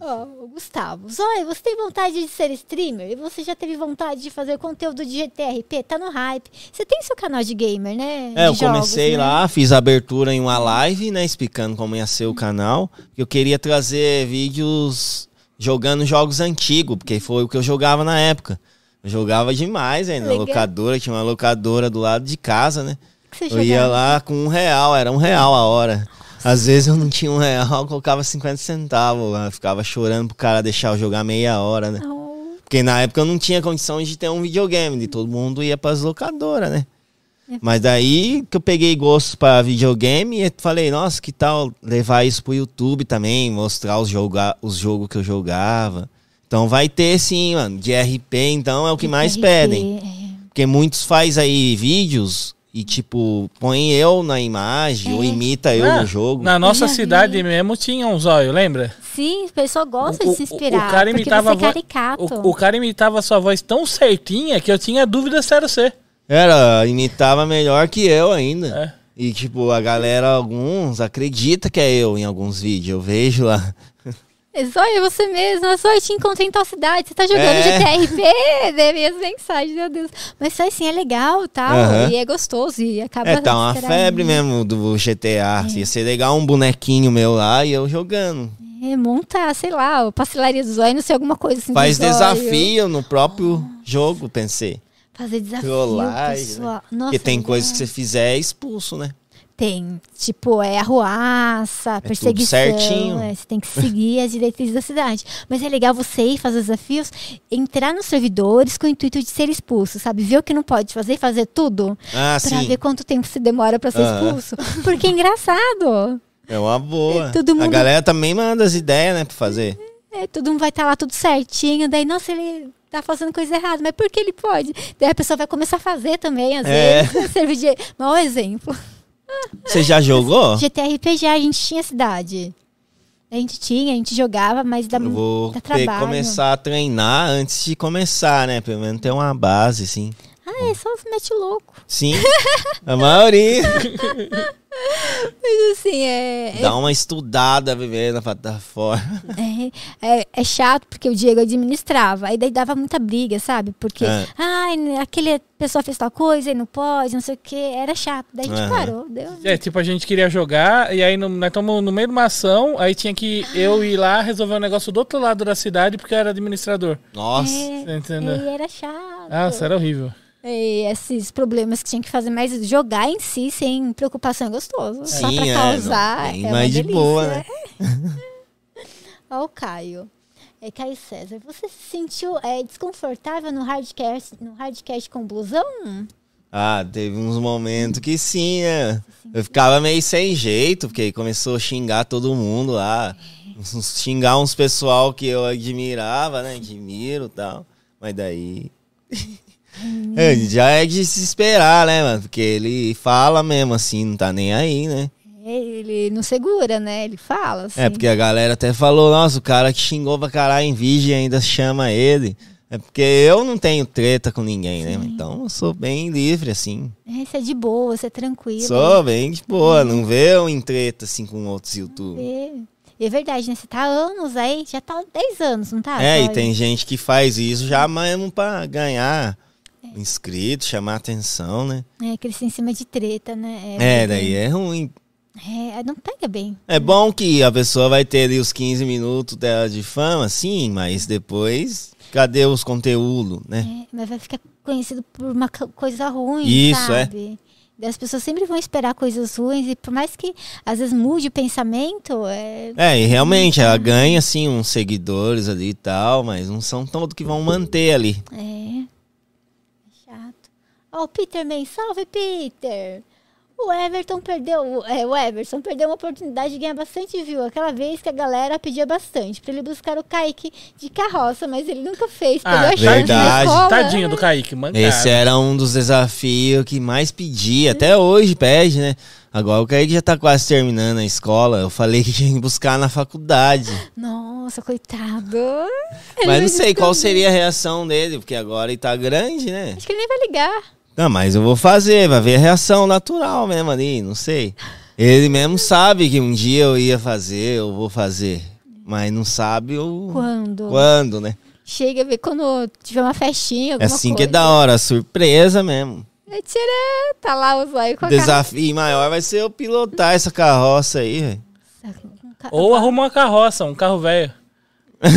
[SPEAKER 3] Ó, o Gustavo, Zoe, você tem vontade de ser streamer? E você já teve vontade de fazer conteúdo de GTRP? Tá no hype. Você tem seu canal de gamer, né?
[SPEAKER 4] É, eu
[SPEAKER 3] De jogos,
[SPEAKER 4] comecei
[SPEAKER 3] né?
[SPEAKER 4] lá, fiz a abertura em uma live, né, explicando como ia ser o canal. Eu queria trazer vídeos jogando jogos antigos, porque foi o que eu jogava na época. Eu jogava demais, hein, na
[SPEAKER 3] Legal.
[SPEAKER 4] locadora, tinha uma locadora do lado de casa, né?
[SPEAKER 3] O que você
[SPEAKER 4] Eu ia
[SPEAKER 3] jogava?
[SPEAKER 4] lá com um real, era um real a hora. Às vezes eu não tinha um real, eu colocava 50 centavos. Eu ficava chorando pro cara deixar eu jogar meia hora, né?
[SPEAKER 3] Oh,
[SPEAKER 4] Porque na época eu não tinha condições de ter um videogame, de todo mundo ia pras locadoras, né?
[SPEAKER 3] É.
[SPEAKER 4] Mas daí que eu peguei gosto pra videogame e falei, nossa, que tal levar isso pro YouTube também, mostrar os, joga os jogos que eu jogava. Então vai ter sim, mano. De RP, então é o que mais
[SPEAKER 3] GTRP,
[SPEAKER 4] pedem.
[SPEAKER 3] é.
[SPEAKER 4] Porque muitos faz aí vídeos e, tipo, põe eu na imagem ou imita eu
[SPEAKER 5] Ah,
[SPEAKER 4] no jogo.
[SPEAKER 5] Na nossa
[SPEAKER 3] Eu já vi.
[SPEAKER 5] cidade mesmo tinha um zóio, lembra?
[SPEAKER 3] Sim, o pessoal gosta de se inspirar.
[SPEAKER 5] o cara imitava
[SPEAKER 3] porque você
[SPEAKER 5] a
[SPEAKER 3] é
[SPEAKER 5] vo-
[SPEAKER 3] caricato.
[SPEAKER 5] O, o cara imitava a sua voz tão certinha que eu tinha dúvida se era você.
[SPEAKER 4] Era, imitava melhor que eu ainda.
[SPEAKER 5] É.
[SPEAKER 4] E, tipo, a galera, alguns, acredita que é eu em alguns vídeos. Eu vejo lá.
[SPEAKER 3] É só eu, você mesmo. É só eu te encontrei em tal cidade. Você tá jogando
[SPEAKER 4] É.
[SPEAKER 3] GTRP? Dê minhas mensagens, meu Deus. Mas isso assim é legal tal.
[SPEAKER 4] Aham.
[SPEAKER 3] E é gostoso. E acaba. né? É.
[SPEAKER 4] É, tá uma
[SPEAKER 3] interagindo.
[SPEAKER 4] febre mesmo do GTA. Ia ser legal um bonequinho meu lá e eu jogando.
[SPEAKER 3] É, monta, sei lá, o pastelaria do zóio, não sei, alguma coisa assim. do
[SPEAKER 4] Faz
[SPEAKER 3] zóio.
[SPEAKER 4] desafio no próprio jogo, pensei.
[SPEAKER 3] Fazer desafio,
[SPEAKER 4] Trollagem,
[SPEAKER 3] pessoal.
[SPEAKER 4] né?
[SPEAKER 3] Nossa,
[SPEAKER 4] Porque tem
[SPEAKER 3] legal.
[SPEAKER 4] coisas que você fizer é expulso, né?
[SPEAKER 3] Tem, tipo, é arruaça,
[SPEAKER 4] É tudo
[SPEAKER 3] perseguição.
[SPEAKER 4] certinho.
[SPEAKER 3] é, você tem que seguir as diretrizes da cidade. Mas é legal você ir fazer os desafios, entrar nos servidores com o intuito de ser expulso, sabe? Ver o que não pode fazer e fazer tudo.
[SPEAKER 4] Ah,
[SPEAKER 3] pra
[SPEAKER 4] sim.
[SPEAKER 3] ver quanto tempo se demora pra ser
[SPEAKER 4] Aham.
[SPEAKER 3] expulso. Porque é engraçado.
[SPEAKER 4] É uma boa.
[SPEAKER 3] Todo
[SPEAKER 4] A
[SPEAKER 3] mundo-
[SPEAKER 4] galera também manda as ideias, né, pra fazer.
[SPEAKER 3] É, todo mundo vai estar lá tudo certinho. Daí, nossa, ele tá fazendo coisa errada, mas por que ele pode? Daí a pessoa vai começar a fazer também, às
[SPEAKER 4] É.
[SPEAKER 3] vezes. Serve de mau exemplo.
[SPEAKER 4] Você já jogou?
[SPEAKER 3] GTRPG, a gente tinha cidade. A gente tinha, a gente jogava, mas dá,
[SPEAKER 4] Eu vou
[SPEAKER 3] dá
[SPEAKER 4] ter-
[SPEAKER 3] trabalho.
[SPEAKER 4] começar a treinar antes de começar, né? Pelo menos ter uma base, sim.
[SPEAKER 3] Ah, é só se mete louco.
[SPEAKER 4] Sim, a maioria.
[SPEAKER 3] Mas assim, é,
[SPEAKER 4] Dá uma estudada primeiro na plataforma.
[SPEAKER 3] É, é- é chato porque o Diego administrava. Aí daí dava muita briga, sabe? Porque,
[SPEAKER 4] É.
[SPEAKER 3] ai, né, aquele pessoa fez tal coisa e não pode, não sei o quê. Era chato. Daí a gente
[SPEAKER 4] Aham.
[SPEAKER 3] parou. Deu.
[SPEAKER 5] É, tipo, a gente queria jogar e aí no- nós estamos no meio de uma ação, aí tinha que eu ir lá resolver um negócio do outro lado da cidade porque eu era administrador.
[SPEAKER 4] Nossa.
[SPEAKER 3] É.
[SPEAKER 5] Você
[SPEAKER 4] né?
[SPEAKER 5] entendeu?
[SPEAKER 3] E era chato.
[SPEAKER 5] Nossa, era horrível.
[SPEAKER 3] E esses problemas que tinha que fazer, mas jogar em si sem preocupação é gostoso. Só
[SPEAKER 4] Sim,
[SPEAKER 3] pra
[SPEAKER 4] é,
[SPEAKER 3] causar.
[SPEAKER 4] não, bem
[SPEAKER 3] é uma
[SPEAKER 4] mais de
[SPEAKER 3] delícia.
[SPEAKER 4] boa, né?
[SPEAKER 3] Ó, o Caio. É, Caio César, você se sentiu é, desconfortável no hardcast, no hardcast com blusão?
[SPEAKER 4] Ah, teve uns momentos que sim, né? Eu ficava meio sem jeito, porque aí começou a xingar todo mundo lá. Uns- Xingar uns pessoal que eu admirava, né? Admiro e tal. Mas daí. É, já é de se esperar, né, mano? Porque ele fala mesmo assim, não tá nem aí, né?
[SPEAKER 3] É, Ele não segura, né? Ele fala assim.
[SPEAKER 4] É, porque a galera até falou, nossa, o cara que xingou pra caralho em vídeo ainda chama ele. É porque eu não tenho treta com ninguém, né? Então eu sou bem livre, assim.
[SPEAKER 3] É, Você é de boa, você é tranquilo.
[SPEAKER 4] Sou bem de boa, não vê eu em treta assim com outros youtubers.
[SPEAKER 3] É, é verdade, né? Você tá há anos aí, já tá há 10 anos, não tá?
[SPEAKER 4] É, e
[SPEAKER 3] Zóio?
[SPEAKER 4] tem gente que faz isso já mesmo pra ganhar inscrito, chamar atenção, né?
[SPEAKER 3] É, crescer em cima de treta, né?
[SPEAKER 4] É, daí é ruim.
[SPEAKER 3] É, não pega bem.
[SPEAKER 4] É bom que a pessoa vai ter ali os 15 minutos dela de fama, sim, mas depois, cadê os conteúdos, né?
[SPEAKER 3] É, mas vai ficar conhecido por uma co- coisa ruim,
[SPEAKER 4] Isso,
[SPEAKER 3] sabe? É. As pessoas sempre vão esperar coisas ruins e por mais que às vezes mude o pensamento, é...
[SPEAKER 4] É, e realmente, ela ganha, assim, uns seguidores ali e tal, mas não são todos que vão manter ali.
[SPEAKER 3] É. Chato. Ó, o Peter Man, salve Peter! O Everton perdeu, é, o Everson perdeu uma oportunidade de ganhar bastante view. Aquela vez que a galera pedia bastante pra ele buscar o Kaique de carroça, mas ele nunca fez. perdeu a
[SPEAKER 5] Ah,
[SPEAKER 3] chance na
[SPEAKER 4] verdade.
[SPEAKER 3] escola.
[SPEAKER 5] Tadinho do Kaique, mangado.
[SPEAKER 3] É,
[SPEAKER 4] Esse era um dos desafios que mais pedia, até hoje pede, né? Agora o Kaique já tá quase terminando a escola. Eu falei que tinha que buscar na faculdade.
[SPEAKER 3] Nossa, coitado.
[SPEAKER 4] Mas não sei qual seria a reação dele, porque agora ele tá grande, né?
[SPEAKER 3] Acho que ele nem vai ligar.
[SPEAKER 4] Não, mas eu vou fazer, vai ver a reação natural mesmo ali, não sei. Ele mesmo sabe que um dia eu ia fazer, eu vou fazer. Mas não sabe o...
[SPEAKER 3] Quando?
[SPEAKER 4] Quando, né?
[SPEAKER 3] Chega a ver quando tiver uma festinha,
[SPEAKER 4] É
[SPEAKER 3] alguma
[SPEAKER 4] assim
[SPEAKER 3] coisa.
[SPEAKER 4] que é da hora, surpresa mesmo.
[SPEAKER 3] É, tcharam, tá lá o zóio com
[SPEAKER 4] O
[SPEAKER 3] a carroça.
[SPEAKER 4] desafio maior vai ser eu pilotar essa carroça aí, velho.
[SPEAKER 5] Ou arruma uma carroça, um carro velho.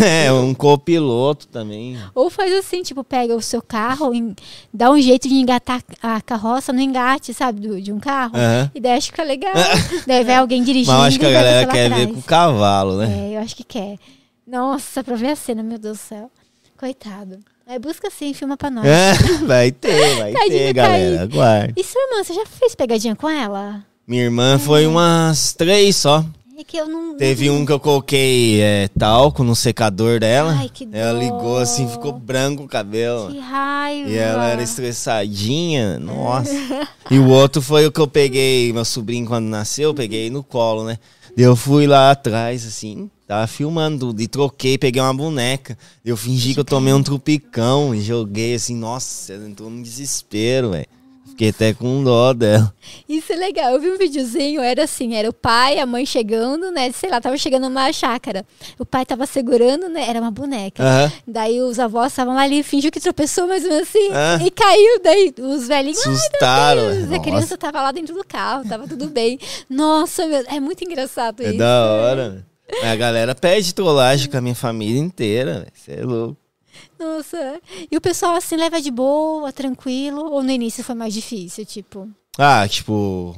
[SPEAKER 4] É, um copiloto também.
[SPEAKER 3] Ou faz assim, tipo, pega o seu carro, en- dá um jeito de engatar a carroça no engate, sabe, do- de um carro.
[SPEAKER 4] Aham.
[SPEAKER 3] E daí acho que é legal. daí vai alguém
[SPEAKER 4] Mas
[SPEAKER 3] dirigindo
[SPEAKER 4] eu acho que a
[SPEAKER 3] e vai
[SPEAKER 4] galera
[SPEAKER 3] você lá
[SPEAKER 4] quer ver
[SPEAKER 3] atrás.
[SPEAKER 4] com o cavalo, né?
[SPEAKER 3] É, eu acho que quer. Nossa, pra ver a cena, meu Deus do céu. Coitado. Aí busca assim, filma pra nós.
[SPEAKER 4] É, vai ter, vai
[SPEAKER 3] Tadinho
[SPEAKER 4] ter,
[SPEAKER 3] do
[SPEAKER 4] galera.
[SPEAKER 3] Kaique.
[SPEAKER 4] Aguarde.
[SPEAKER 3] E sua irmã, você já fez pegadinha com ela?
[SPEAKER 4] Minha irmã foi umas três só.
[SPEAKER 3] É que eu não.
[SPEAKER 4] Teve um que eu coloquei é, talco no secador dela.
[SPEAKER 3] Ai, que
[SPEAKER 4] Ela
[SPEAKER 3] dó.
[SPEAKER 4] ligou assim, ficou branco o cabelo.
[SPEAKER 3] Que raiva.
[SPEAKER 4] E ela era estressadinha, nossa. e o outro foi o que eu peguei, meu sobrinho quando nasceu, eu peguei no colo, né? Daí Eu fui lá atrás, assim, tava filmando tudo, e troquei, peguei uma boneca. Eu fingi que eu tomei um trupicão e joguei assim, nossa, ela entrou num desespero, velho. Fiquei até com dó dela.
[SPEAKER 3] Isso é legal. Eu vi um videozinho, era assim, era o pai, a mãe chegando, né? Sei lá, tava chegando numa chácara. O pai tava segurando, né? Era uma boneca.
[SPEAKER 4] Aham.
[SPEAKER 3] Daí os avós estavam ali, fingiu que tropeçou mais ou menos assim,
[SPEAKER 4] Ah.
[SPEAKER 3] e caiu. Daí os velhinhos,
[SPEAKER 4] Assustaram.
[SPEAKER 3] ai, Deus, a
[SPEAKER 4] nossa,
[SPEAKER 3] criança tava lá dentro do carro, tava tudo bem. Nossa, meu, é muito engraçado
[SPEAKER 4] É
[SPEAKER 3] isso.
[SPEAKER 4] da hora. velho. A galera pede trollagem com a minha família inteira, você é louco.
[SPEAKER 3] Nossa. E o pessoal assim leva de boa, tranquilo, ou no início foi mais difícil, tipo.
[SPEAKER 4] Ah, tipo,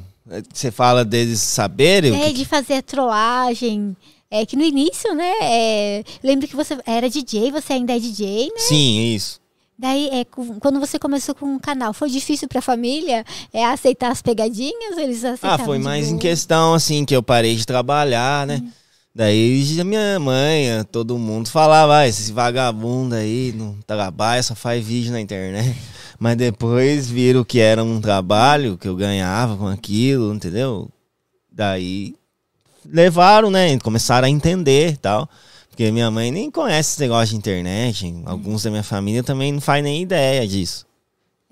[SPEAKER 4] você fala deles saberem o
[SPEAKER 3] É,
[SPEAKER 4] que
[SPEAKER 3] de fazer a trollagem. É que no início, né? É, lembro que você era DJ, você ainda é DJ, né?
[SPEAKER 4] Sim, isso.
[SPEAKER 3] Daí, é, com- quando você começou com o canal, foi difícil pra família é, aceitar as pegadinhas? ou Eles
[SPEAKER 4] Ah,
[SPEAKER 3] aceitaram
[SPEAKER 4] foi
[SPEAKER 3] de
[SPEAKER 4] mais
[SPEAKER 3] boa? Hum.
[SPEAKER 4] em questão, assim, que eu parei de trabalhar, né? Daí já minha mãe, todo mundo falava, ah, esse vagabundo aí não trabalha, só faz vídeo na internet. Mas depois viram que era um trabalho que eu ganhava com aquilo, entendeu? Daí levaram, né? Começaram a entender e tal. Porque minha mãe nem conhece esse negócio de internet.
[SPEAKER 3] Hum.
[SPEAKER 4] Alguns da minha família também não faz nem ideia disso.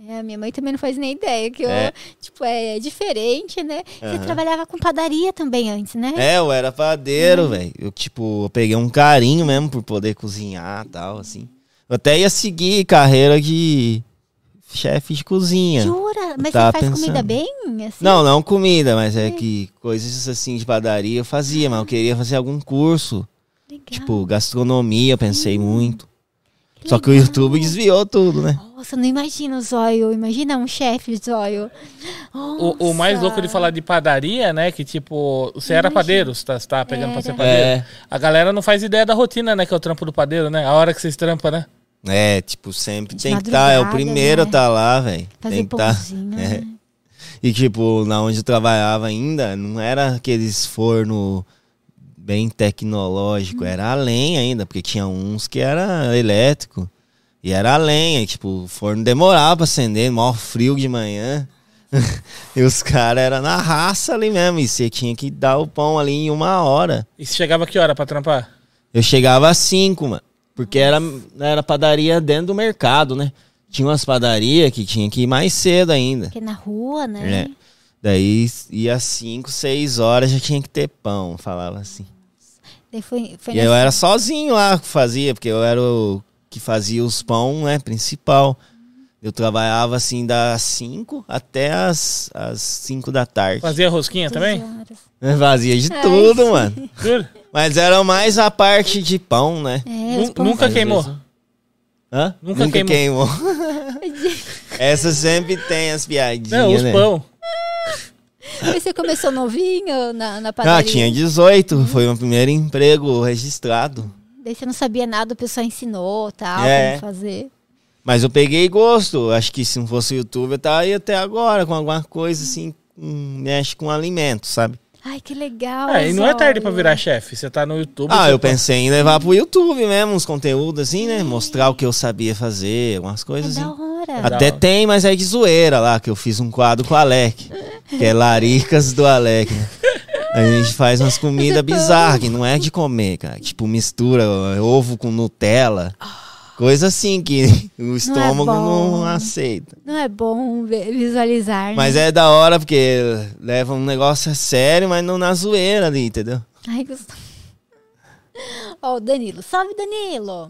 [SPEAKER 3] É, minha mãe também não faz nem ideia, que eu,
[SPEAKER 4] É.
[SPEAKER 3] tipo, é diferente, né? Você
[SPEAKER 4] Aham.
[SPEAKER 3] trabalhava com padaria também antes, né?
[SPEAKER 4] É, eu era padeiro,
[SPEAKER 3] Uhum.
[SPEAKER 4] velho. Eu, tipo, eu peguei um carinho mesmo por poder cozinhar e tal, assim. Eu até ia seguir carreira de chefe de cozinha.
[SPEAKER 3] Jura? Mas você
[SPEAKER 4] É. tava
[SPEAKER 3] faz comida
[SPEAKER 4] pensando.
[SPEAKER 3] bem? Assim?
[SPEAKER 4] Não, não comida, mas é que coisas assim de padaria eu fazia, mas eu queria fazer algum curso,
[SPEAKER 3] Legal.
[SPEAKER 4] tipo gastronomia, eu pensei muito.
[SPEAKER 3] Que
[SPEAKER 4] Só que o
[SPEAKER 3] legal.
[SPEAKER 4] YouTube desviou tudo, né?
[SPEAKER 3] Nossa, não imagina o zóio. Imagina um chefe de zóio.
[SPEAKER 5] O, o mais louco de falar de padaria, né? Que tipo, você era padeiro, você tá, você tá pegando pra ser
[SPEAKER 3] Era.
[SPEAKER 5] padeiro.
[SPEAKER 4] É.
[SPEAKER 5] A galera não faz ideia da rotina, né? Que é o trampo do padeiro, né? A hora que vocês trampam, né?
[SPEAKER 4] É, tipo, sempre
[SPEAKER 3] De
[SPEAKER 4] tem que estar, é o
[SPEAKER 3] madrugada,
[SPEAKER 4] primeiro a
[SPEAKER 3] né?
[SPEAKER 4] tá lá, velho.
[SPEAKER 3] Fazer um
[SPEAKER 4] Tem que tá.
[SPEAKER 3] pãozinho,
[SPEAKER 4] É.
[SPEAKER 3] né?
[SPEAKER 4] E, tipo, na onde eu trabalhava ainda, não era aqueles forno bem tecnológico, era a lenha ainda, porque tinha uns que era elétrico. E era a lenha, e, tipo, o forno demorava pra acender, maior frio de manhã. e os caras eram na raça ali mesmo, e você tinha que dar o pão ali em uma hora.
[SPEAKER 5] E você chegava que hora pra trampar?
[SPEAKER 4] Eu chegava às 5, mano. Porque era, era padaria dentro do mercado, né? Tinha umas padarias que tinha que ir mais cedo ainda.
[SPEAKER 3] Porque na rua, né?
[SPEAKER 4] É. Daí ia 5, 6 horas, já tinha que ter pão, falava assim.
[SPEAKER 3] Daí foi, foi
[SPEAKER 4] E eu era sozinho lá que fazia, porque eu era o que fazia os pão, né, principal. Eu trabalhava assim das 5 até as, as 5 da tarde.
[SPEAKER 5] Fazia rosquinha também?
[SPEAKER 4] Eu Fazia de
[SPEAKER 3] Ai,
[SPEAKER 4] tudo, mano.
[SPEAKER 5] Juro?
[SPEAKER 4] Mas era mais a parte de pão, né?
[SPEAKER 3] É,
[SPEAKER 5] Nu-
[SPEAKER 3] os pão-
[SPEAKER 5] nunca queimou.
[SPEAKER 4] Hã?
[SPEAKER 5] Nunca
[SPEAKER 4] queimou. Essa sempre tem as piadinhas,
[SPEAKER 5] Não, os
[SPEAKER 4] né?
[SPEAKER 5] pão.
[SPEAKER 3] Mas Você começou novinho na, na padaria?
[SPEAKER 4] Ah, tinha 18, foi meu primeiro emprego registrado.
[SPEAKER 3] Daí você não sabia nada, o pessoal ensinou, tal,
[SPEAKER 4] É.
[SPEAKER 3] como fazer.
[SPEAKER 4] Mas eu peguei gosto. Acho que se não fosse o YouTube, eu estaria até agora com alguma coisa assim hum, mexe com alimento, sabe?
[SPEAKER 3] Ai, que legal.
[SPEAKER 5] Ah, e não é
[SPEAKER 3] Zóio.
[SPEAKER 5] tarde pra virar chefe. Você tá no YouTube.
[SPEAKER 4] Ah,
[SPEAKER 5] você
[SPEAKER 4] eu
[SPEAKER 5] tá-
[SPEAKER 4] pensei em levar pro YouTube mesmo, uns conteúdos assim, né? Mostrar o que eu sabia fazer, algumas coisas
[SPEAKER 3] É da
[SPEAKER 4] assim.
[SPEAKER 3] hora.
[SPEAKER 4] Até
[SPEAKER 5] Da-
[SPEAKER 4] tem, mas é de zoeira lá, que eu fiz um quadro com o Alec. Que é Laricas do Alec. né? A gente faz umas comidas bizarras, que não é de comer, cara. Tipo, mistura ó, ovo com Nutella. Coisa assim que o
[SPEAKER 3] bom.
[SPEAKER 4] estômago não, aceita.
[SPEAKER 3] Não é bom ver- visualizar. né?
[SPEAKER 4] Mas é da hora, porque leva um negócio a sério, mas não na zoeira ali, entendeu?
[SPEAKER 3] Ai, gostoso. Ó, o Danilo. Salve, Danilo!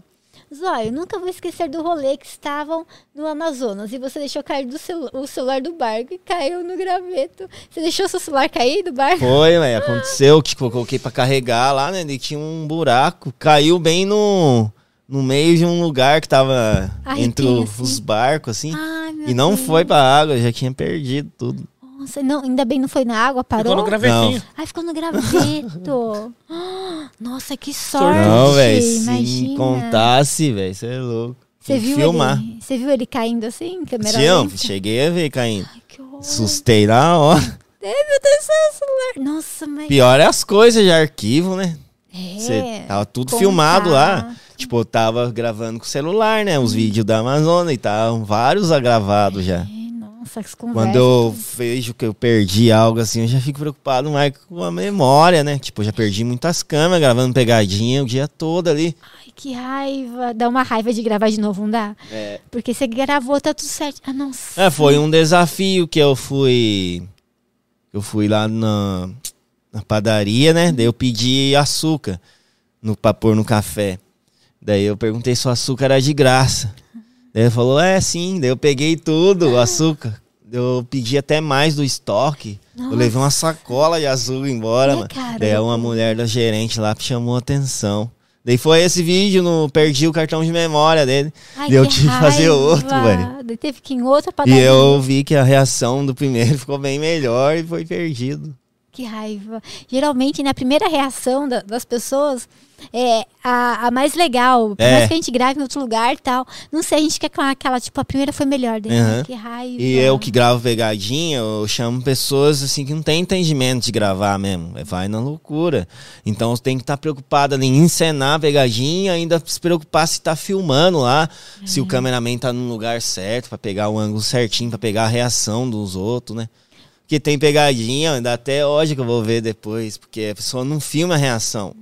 [SPEAKER 3] Zóio, nunca vou esquecer do rolê que estavam no Amazonas e você deixou cair do celu- o celular do barco e caiu no graveto. Você deixou seu celular cair do barco?
[SPEAKER 4] Foi, velho. Aconteceu, que tipo, eu coloquei pra carregar lá, né? Ele tinha um buraco, caiu bem no, no meio de um lugar que tava
[SPEAKER 3] Ai,
[SPEAKER 4] entre
[SPEAKER 3] tem,
[SPEAKER 4] o-
[SPEAKER 3] assim.
[SPEAKER 4] os barcos, assim.
[SPEAKER 3] Ai, meu
[SPEAKER 4] e não
[SPEAKER 3] Deus.
[SPEAKER 4] foi pra água, eu já tinha perdido tudo.
[SPEAKER 3] Nossa, não, ainda bem não foi na água, parou?
[SPEAKER 5] Ficou no gravetinho.
[SPEAKER 3] Ai, ficou no graveto. Ah, Nossa, que sorte.
[SPEAKER 4] Não, velho. Se
[SPEAKER 3] Imagina.
[SPEAKER 4] contasse, velho, você é louco.
[SPEAKER 3] Você
[SPEAKER 4] Tem que
[SPEAKER 3] viu,
[SPEAKER 4] Filmar. um
[SPEAKER 3] ele, você viu ele caindo assim, em câmera
[SPEAKER 4] Tião,
[SPEAKER 3] lenta?
[SPEAKER 4] cheguei a ver caindo.
[SPEAKER 3] Ai, que horror.
[SPEAKER 4] Assustei na hora.
[SPEAKER 3] Ai, meu Deus do céu, o celular. Nossa, mas...
[SPEAKER 4] Pior tá- é as coisas de arquivo, né? Cê,
[SPEAKER 3] É.
[SPEAKER 4] tava tudo
[SPEAKER 3] contato.
[SPEAKER 4] filmado lá. Tipo, eu tava gravando com o celular, né?
[SPEAKER 3] Uhum.
[SPEAKER 4] Os vídeos da Amazônia e tal. Vários agravados já.
[SPEAKER 3] É, Nossa, que conversa.
[SPEAKER 4] Quando eu vejo que eu perdi algo assim, eu já fico preocupado mais com a memória, né? Tipo, eu já perdi muitas câmeras gravando pegadinha o dia todo ali.
[SPEAKER 3] Ai, que raiva. Dá uma raiva de gravar de novo, não dá?
[SPEAKER 4] É.
[SPEAKER 3] Porque você gravou, tá tudo certo. Ah, não. sei.
[SPEAKER 4] É, foi um desafio que eu fui. Eu fui lá na, na padaria, né? Daí eu pedi açúcar no, pra pôr no café. Daí eu perguntei se o açúcar era de graça. Daí ele falou, é sim. Daí eu peguei tudo, o açúcar. Eu pedi até mais do estoque. Eu levei uma sacola de azul embora,
[SPEAKER 3] É,
[SPEAKER 4] mano.
[SPEAKER 3] cara.
[SPEAKER 4] Daí uma mulher da gerente lá chamou atenção. Daí foi esse vídeo, no, perdi o cartão de memória dele.
[SPEAKER 3] Ai,
[SPEAKER 4] Daí eu
[SPEAKER 3] que
[SPEAKER 4] tive que fazer
[SPEAKER 3] raiva.
[SPEAKER 4] outro, velho.
[SPEAKER 3] Daí Teve que ir em outra
[SPEAKER 4] E
[SPEAKER 3] padaria.
[SPEAKER 4] eu vi que a reação do primeiro ficou bem melhor e foi perdido.
[SPEAKER 3] Que raiva. Geralmente, na primeira reação da- das pessoas, é a, a mais legal. Por
[SPEAKER 4] É.
[SPEAKER 3] mais que a gente grave em outro lugar e tal. Não sei, a gente quer com aquela, tipo, a primeira foi melhor. Daí,
[SPEAKER 4] Aham.
[SPEAKER 3] Que raiva.
[SPEAKER 4] E eu que gravo pegadinha, eu chamo pessoas assim que não tem entendimento de gravar mesmo. É, Vai na loucura. Então você tem que estar preocupado ali em encenar a pegadinha, ainda se preocupar se tá filmando lá, se o cameraman tá no lugar certo, pra pegar o ângulo certinho, pra pegar a reação dos outros, né? Porque tem pegadinha, ainda até hoje que eu vou ver depois, porque a pessoa não filma a reação.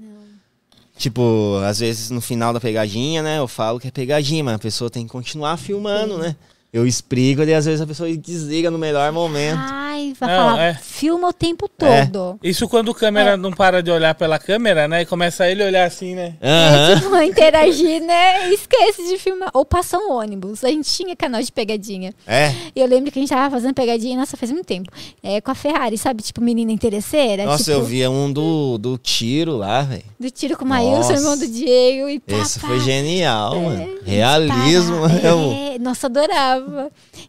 [SPEAKER 4] Tipo, às vezes no final da pegadinha, né? Eu falo que é pegadinha, mas a pessoa tem que continuar filmando, né? Eu explico e às vezes a pessoa desliga no melhor momento.
[SPEAKER 3] Raiva.
[SPEAKER 5] Não,
[SPEAKER 3] falar,
[SPEAKER 5] é.
[SPEAKER 3] Filma o tempo
[SPEAKER 4] É.
[SPEAKER 3] todo.
[SPEAKER 5] Isso quando o câmera
[SPEAKER 3] É.
[SPEAKER 5] não para de olhar pela câmera, né? E começa ele a olhar assim, né?
[SPEAKER 4] Aham.
[SPEAKER 3] É, tipo, interagir, né? Esquece de filmar. Ou passar um ônibus. A gente tinha canal de pegadinha.
[SPEAKER 4] É.
[SPEAKER 3] E eu lembro que a gente tava fazendo pegadinha, nossa, faz muito tempo. É, com a Ferrari, sabe? Tipo, menina interesseira.
[SPEAKER 4] Nossa,
[SPEAKER 3] tipo,
[SPEAKER 4] eu via um do, do tiro lá, velho.
[SPEAKER 3] Do tiro com o Maílson,
[SPEAKER 4] Nossa.
[SPEAKER 3] irmão do Diego. E pá,
[SPEAKER 4] Esse
[SPEAKER 3] pá,
[SPEAKER 4] foi
[SPEAKER 3] É,
[SPEAKER 4] genial, mano.
[SPEAKER 3] disparava.
[SPEAKER 4] Realismo, mesmo.
[SPEAKER 3] É, nossa, adorava.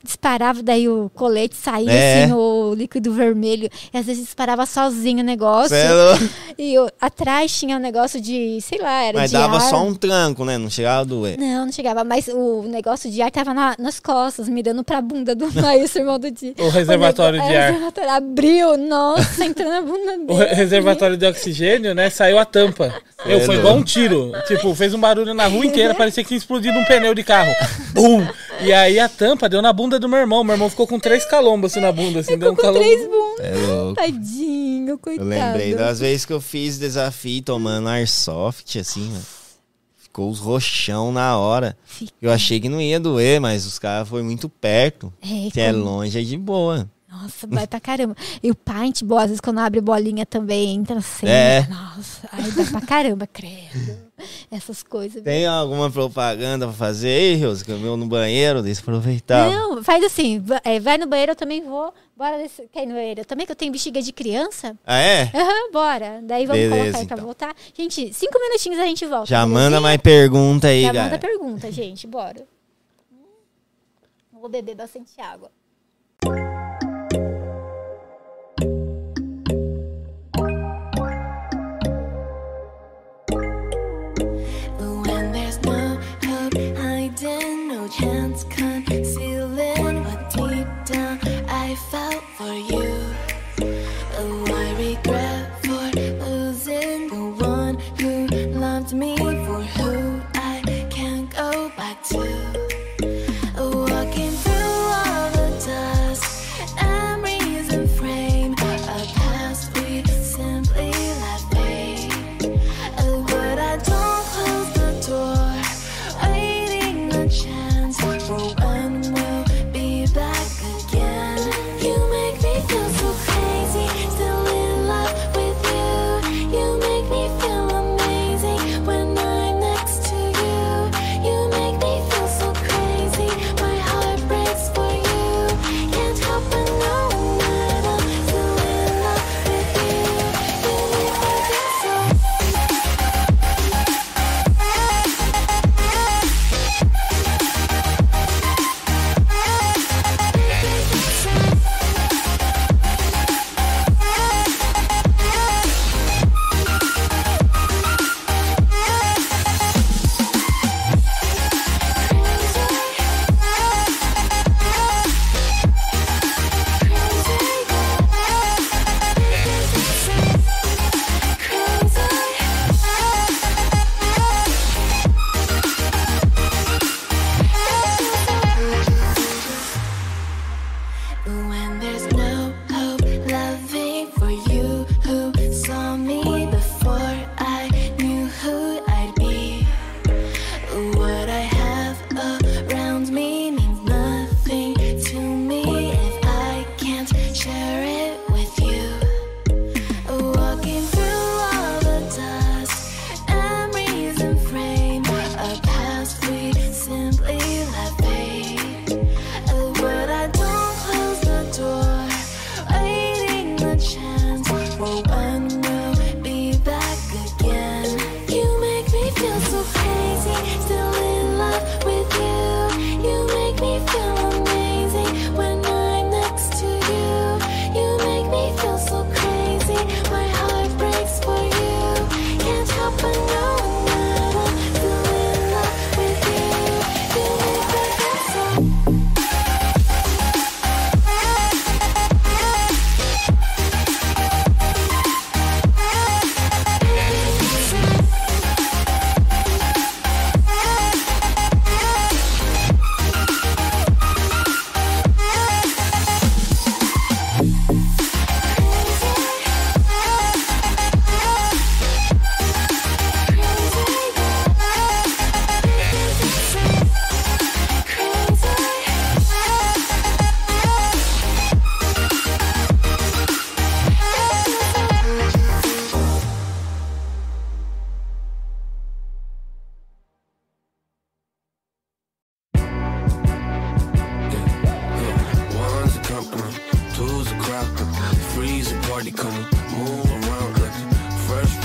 [SPEAKER 3] Disparava, daí o colete saía,
[SPEAKER 4] É.
[SPEAKER 3] assim, o líquido vermelho. E às vezes disparava sozinho o negócio.
[SPEAKER 4] Cê é louco.
[SPEAKER 3] E eu- atrás tinha um negócio de, sei lá, era
[SPEAKER 4] Mas
[SPEAKER 3] de
[SPEAKER 4] dava só
[SPEAKER 3] ar.
[SPEAKER 4] um tranco, né? Não chegava a doer.
[SPEAKER 3] Não, não chegava, mas o negócio de ar tava na- nas costas, mirando pra bunda do Maílson, irmão do Di.
[SPEAKER 5] O reservatório
[SPEAKER 3] nego-
[SPEAKER 5] de
[SPEAKER 3] é,
[SPEAKER 5] ar.
[SPEAKER 3] O reservatório abriu, nossa, entrou na bunda dele.
[SPEAKER 5] O re- reservatório de oxigênio, né? Saiu a tampa. Eu,
[SPEAKER 4] É, né?
[SPEAKER 5] foi igual um tiro. Tipo, fez um barulho na rua inteira, parecia que tinha explodido um pneu de carro. Bum! E aí a tampa deu na bunda do meu irmão. Meu irmão ficou com três calombos assim na bunda, assim,
[SPEAKER 3] Ficou
[SPEAKER 5] deu um
[SPEAKER 3] com
[SPEAKER 5] calombo.
[SPEAKER 3] três bundas.
[SPEAKER 4] É louco.
[SPEAKER 3] Tadinho, coitado.
[SPEAKER 4] Eu lembrei das vezes que eu fiz desafio tomando airsoft, assim, mano. Ficou os roxão na hora.
[SPEAKER 3] Fica.
[SPEAKER 4] Eu achei que não ia doer, mas os caras foram muito perto.
[SPEAKER 3] É,
[SPEAKER 4] Se é
[SPEAKER 3] como-
[SPEAKER 4] longe, é de boa.
[SPEAKER 3] Nossa, dói pra caramba. E o paintball, às vezes, quando abre bolinha também, entra assim.
[SPEAKER 4] É.
[SPEAKER 3] Nossa, aí dá pra caramba, credo. Essas coisas.
[SPEAKER 4] Tem alguma propaganda pra fazer aí, Rose? Que eu meu no banheiro, deixa eu aproveitar.
[SPEAKER 3] Não, faz assim, va- é, vai no banheiro, eu também vou. Bora desse, quer ir no banheiro? Eu também que eu tenho bexiga de criança.
[SPEAKER 4] Ah, é?
[SPEAKER 3] Aham, bora. Daí vamos
[SPEAKER 4] Beleza,
[SPEAKER 3] colocar aí pra
[SPEAKER 4] então.
[SPEAKER 3] voltar. Gente, cinco minutinhos a gente volta.
[SPEAKER 4] Já
[SPEAKER 3] belezinha?
[SPEAKER 4] manda mais pergunta aí,
[SPEAKER 3] Já
[SPEAKER 4] cara.
[SPEAKER 3] manda pergunta, gente. Bora. Vou beber bastante água.
[SPEAKER 2] But when there's no hope hiding, no chance concealing what deep down I felt for you. Oh,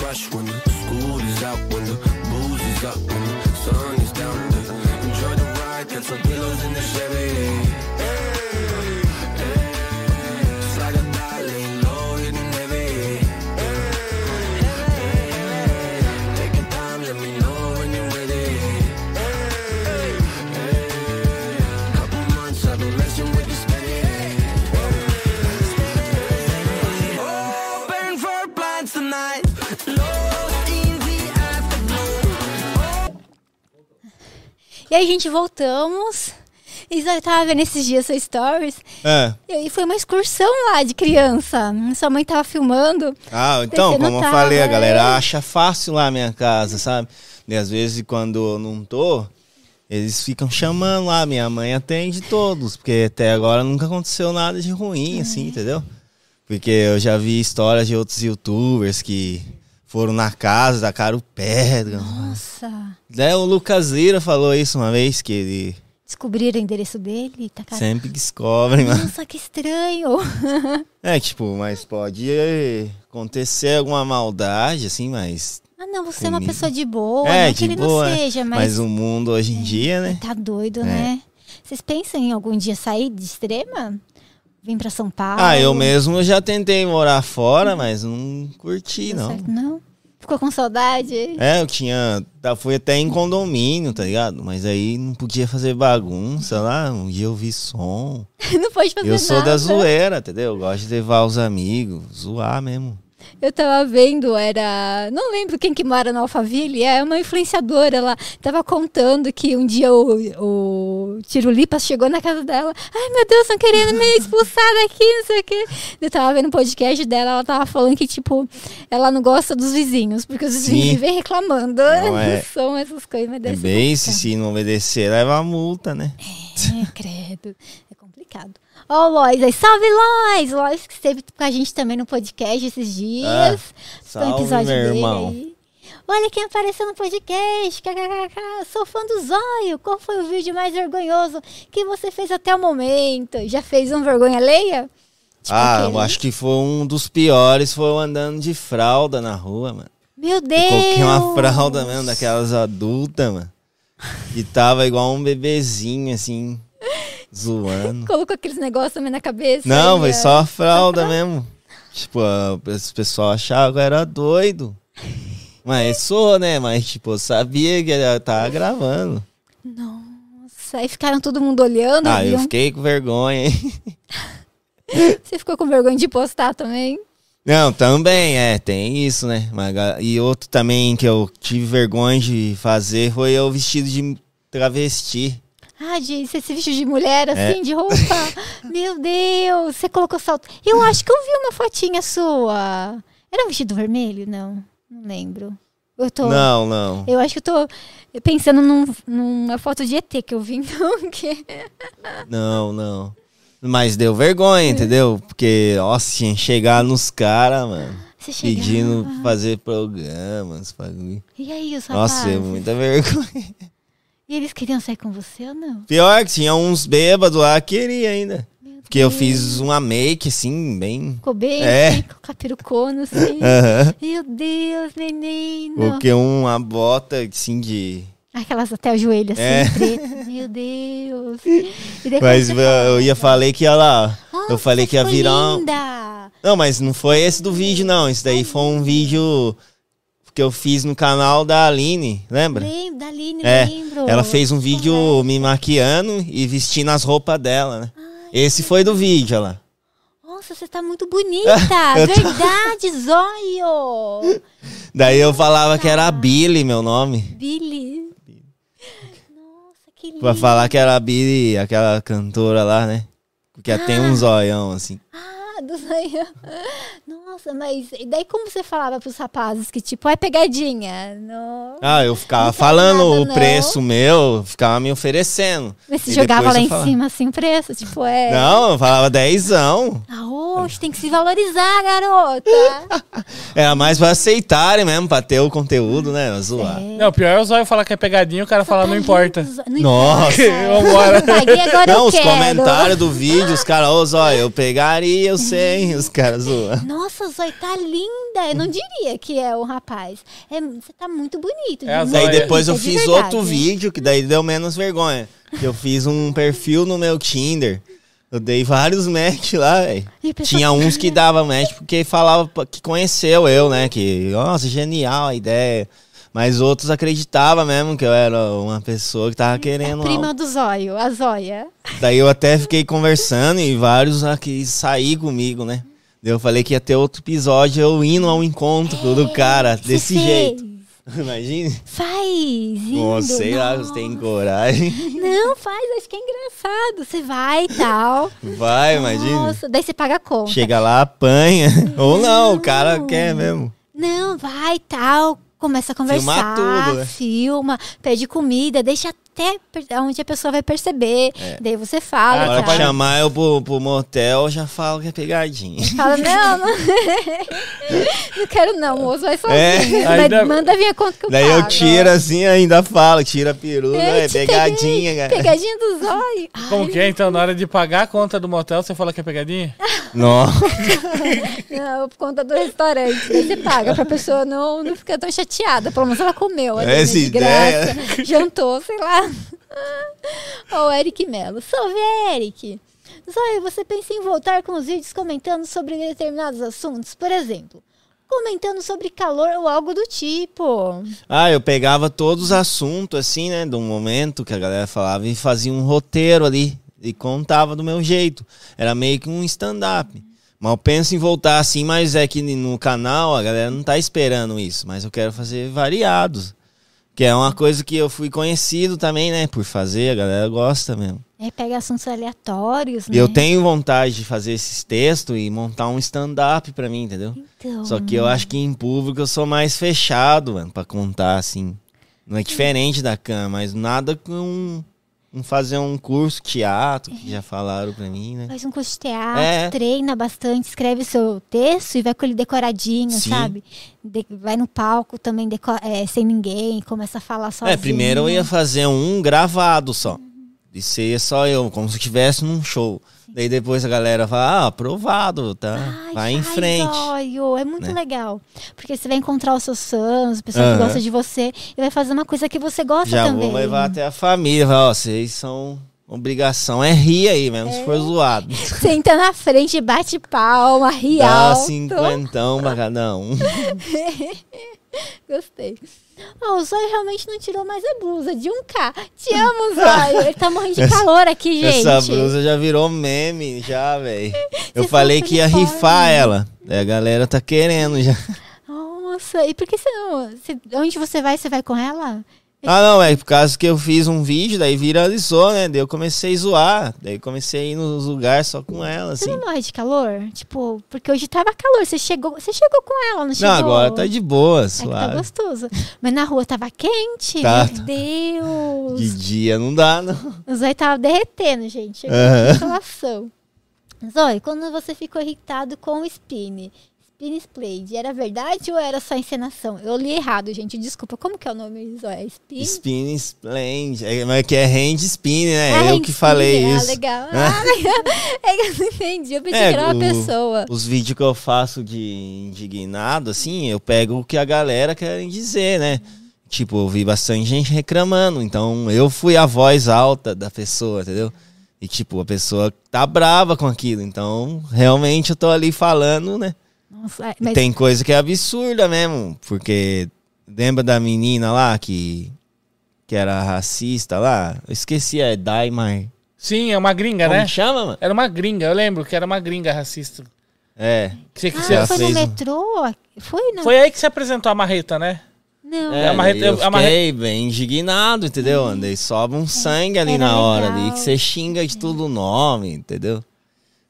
[SPEAKER 6] rush when the school is out, when the booze is up, when the sun is down. The, enjoy the ride, get some pillows in the Chevy. Hey, hey. Slide or die, lay low, hitting heavy. Hey, Take your time, let me know when you're ready. Hey, hey. Couple months I've been messing with this penny. Open for plans tonight. Lost in the afterglow.
[SPEAKER 3] E aí, gente, voltamos. E eu tava vendo esses dias seus stories.
[SPEAKER 4] É.
[SPEAKER 3] E foi uma excursão lá de criança. Sua mãe tava filmando.
[SPEAKER 4] Ah, então,
[SPEAKER 3] Você não
[SPEAKER 4] como eu
[SPEAKER 3] tava,
[SPEAKER 4] falei, a galera
[SPEAKER 3] é.
[SPEAKER 4] acha fácil lá a minha casa, sabe? E às vezes, quando eu não tô, eles ficam chamando lá. Minha mãe atende todos, porque até agora nunca aconteceu nada de
[SPEAKER 3] É.
[SPEAKER 4] ruim, assim, entendeu? Porque eu já vi histórias de outros youtubers que foram na casa, tacaram pedra.
[SPEAKER 3] Nossa.
[SPEAKER 4] Daí Né, o Lucas Lira falou isso uma vez, que ele
[SPEAKER 3] Descobriram o endereço dele. Tá cara...
[SPEAKER 4] sempre descobre, mano.
[SPEAKER 3] Nossa, que estranho.
[SPEAKER 4] É, tipo, mas pode acontecer alguma maldade, assim, mas
[SPEAKER 3] Ah, não, você é uma
[SPEAKER 4] Comigo.
[SPEAKER 3] pessoa de boa.
[SPEAKER 4] é,
[SPEAKER 3] não
[SPEAKER 4] de
[SPEAKER 3] que ele
[SPEAKER 4] boa,
[SPEAKER 3] não
[SPEAKER 4] né?
[SPEAKER 3] seja, mas...
[SPEAKER 4] o mundo hoje em dia, né?
[SPEAKER 3] Tá doido, né? Vocês pensam em algum dia sair de extrema? Vim pra São Paulo?
[SPEAKER 4] Ah, eu mesmo já tentei morar fora, mas não curti,
[SPEAKER 3] Uhum. Deu
[SPEAKER 4] não.
[SPEAKER 3] certo, não? Ficou com saudade?
[SPEAKER 4] É, eu tinha. tá, Fui até em condomínio, tá ligado? Mas aí não podia fazer bagunça lá. Um dia eu vi som.
[SPEAKER 3] não pode fazer
[SPEAKER 4] Eu sou
[SPEAKER 3] nada.
[SPEAKER 4] da zoeira, entendeu? Eu gosto de levar os amigos, zoar mesmo.
[SPEAKER 3] Eu tava vendo, era. Não lembro quem que mora na Alphaville, é uma influenciadora. Ela tava contando que um dia o, o Tirulipas chegou na casa dela. Ai, meu Deus, estão querendo me expulsar daqui, não sei o quê. Eu tava vendo o podcast dela, ela tava falando que, tipo, ela não gosta dos vizinhos, porque os vizinhos
[SPEAKER 4] Sim.
[SPEAKER 3] vivem reclamando.
[SPEAKER 4] Não, é-
[SPEAKER 3] São essas coisas, mas
[SPEAKER 4] É
[SPEAKER 3] deve ser
[SPEAKER 4] bem, se,
[SPEAKER 3] complicado.
[SPEAKER 4] se não obedecer, leva a multa, né?
[SPEAKER 3] É, credo. É complicado. Ó, o Lois aí. Salve, Lois! Lois que esteve com a gente também no podcast esses dias. Foi um
[SPEAKER 4] É, salve,
[SPEAKER 3] episódio
[SPEAKER 4] meu
[SPEAKER 3] dele
[SPEAKER 4] irmão.
[SPEAKER 3] aí. Olha quem apareceu no podcast. kkkk. Sou fã do Zóio. Qual foi o vídeo mais vergonhoso que você fez até o momento? Já fez um vergonha leia? tipo
[SPEAKER 4] ah, eu acho que foi um dos piores, foi eu andando de fralda na rua, mano.
[SPEAKER 3] Meu Deus!
[SPEAKER 4] Coloquei uma fralda mesmo, daquelas adultas, mano. E tava igual um bebezinho, assim, zoando.
[SPEAKER 3] Colocou aqueles negócios também na cabeça.
[SPEAKER 4] Não,
[SPEAKER 3] e,
[SPEAKER 4] foi
[SPEAKER 3] ah,
[SPEAKER 4] só a fralda mesmo. Tipo, a- esse pessoal achava que eu era doido. Mas sou, né? Mas, tipo, eu sabia que eu tava gravando.
[SPEAKER 3] Nossa, aí ficaram todo mundo olhando.
[SPEAKER 4] Ah, eu
[SPEAKER 3] viam.
[SPEAKER 4] fiquei com vergonha, hein?
[SPEAKER 3] Você ficou com vergonha de postar também?
[SPEAKER 4] Não, também, é, tem isso, né? Mas ga- E outro também que eu tive vergonha de fazer foi eu vestido de travesti.
[SPEAKER 3] Ah, de você se vestiu de mulher,
[SPEAKER 4] É.
[SPEAKER 3] assim, de roupa. Meu Deus, você colocou salto. Eu acho que eu vi uma fotinha sua. Era um vestido vermelho? Não, não lembro. Eu tô.
[SPEAKER 4] Não, não.
[SPEAKER 3] Eu acho que eu tô pensando num- numa foto de ET que eu vi, então. Que...
[SPEAKER 4] Não, não. Mas deu vergonha, entendeu? Porque, nossa, tinha que chegar nos caras, mano.
[SPEAKER 3] Você chegava.
[SPEAKER 4] Pedindo fazer programas, bagulho.
[SPEAKER 3] E aí, os rapazes?
[SPEAKER 4] Nossa, deu muita vergonha.
[SPEAKER 3] E eles queriam sair com você ou não?
[SPEAKER 4] Pior que tinha uns bêbados lá que queria ainda. Porque eu fiz uma make, assim, bem.
[SPEAKER 3] Ficou bem,
[SPEAKER 4] É.
[SPEAKER 3] assim, com o capirucono, assim.
[SPEAKER 4] Aham.
[SPEAKER 3] Meu Deus, menino.
[SPEAKER 4] Porque uma bota, assim, de.
[SPEAKER 3] Aquelas até o joelho, assim,
[SPEAKER 4] É.
[SPEAKER 3] preto. Meu Deus. E depois
[SPEAKER 4] Mas
[SPEAKER 3] você
[SPEAKER 4] eu Ah, ia falei que ia lá.
[SPEAKER 3] Nossa,
[SPEAKER 4] Eu falei que ia
[SPEAKER 3] ficou
[SPEAKER 4] virar. um-
[SPEAKER 3] Linda.
[SPEAKER 4] Não, mas não foi esse do vídeo, não. Esse daí foi um vídeo que eu fiz no canal da Aline, lembra?
[SPEAKER 3] Lembro, da Aline,
[SPEAKER 4] É,
[SPEAKER 3] lembro.
[SPEAKER 4] Ela fez um vídeo me maquiando e vestindo as roupas dela, né? Esse foi do vídeo, olha lá.
[SPEAKER 3] Nossa, você tá muito bonita.
[SPEAKER 4] Eu tô-
[SPEAKER 3] Verdade, zóio.
[SPEAKER 4] Daí eu falava que era a Billy, meu nome.
[SPEAKER 3] Billy. Nossa, que lindo.
[SPEAKER 4] Pra falar que era a Billy, aquela cantora lá, né? Porque ela tem um zoião, assim.
[SPEAKER 3] Ah, do zóio. Nossa, mas e daí como você falava pros rapazes que tipo, é pegadinha? Não.
[SPEAKER 4] Ah, eu ficava
[SPEAKER 3] Não tem
[SPEAKER 4] falando
[SPEAKER 3] nada,
[SPEAKER 4] o
[SPEAKER 3] não.
[SPEAKER 4] preço meu, ficava me oferecendo.
[SPEAKER 3] Mas se
[SPEAKER 4] E
[SPEAKER 3] jogava
[SPEAKER 4] depois
[SPEAKER 3] lá
[SPEAKER 4] eu
[SPEAKER 3] em
[SPEAKER 4] falava-
[SPEAKER 3] cima assim o preço, tipo, é.
[SPEAKER 4] Não, eu falava dezão.
[SPEAKER 3] Ah, hoje tem que se valorizar, garota.
[SPEAKER 4] Era mais pra aceitarem mesmo, pra ter o conteúdo, né? Zoar.
[SPEAKER 5] Não, o pior é o zóio falar que é pegadinha e o cara falar não importa.
[SPEAKER 3] tá Não
[SPEAKER 4] Nossa.
[SPEAKER 3] importa.
[SPEAKER 5] Vambora.
[SPEAKER 3] Paguei agora
[SPEAKER 4] Não,
[SPEAKER 3] eu
[SPEAKER 4] os
[SPEAKER 3] quero.
[SPEAKER 4] comentários do vídeo, os caras, ô Zóia, eu pegaria o você, hein? Os caras zoam.
[SPEAKER 3] Nossa, Zoe, tá linda. Eu não
[SPEAKER 4] Hum.
[SPEAKER 3] diria que é o rapaz. É, você tá muito bonito.
[SPEAKER 5] É a
[SPEAKER 3] de
[SPEAKER 5] Zoe.
[SPEAKER 4] Daí
[SPEAKER 5] Olha,
[SPEAKER 4] depois eu
[SPEAKER 3] de
[SPEAKER 4] fiz
[SPEAKER 3] verdade. né?
[SPEAKER 4] outro vídeo, que daí deu menos vergonha. Que eu fiz um perfil no meu Tinder. Eu dei vários match lá, velho.
[SPEAKER 3] E a pessoa-
[SPEAKER 4] Tinha uns que dava match porque falava pra- que conheceu eu, né? Que, nossa, genial a ideia. Mas outros acreditavam mesmo que eu era uma pessoa que tava querendo.
[SPEAKER 3] É Prima
[SPEAKER 4] algo.
[SPEAKER 3] do zóio, a zóia.
[SPEAKER 4] Daí eu até fiquei conversando e vários aqui sair comigo, né? Daí eu falei que ia ter outro episódio eu indo ao encontro
[SPEAKER 3] É,
[SPEAKER 4] do cara,
[SPEAKER 3] Você
[SPEAKER 4] desse
[SPEAKER 3] fez.
[SPEAKER 4] jeito. Imagina.
[SPEAKER 3] Faz, lindo.
[SPEAKER 4] Bom, sei lá,
[SPEAKER 3] nossa.
[SPEAKER 4] você tem coragem.
[SPEAKER 3] Não, faz, acho que é engraçado. Você vai e tal.
[SPEAKER 4] Vai, imagina.
[SPEAKER 3] Nossa, daí você paga a conta.
[SPEAKER 4] Chega lá, apanha. Ou não, o cara quer mesmo.
[SPEAKER 3] Não, vai e tal. Começa a conversar,
[SPEAKER 4] Filmar tudo, né?
[SPEAKER 3] filma, pede comida, deixa até per- onde a pessoa vai perceber.
[SPEAKER 4] É.
[SPEAKER 3] Daí você fala.
[SPEAKER 5] Ah,
[SPEAKER 4] Na hora que
[SPEAKER 3] tal.
[SPEAKER 4] chamar eu pro, pro motel, eu já falo que é pegadinha.
[SPEAKER 3] Fala, não, não, não quero não, o moço vai sozinho.
[SPEAKER 4] É,
[SPEAKER 3] Vai-
[SPEAKER 5] ainda-
[SPEAKER 3] Manda vir a conta que eu
[SPEAKER 4] Daí eu
[SPEAKER 3] pago.
[SPEAKER 4] tiro assim, ainda falo, tira a peruca,
[SPEAKER 3] Ei,
[SPEAKER 4] é
[SPEAKER 3] te peguei,
[SPEAKER 4] pegadinha, cara.
[SPEAKER 3] Pegadinha dos olhos. Ah,
[SPEAKER 5] Como que é, então? Na hora de pagar a conta do motel, você fala que é pegadinha?
[SPEAKER 4] Nossa.
[SPEAKER 3] Não, por conta do restaurante. Daí você paga pra pessoa não, não ficar tão chateada. Pelo menos ela comeu. ali, né,
[SPEAKER 4] Essa
[SPEAKER 3] de
[SPEAKER 4] É, ideia.
[SPEAKER 3] graça. Jantou, sei lá. Ó, o Eric Melo. Salve, Eric! Zóia, você pensa em voltar com os vídeos comentando sobre determinados assuntos? Por exemplo, comentando sobre calor ou algo do tipo.
[SPEAKER 4] Ah, eu pegava todos os assuntos, assim, né, do momento que a galera falava e fazia um roteiro ali e contava do meu jeito. Era meio que um stand-up. Mal penso em voltar assim, mas é que no canal a galera não tá esperando isso. Mas eu quero fazer variados. Que é uma coisa que eu fui conhecido também, né, por fazer, a galera gosta mesmo.
[SPEAKER 3] É, pega assuntos aleatórios,
[SPEAKER 4] E
[SPEAKER 3] né?
[SPEAKER 4] eu tenho vontade de fazer esses textos e montar um stand-up pra mim, entendeu?
[SPEAKER 3] Então,
[SPEAKER 4] Só que eu acho que em público eu sou mais fechado, mano, pra contar, assim. Não é diferente da cama, mas nada com um fazer um curso, teatro, que já falaram pra mim, né?
[SPEAKER 3] Faz um curso de teatro,
[SPEAKER 4] É.
[SPEAKER 3] treina bastante, escreve seu texto e vai com ele decoradinho,
[SPEAKER 4] Sim.
[SPEAKER 3] sabe? De- vai no palco também deco- é, sem ninguém, começa a falar sozinho.
[SPEAKER 4] É, primeiro eu ia fazer um gravado só. E seria só eu, como se eu estivesse num show. Daí depois a galera fala, ah, aprovado, tá?
[SPEAKER 3] Ai,
[SPEAKER 4] Vai em
[SPEAKER 3] faz,
[SPEAKER 4] frente.
[SPEAKER 3] Zóio, é muito
[SPEAKER 4] né?
[SPEAKER 3] legal. Porque você vai encontrar os seus fãs, o pessoal que
[SPEAKER 4] Aham.
[SPEAKER 3] gosta de você, e vai fazer uma coisa que você gosta
[SPEAKER 4] Já
[SPEAKER 3] também.
[SPEAKER 4] vou levar até a família, falar, ó, vocês são... Obrigação é rir aí mesmo, se for zoado.
[SPEAKER 3] Senta na frente, bate palma, ri
[SPEAKER 4] Dá
[SPEAKER 3] alto.
[SPEAKER 4] cinquentão pra cada um.
[SPEAKER 3] Gostei. Ó, o Zóio realmente não tirou mais a blusa de 1K. Te amo, Zóio. Ele tá morrendo de
[SPEAKER 4] Essa-
[SPEAKER 3] calor aqui, gente.
[SPEAKER 4] Essa blusa já virou meme, já, velho. Eu
[SPEAKER 3] Você
[SPEAKER 4] falei
[SPEAKER 3] foi
[SPEAKER 4] que ia
[SPEAKER 3] uniforme.
[SPEAKER 4] rifar ela. Daí A galera tá querendo já.
[SPEAKER 3] Nossa, e por que você não. você- onde você vai, você vai com ela?
[SPEAKER 4] Ah, não, é por causa que eu fiz um vídeo, daí viralizou, né? Daí eu comecei a zoar. Daí comecei a ir nos lugares só com ela,
[SPEAKER 3] Você
[SPEAKER 4] assim.
[SPEAKER 3] não morre de calor? Tipo, porque hoje tava calor. Você chegou, você chegou com ela, não chegou?
[SPEAKER 4] Não, agora tá de boa,
[SPEAKER 3] É que tá
[SPEAKER 4] suave.
[SPEAKER 3] gostoso. Mas na rua tava quente.
[SPEAKER 4] Tá,
[SPEAKER 3] Meu
[SPEAKER 4] tá.
[SPEAKER 3] Deus.
[SPEAKER 4] De dia não dá, não.
[SPEAKER 3] O Zói tava derretendo, gente. Chegou
[SPEAKER 4] Aham.
[SPEAKER 3] a consolação. Zói, quando você ficou irritado com o Spine? Spine Splade, era verdade ou era só encenação? Eu li errado, gente. Desculpa. Como que é o nome, Zói? É Spine?
[SPEAKER 4] Spin, splend. É, mas que é hand spin, né?
[SPEAKER 3] Ah,
[SPEAKER 4] eu
[SPEAKER 3] Hank
[SPEAKER 4] que falei
[SPEAKER 3] Spine.
[SPEAKER 4] isso.
[SPEAKER 3] Ah, legal. Ah, legal. É que eu não entendi. Eu pensei
[SPEAKER 4] É,
[SPEAKER 3] que era uma
[SPEAKER 4] o-
[SPEAKER 3] pessoa.
[SPEAKER 4] Os vídeos que eu faço de indignado, assim, eu pego o que a galera quer dizer, né? Tipo, eu vi bastante gente reclamando, então eu fui a voz alta da pessoa, entendeu? E tipo, a pessoa tá brava com aquilo, então realmente eu tô ali falando, né?
[SPEAKER 3] Nossa, é,
[SPEAKER 4] E
[SPEAKER 3] mas
[SPEAKER 4] tem coisa que é absurda mesmo, porque lembra da menina lá que que era racista lá? Eu esqueci, é Daimar.
[SPEAKER 5] Sim, é uma gringa,
[SPEAKER 4] Como
[SPEAKER 5] né?
[SPEAKER 4] que chama, mano?
[SPEAKER 5] Era uma gringa, eu lembro que era uma gringa racista.
[SPEAKER 4] É.
[SPEAKER 5] Você-
[SPEAKER 3] Ah,
[SPEAKER 5] você-
[SPEAKER 4] ela
[SPEAKER 3] foi no
[SPEAKER 4] fez um-
[SPEAKER 3] metrô? Foi não?
[SPEAKER 5] Foi aí que você apresentou a marreta, né?
[SPEAKER 3] Não.
[SPEAKER 4] É,
[SPEAKER 5] É uma re-
[SPEAKER 4] eu
[SPEAKER 5] é uma re-
[SPEAKER 4] fiquei bem indignado, entendeu? Andei sobe um sangue ali
[SPEAKER 3] Era
[SPEAKER 4] na hora
[SPEAKER 3] legal.
[SPEAKER 4] ali, que você xinga de tudo o nome, entendeu?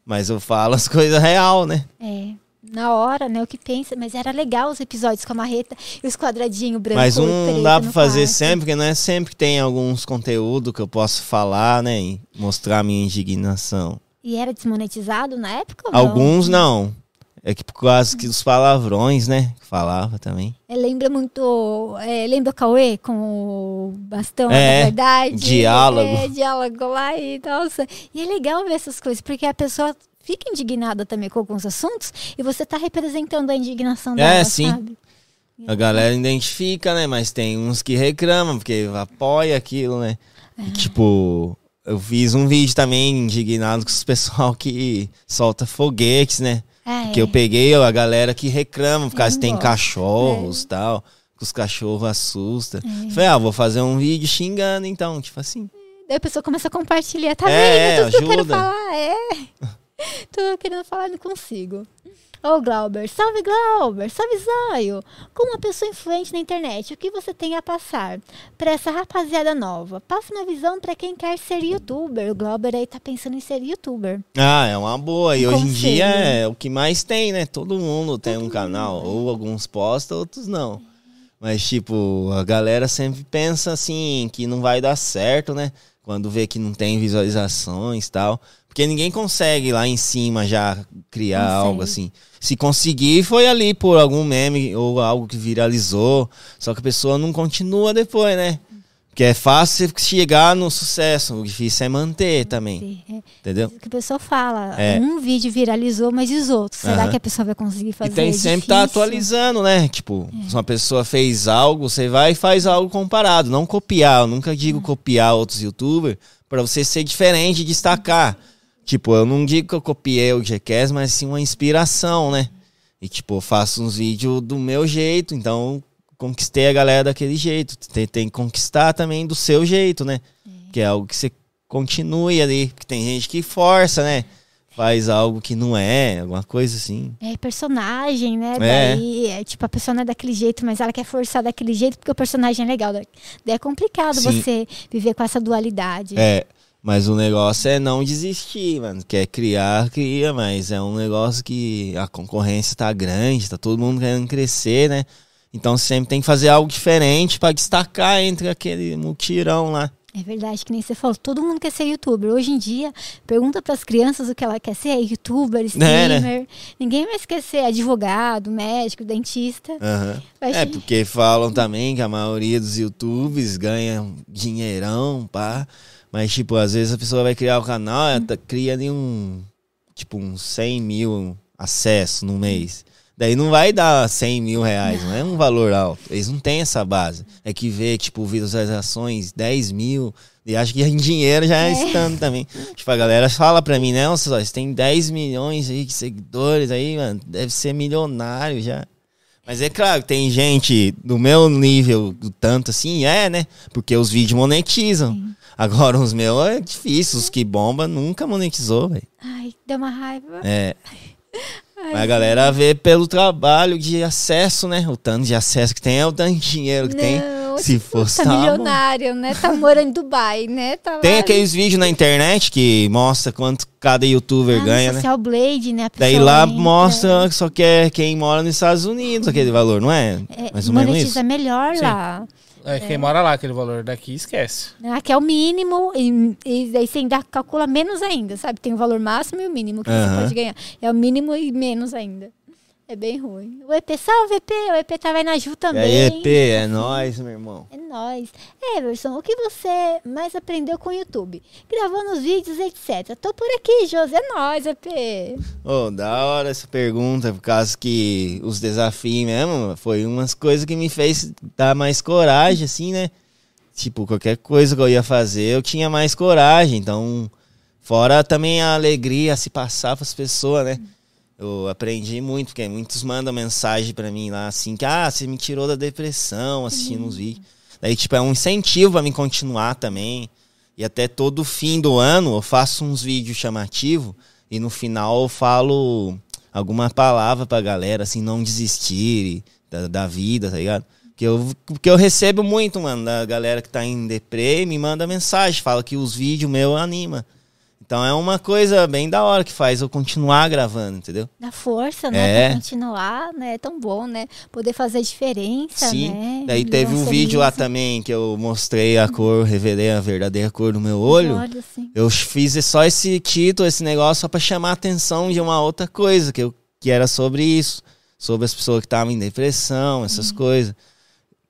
[SPEAKER 4] Mas eu falo as coisas real, né?
[SPEAKER 3] É. Na hora, né? O que pensa, mas era legal os episódios com a marreta e os quadradinhos brancos.
[SPEAKER 4] Mas um não dá pra fazer
[SPEAKER 3] sempre.
[SPEAKER 4] sempre, porque não é sempre que tem alguns conteúdos que eu posso falar, né? E mostrar minha indignação.
[SPEAKER 3] E era desmonetizado na época? ou não?
[SPEAKER 4] Alguns não. É que por causa que dos palavrões, né? que Falava também.
[SPEAKER 3] É, lembra muito. é, lembra o Cauê com o bastão,
[SPEAKER 4] É,
[SPEAKER 3] na verdade?
[SPEAKER 4] diálogo.
[SPEAKER 3] É, diálogo lá e nossa. E é legal ver essas coisas, porque a pessoa fica indignada também com alguns assuntos e você tá representando a indignação
[SPEAKER 4] É,
[SPEAKER 3] dela,
[SPEAKER 4] sim.
[SPEAKER 3] sabe?
[SPEAKER 4] A galera identifica, né? Mas tem uns que reclamam, porque apoia aquilo, né?
[SPEAKER 3] É.
[SPEAKER 4] E, Tipo, eu fiz um vídeo também indignado com os pessoal que solta foguetes, né?
[SPEAKER 3] Ah,
[SPEAKER 4] Porque
[SPEAKER 3] é.
[SPEAKER 4] eu peguei a galera que reclama, por causa que tem
[SPEAKER 3] gosto. É.
[SPEAKER 4] cachorros e tal, que os cachorros assustam. Falei, ah, vou fazer um vídeo xingando então, tipo assim.
[SPEAKER 3] Daí a pessoa começa a compartilhar. Tá
[SPEAKER 4] É,
[SPEAKER 3] vendo? Tudo que eu quero
[SPEAKER 4] ajuda.
[SPEAKER 3] falar. É. Tô querendo falar e não consigo. Ô, Glauber. Salve, Glauber. Salve, Zóio. Como uma pessoa influente na internet, o que você tem a passar pra essa rapaziada nova? Passa uma visão pra quem quer ser youtuber. O Glauber aí tá pensando em ser youtuber.
[SPEAKER 4] Ah, é uma boa. E
[SPEAKER 3] Um
[SPEAKER 4] hoje em dia
[SPEAKER 3] conselho, né?
[SPEAKER 4] é o que mais tem, né? Todo mundo tem um canal. Ou alguns postam, outros não. Mas, tipo, a galera sempre pensa assim, que não vai dar certo, né? Quando vê que não tem visualizações e tal. Porque ninguém consegue lá em cima já criar
[SPEAKER 3] Consegue.
[SPEAKER 4] algo assim. Se conseguir, foi ali por algum meme ou algo que viralizou. Só que a pessoa não continua depois, né? Porque é fácil você chegar no sucesso. O difícil é manter também.
[SPEAKER 3] É
[SPEAKER 4] Entendeu?
[SPEAKER 3] o que a pessoa fala.
[SPEAKER 4] É.
[SPEAKER 3] Um vídeo viralizou, mas e os outros? Será
[SPEAKER 4] Aham.
[SPEAKER 3] que a pessoa vai conseguir fazer?
[SPEAKER 4] E tem
[SPEAKER 3] É
[SPEAKER 4] sempre tá
[SPEAKER 3] difícil. É.
[SPEAKER 4] atualizando, né? Tipo, se uma pessoa fez algo, você vai e faz algo comparado. Não copiar. Eu nunca digo
[SPEAKER 3] É.
[SPEAKER 4] copiar outros youtubers pra você ser diferente e destacar. Tipo, eu não digo que eu copiei o GCast, mas sim uma inspiração, né? E tipo, eu faço uns vídeos do meu jeito, então eu conquistei a galera daquele jeito. Tem, tem que conquistar também do seu jeito, né? Que é algo que você continue ali. Porque tem gente que força, né? Faz algo que não é, alguma coisa assim.
[SPEAKER 3] É personagem, né?
[SPEAKER 4] É.
[SPEAKER 3] Daí, é, tipo, a pessoa não é daquele jeito, mas ela quer forçar daquele jeito porque o personagem é legal. Daí daí é complicado
[SPEAKER 4] Sim.
[SPEAKER 3] você viver com essa dualidade.
[SPEAKER 4] É, mas o negócio é não desistir, mano. Quer criar, cria, mas é um negócio que a concorrência tá grande, tá todo mundo querendo crescer, né? Então sempre tem que fazer algo diferente pra destacar entre aquele mutirão lá.
[SPEAKER 3] É verdade, que nem você falou, todo mundo quer ser youtuber. Hoje em dia, pergunta pras crianças o que ela quer ser: é youtuber,
[SPEAKER 4] né?
[SPEAKER 3] streamer. Ninguém mais quer ser advogado, médico, dentista.
[SPEAKER 4] Aham.
[SPEAKER 3] Vai
[SPEAKER 4] É,
[SPEAKER 3] ser-
[SPEAKER 4] porque falam também que a maioria dos YouTubes ganha um dinheirão, pá. Mas, tipo, às vezes a pessoa vai criar o canal, ela tá- cria ali um. Tipo, uns 100 mil acessos no mês. Daí não vai dar 100 mil reais, não é um valor alto. Eles não têm essa base. É que vê, tipo, visualizações 10 mil. E acho que em dinheiro já é, estando também. Tipo, a galera fala pra mim, Nelson, ó, você tem 10 milhões aí de seguidores aí, mano. Deve ser milionário já. Mas é claro, tem gente do meu nível, do tanto assim, é, né? Porque os vídeos monetizam. Agora, os meus é difícil, os que bomba nunca monetizou, velho.
[SPEAKER 3] Ai, dá uma raiva.
[SPEAKER 4] É. Mas a galera vê pelo trabalho de acesso, né? O tanto de acesso que tem é o tanto de dinheiro que tem.
[SPEAKER 3] Não,
[SPEAKER 4] Se fosse
[SPEAKER 3] Tá
[SPEAKER 4] tá bom.
[SPEAKER 3] milionário, né? Tá morando em Dubai, né? Tá lá
[SPEAKER 4] Tem aqueles vídeos na internet que mostra quanto cada
[SPEAKER 3] Ah,
[SPEAKER 4] youtuber
[SPEAKER 3] no
[SPEAKER 4] ganha, né?
[SPEAKER 3] Social Blade, né? A
[SPEAKER 4] Daí
[SPEAKER 3] pessoa
[SPEAKER 4] lá
[SPEAKER 3] entra.
[SPEAKER 4] mostra só que é quem mora nos Estados Unidos aquele valor, não é?
[SPEAKER 3] É,
[SPEAKER 4] Mais ou menos isso.
[SPEAKER 3] monetiza melhor lá.
[SPEAKER 5] É, quem mora lá, aquele valor daqui, esquece.
[SPEAKER 3] Ah, que é Ah, o mínimo, e, e daí você ainda calcula menos ainda, sabe? Tem o valor máximo e o mínimo que você
[SPEAKER 4] Aham.
[SPEAKER 3] pode ganhar. É o mínimo e menos ainda. É bem ruim. O EP, salve EP, o EP tá vai na Ju
[SPEAKER 4] E
[SPEAKER 3] também.
[SPEAKER 4] aí, EP, é nóis, meu irmão.
[SPEAKER 3] É nóis. Everson, o que você mais aprendeu com o YouTube? Gravando os vídeos, etc. Tô por aqui, José. É nóis, EP.
[SPEAKER 4] Ô, da hora essa pergunta, por causa que os desafios mesmo foi umas coisas que me fez dar mais coragem, assim, né? Tipo, qualquer coisa que eu ia fazer, eu tinha mais coragem. Então, fora também a alegria se passar pras pessoas, né? Eu aprendi muito, porque muitos mandam mensagem pra mim lá, assim, que, ah, você me tirou da depressão assistindo os vídeos. Daí, tipo, é um incentivo pra mim continuar também. E até todo fim do ano eu faço uns vídeos chamativos e no final eu falo alguma palavra pra galera, assim, não desistir da, da vida, tá ligado? Que eu, que eu recebo muito, mano, da galera que tá em deprê, me manda mensagem, fala que os vídeos meus anima. Então é uma coisa bem da hora que faz eu continuar gravando, entendeu?
[SPEAKER 3] Dá força, né?
[SPEAKER 4] É.
[SPEAKER 3] Pra continuar, né? É tão bom, né? Poder fazer a diferença, né?
[SPEAKER 4] Daí
[SPEAKER 3] Me
[SPEAKER 4] teve um
[SPEAKER 3] lança
[SPEAKER 4] vídeo lá
[SPEAKER 3] nisso.
[SPEAKER 4] também que eu mostrei a cor, revelei a verdadeira cor do meu olho.
[SPEAKER 3] Olha, assim.
[SPEAKER 4] Eu fiz só esse título, esse negócio, só pra chamar a atenção de uma outra coisa, que, eu, que era sobre isso. Sobre as pessoas que estavam em depressão,
[SPEAKER 3] Uhum.
[SPEAKER 4] essas coisas.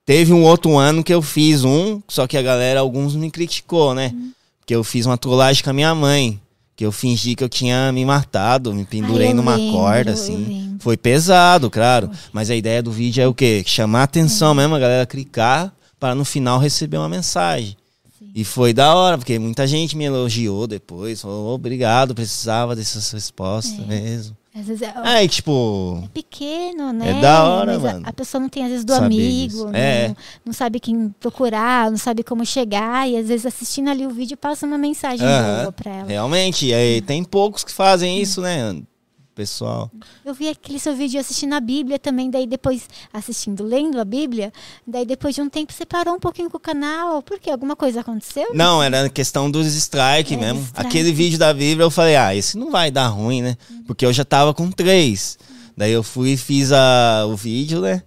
[SPEAKER 4] Teve um outro ano que eu fiz
[SPEAKER 3] Uhum.
[SPEAKER 4] um, só que a galera, alguns me criticou, né? Que eu fiz uma trollagem com a minha mãe. Que Que eu fingi que eu tinha me matado, me pendurei
[SPEAKER 3] eu
[SPEAKER 4] numa
[SPEAKER 3] lembro,
[SPEAKER 4] corda,
[SPEAKER 3] eu
[SPEAKER 4] assim.
[SPEAKER 3] lembro.
[SPEAKER 4] Foi pesado, claro. Mas a ideia do vídeo é o quê? Chamar a
[SPEAKER 3] É.
[SPEAKER 4] atenção mesmo, a galera clicar para no final receber uma mensagem. E foi da hora, porque muita gente me elogiou depois. Falou, obrigado, precisava dessas respostas
[SPEAKER 3] É.
[SPEAKER 4] mesmo.
[SPEAKER 3] Às vezes é,
[SPEAKER 4] Aí, tipo,
[SPEAKER 3] pequeno, né?
[SPEAKER 4] É da hora,
[SPEAKER 3] Mas a-
[SPEAKER 4] mano.
[SPEAKER 3] A, pessoa não tem, às vezes, do
[SPEAKER 4] Saber disso.
[SPEAKER 3] amigo, não,
[SPEAKER 4] É.
[SPEAKER 3] não sabe quem procurar, não sabe como chegar. E às vezes assistindo ali o vídeo passa uma mensagem
[SPEAKER 4] Aham.
[SPEAKER 3] boa pra ela.
[SPEAKER 4] realmente, e aí, tem poucos que fazem isso, né? Pessoal.
[SPEAKER 3] Eu vi aquele seu vídeo assistindo a Bíblia também, daí depois assistindo, lendo a Bíblia, daí depois de um tempo você parou um pouquinho com o canal, porque alguma coisa aconteceu?
[SPEAKER 4] Não, era a questão dos strike
[SPEAKER 3] É,
[SPEAKER 4] mesmo.
[SPEAKER 3] strike.
[SPEAKER 4] Aquele vídeo da Bíblia, eu falei, ah, esse não vai dar ruim, né? Porque eu já tava com três. Daí eu fui e fiz a, o vídeo, né?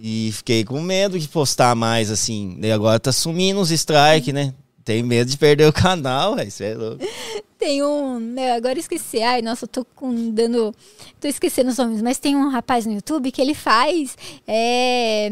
[SPEAKER 4] E fiquei com medo de postar mais, assim. Daí agora tá sumindo os strike, né? Tem medo de perder o canal, velho. Isso é louco.
[SPEAKER 3] Tem um, né, agora eu esqueci, ai, nossa, eu tô com, dando, tô esquecendo os nomes, mas tem um rapaz no YouTube que ele faz, é,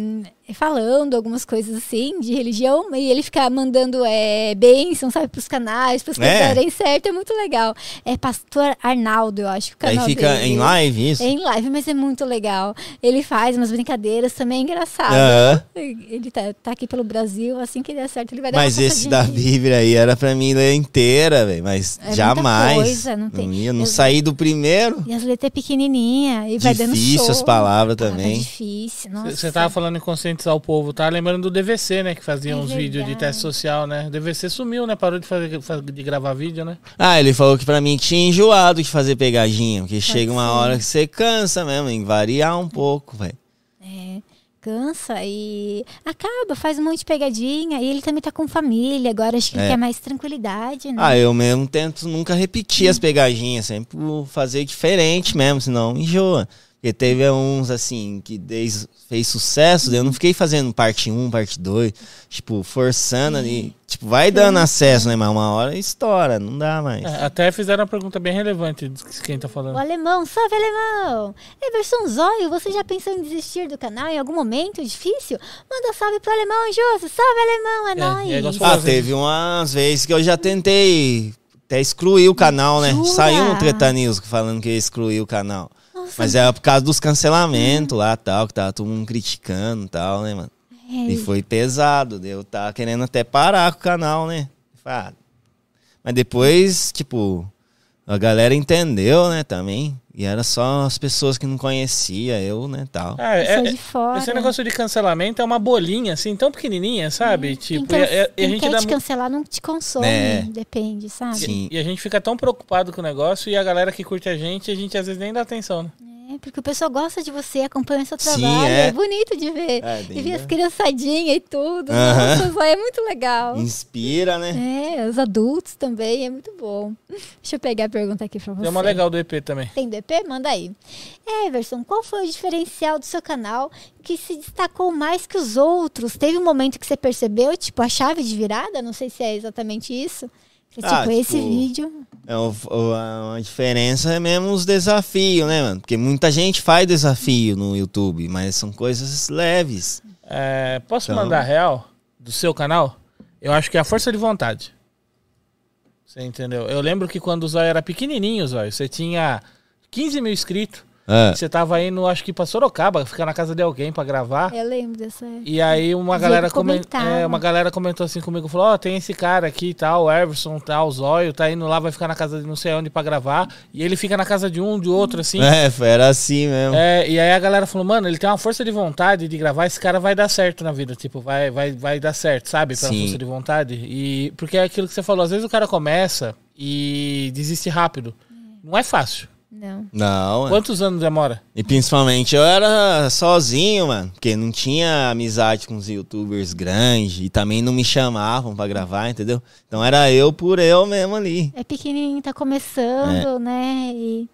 [SPEAKER 3] falando algumas coisas assim, de religião, e ele fica mandando é, bênção, sabe, pros canais, pros que
[SPEAKER 4] É.
[SPEAKER 3] darem certo, é muito legal. É Pastor Arnaldo, eu acho, que o
[SPEAKER 4] Daí
[SPEAKER 3] canal
[SPEAKER 4] fica
[SPEAKER 3] dele.
[SPEAKER 4] em live isso.
[SPEAKER 3] É em live, mas é muito legal. Ele faz umas brincadeiras também, é engraçado.
[SPEAKER 4] Aham.
[SPEAKER 3] Ele tá, tá aqui pelo Brasil, assim que der certo, ele vai dar
[SPEAKER 4] Mas
[SPEAKER 3] uma
[SPEAKER 4] esse da
[SPEAKER 3] passadinha aqui.
[SPEAKER 4] Bíblia aí era pra mim ler inteira, velho. Mas
[SPEAKER 3] É muita
[SPEAKER 4] jamais.
[SPEAKER 3] coisa, não tem-
[SPEAKER 4] ia, não
[SPEAKER 3] eu-
[SPEAKER 4] saí do primeiro.
[SPEAKER 3] E as letras é pequenininha e vai dando
[SPEAKER 4] Difícil
[SPEAKER 3] show.
[SPEAKER 4] as palavras
[SPEAKER 3] Palavra
[SPEAKER 4] também.
[SPEAKER 3] difícil, nossa.
[SPEAKER 5] Você tava falando em conscientizar o povo, tá? Lembrando do DVC, né? Que fazia
[SPEAKER 3] É
[SPEAKER 5] uns vídeos de
[SPEAKER 3] verdade.
[SPEAKER 5] teste social, né? O DVC sumiu, né? Parou de, fazer, faz- de gravar vídeo, né?
[SPEAKER 4] Ah, ele falou que pra mim tinha enjoado de fazer pegadinha, porque chega uma hora que você cansa mesmo, em variar um pouco, velho.
[SPEAKER 3] Cansa e acaba, faz um monte de pegadinha. E ele também tá com família agora, acho que
[SPEAKER 4] É.
[SPEAKER 3] ele quer mais tranquilidade, né?
[SPEAKER 4] Ah, eu mesmo tento nunca repetir as pegadinhas, sempre fazer diferente mesmo, senão enjoa. Porque teve uns assim que des- fez sucesso, daí eu não fiquei fazendo parte 1, parte 2, tipo, forçando ali. Tipo, vai dando acesso, né? Mas uma hora estoura, não dá mais.
[SPEAKER 5] É, até fizeram uma pergunta bem relevante de quem tá
[SPEAKER 3] O
[SPEAKER 5] falando.
[SPEAKER 3] alemão, salve alemão! Everson Zóio, você já pensou em desistir do canal em algum momento difícil? Manda salve pro alemão, Josi! Salve alemão, é,
[SPEAKER 5] É,
[SPEAKER 3] nóis!
[SPEAKER 5] é igual você
[SPEAKER 4] Ah,
[SPEAKER 5] Boas, hein?
[SPEAKER 4] teve umas vezes que eu já tentei até excluir o canal, né?
[SPEAKER 3] Jura?
[SPEAKER 4] Saiu um Treta News falando que ia excluir o canal.
[SPEAKER 3] Nossa.
[SPEAKER 4] Mas era por causa dos cancelamentos lá tal, que tava todo mundo criticando e tal, né, mano?
[SPEAKER 3] É,
[SPEAKER 4] E foi pesado, daí eu tava querendo até parar com o canal, né? Fa- Mas depois, tipo, a galera entendeu, né, também. E era só as pessoas que não conhecia eu, né, tal.
[SPEAKER 5] Ah, é-
[SPEAKER 3] Pessoa
[SPEAKER 5] é-
[SPEAKER 3] de fora.
[SPEAKER 5] esse negócio de cancelamento é uma bolinha, assim, tão pequenininha, sabe? Tipo,
[SPEAKER 3] Então,
[SPEAKER 5] e a- e a- e a
[SPEAKER 3] quem
[SPEAKER 5] gente
[SPEAKER 3] quer
[SPEAKER 5] dá
[SPEAKER 3] te
[SPEAKER 5] mu-
[SPEAKER 3] cancelar não te consome,
[SPEAKER 4] É.
[SPEAKER 3] depende, sabe?
[SPEAKER 4] Sim.
[SPEAKER 5] E a gente fica tão preocupado com o negócio e a galera que curte a gente, a gente às vezes nem dá atenção, né?
[SPEAKER 3] É, porque o pessoal gosta de você, acompanha o seu
[SPEAKER 4] Sim,
[SPEAKER 3] trabalho,
[SPEAKER 4] é.
[SPEAKER 3] é. bonito de ver.
[SPEAKER 4] É,
[SPEAKER 3] e ver
[SPEAKER 5] né?
[SPEAKER 4] linda.
[SPEAKER 3] as criançadinhas e tudo,
[SPEAKER 4] Aham.
[SPEAKER 3] nossa, vai, é muito legal.
[SPEAKER 4] Inspira, né?
[SPEAKER 3] É, os adultos também, é muito bom. Deixa eu pegar a pergunta aqui pra você.
[SPEAKER 5] É uma legal do EP também.
[SPEAKER 3] Tem DP? Manda aí. Everson, qual foi o diferencial do seu canal que se destacou mais que os outros? Teve um momento que você percebeu, tipo, a chave de virada? Não sei se é exatamente isso. Que,
[SPEAKER 4] Ah,
[SPEAKER 3] tipo, esse
[SPEAKER 4] tipo,
[SPEAKER 3] vídeo.
[SPEAKER 4] É, o, o- a, a diferença é mesmo os desafios, né, mano? Porque muita gente faz desafio no YouTube, mas são coisas leves.
[SPEAKER 5] É, posso
[SPEAKER 4] Então.
[SPEAKER 5] mandar real do seu canal? Eu acho que é a força de vontade. Você entendeu? Eu lembro que quando o Zóio era pequenininho, Zóio, você tinha 15 mil inscritos.
[SPEAKER 4] É.
[SPEAKER 5] Você tava indo, acho que pra Sorocaba, ficar na casa de alguém pra gravar.
[SPEAKER 3] Eu lembro dessa.
[SPEAKER 5] E aí uma
[SPEAKER 3] Diego
[SPEAKER 5] galera, comen-
[SPEAKER 3] comentava.
[SPEAKER 5] é, uma galera comentou assim comigo, falou, ó, tem esse cara aqui e tal, o Everson, tal, o Zóio, tá indo lá, vai ficar na casa de não sei onde pra gravar. E ele fica na casa de um, de outro, assim.
[SPEAKER 4] É, foi- era assim mesmo.
[SPEAKER 5] É, e aí a galera falou, mano, ele tem uma força de vontade de gravar, esse cara vai dar certo na vida, tipo, vai, vai, vai dar certo, sabe? Pela
[SPEAKER 4] Sim.
[SPEAKER 5] força de vontade. E porque é aquilo que você falou, às vezes o cara começa e desiste rápido. Não é fácil.
[SPEAKER 3] Não.
[SPEAKER 4] Não, é.
[SPEAKER 5] Quantos anos demora?
[SPEAKER 4] E principalmente eu era sozinho, mano. Porque não tinha amizade com os youtubers grandes e também não me chamavam pra gravar, entendeu? Então era eu por eu mesmo ali.
[SPEAKER 3] É pequenininho, tá
[SPEAKER 4] É.
[SPEAKER 3] começando, né? E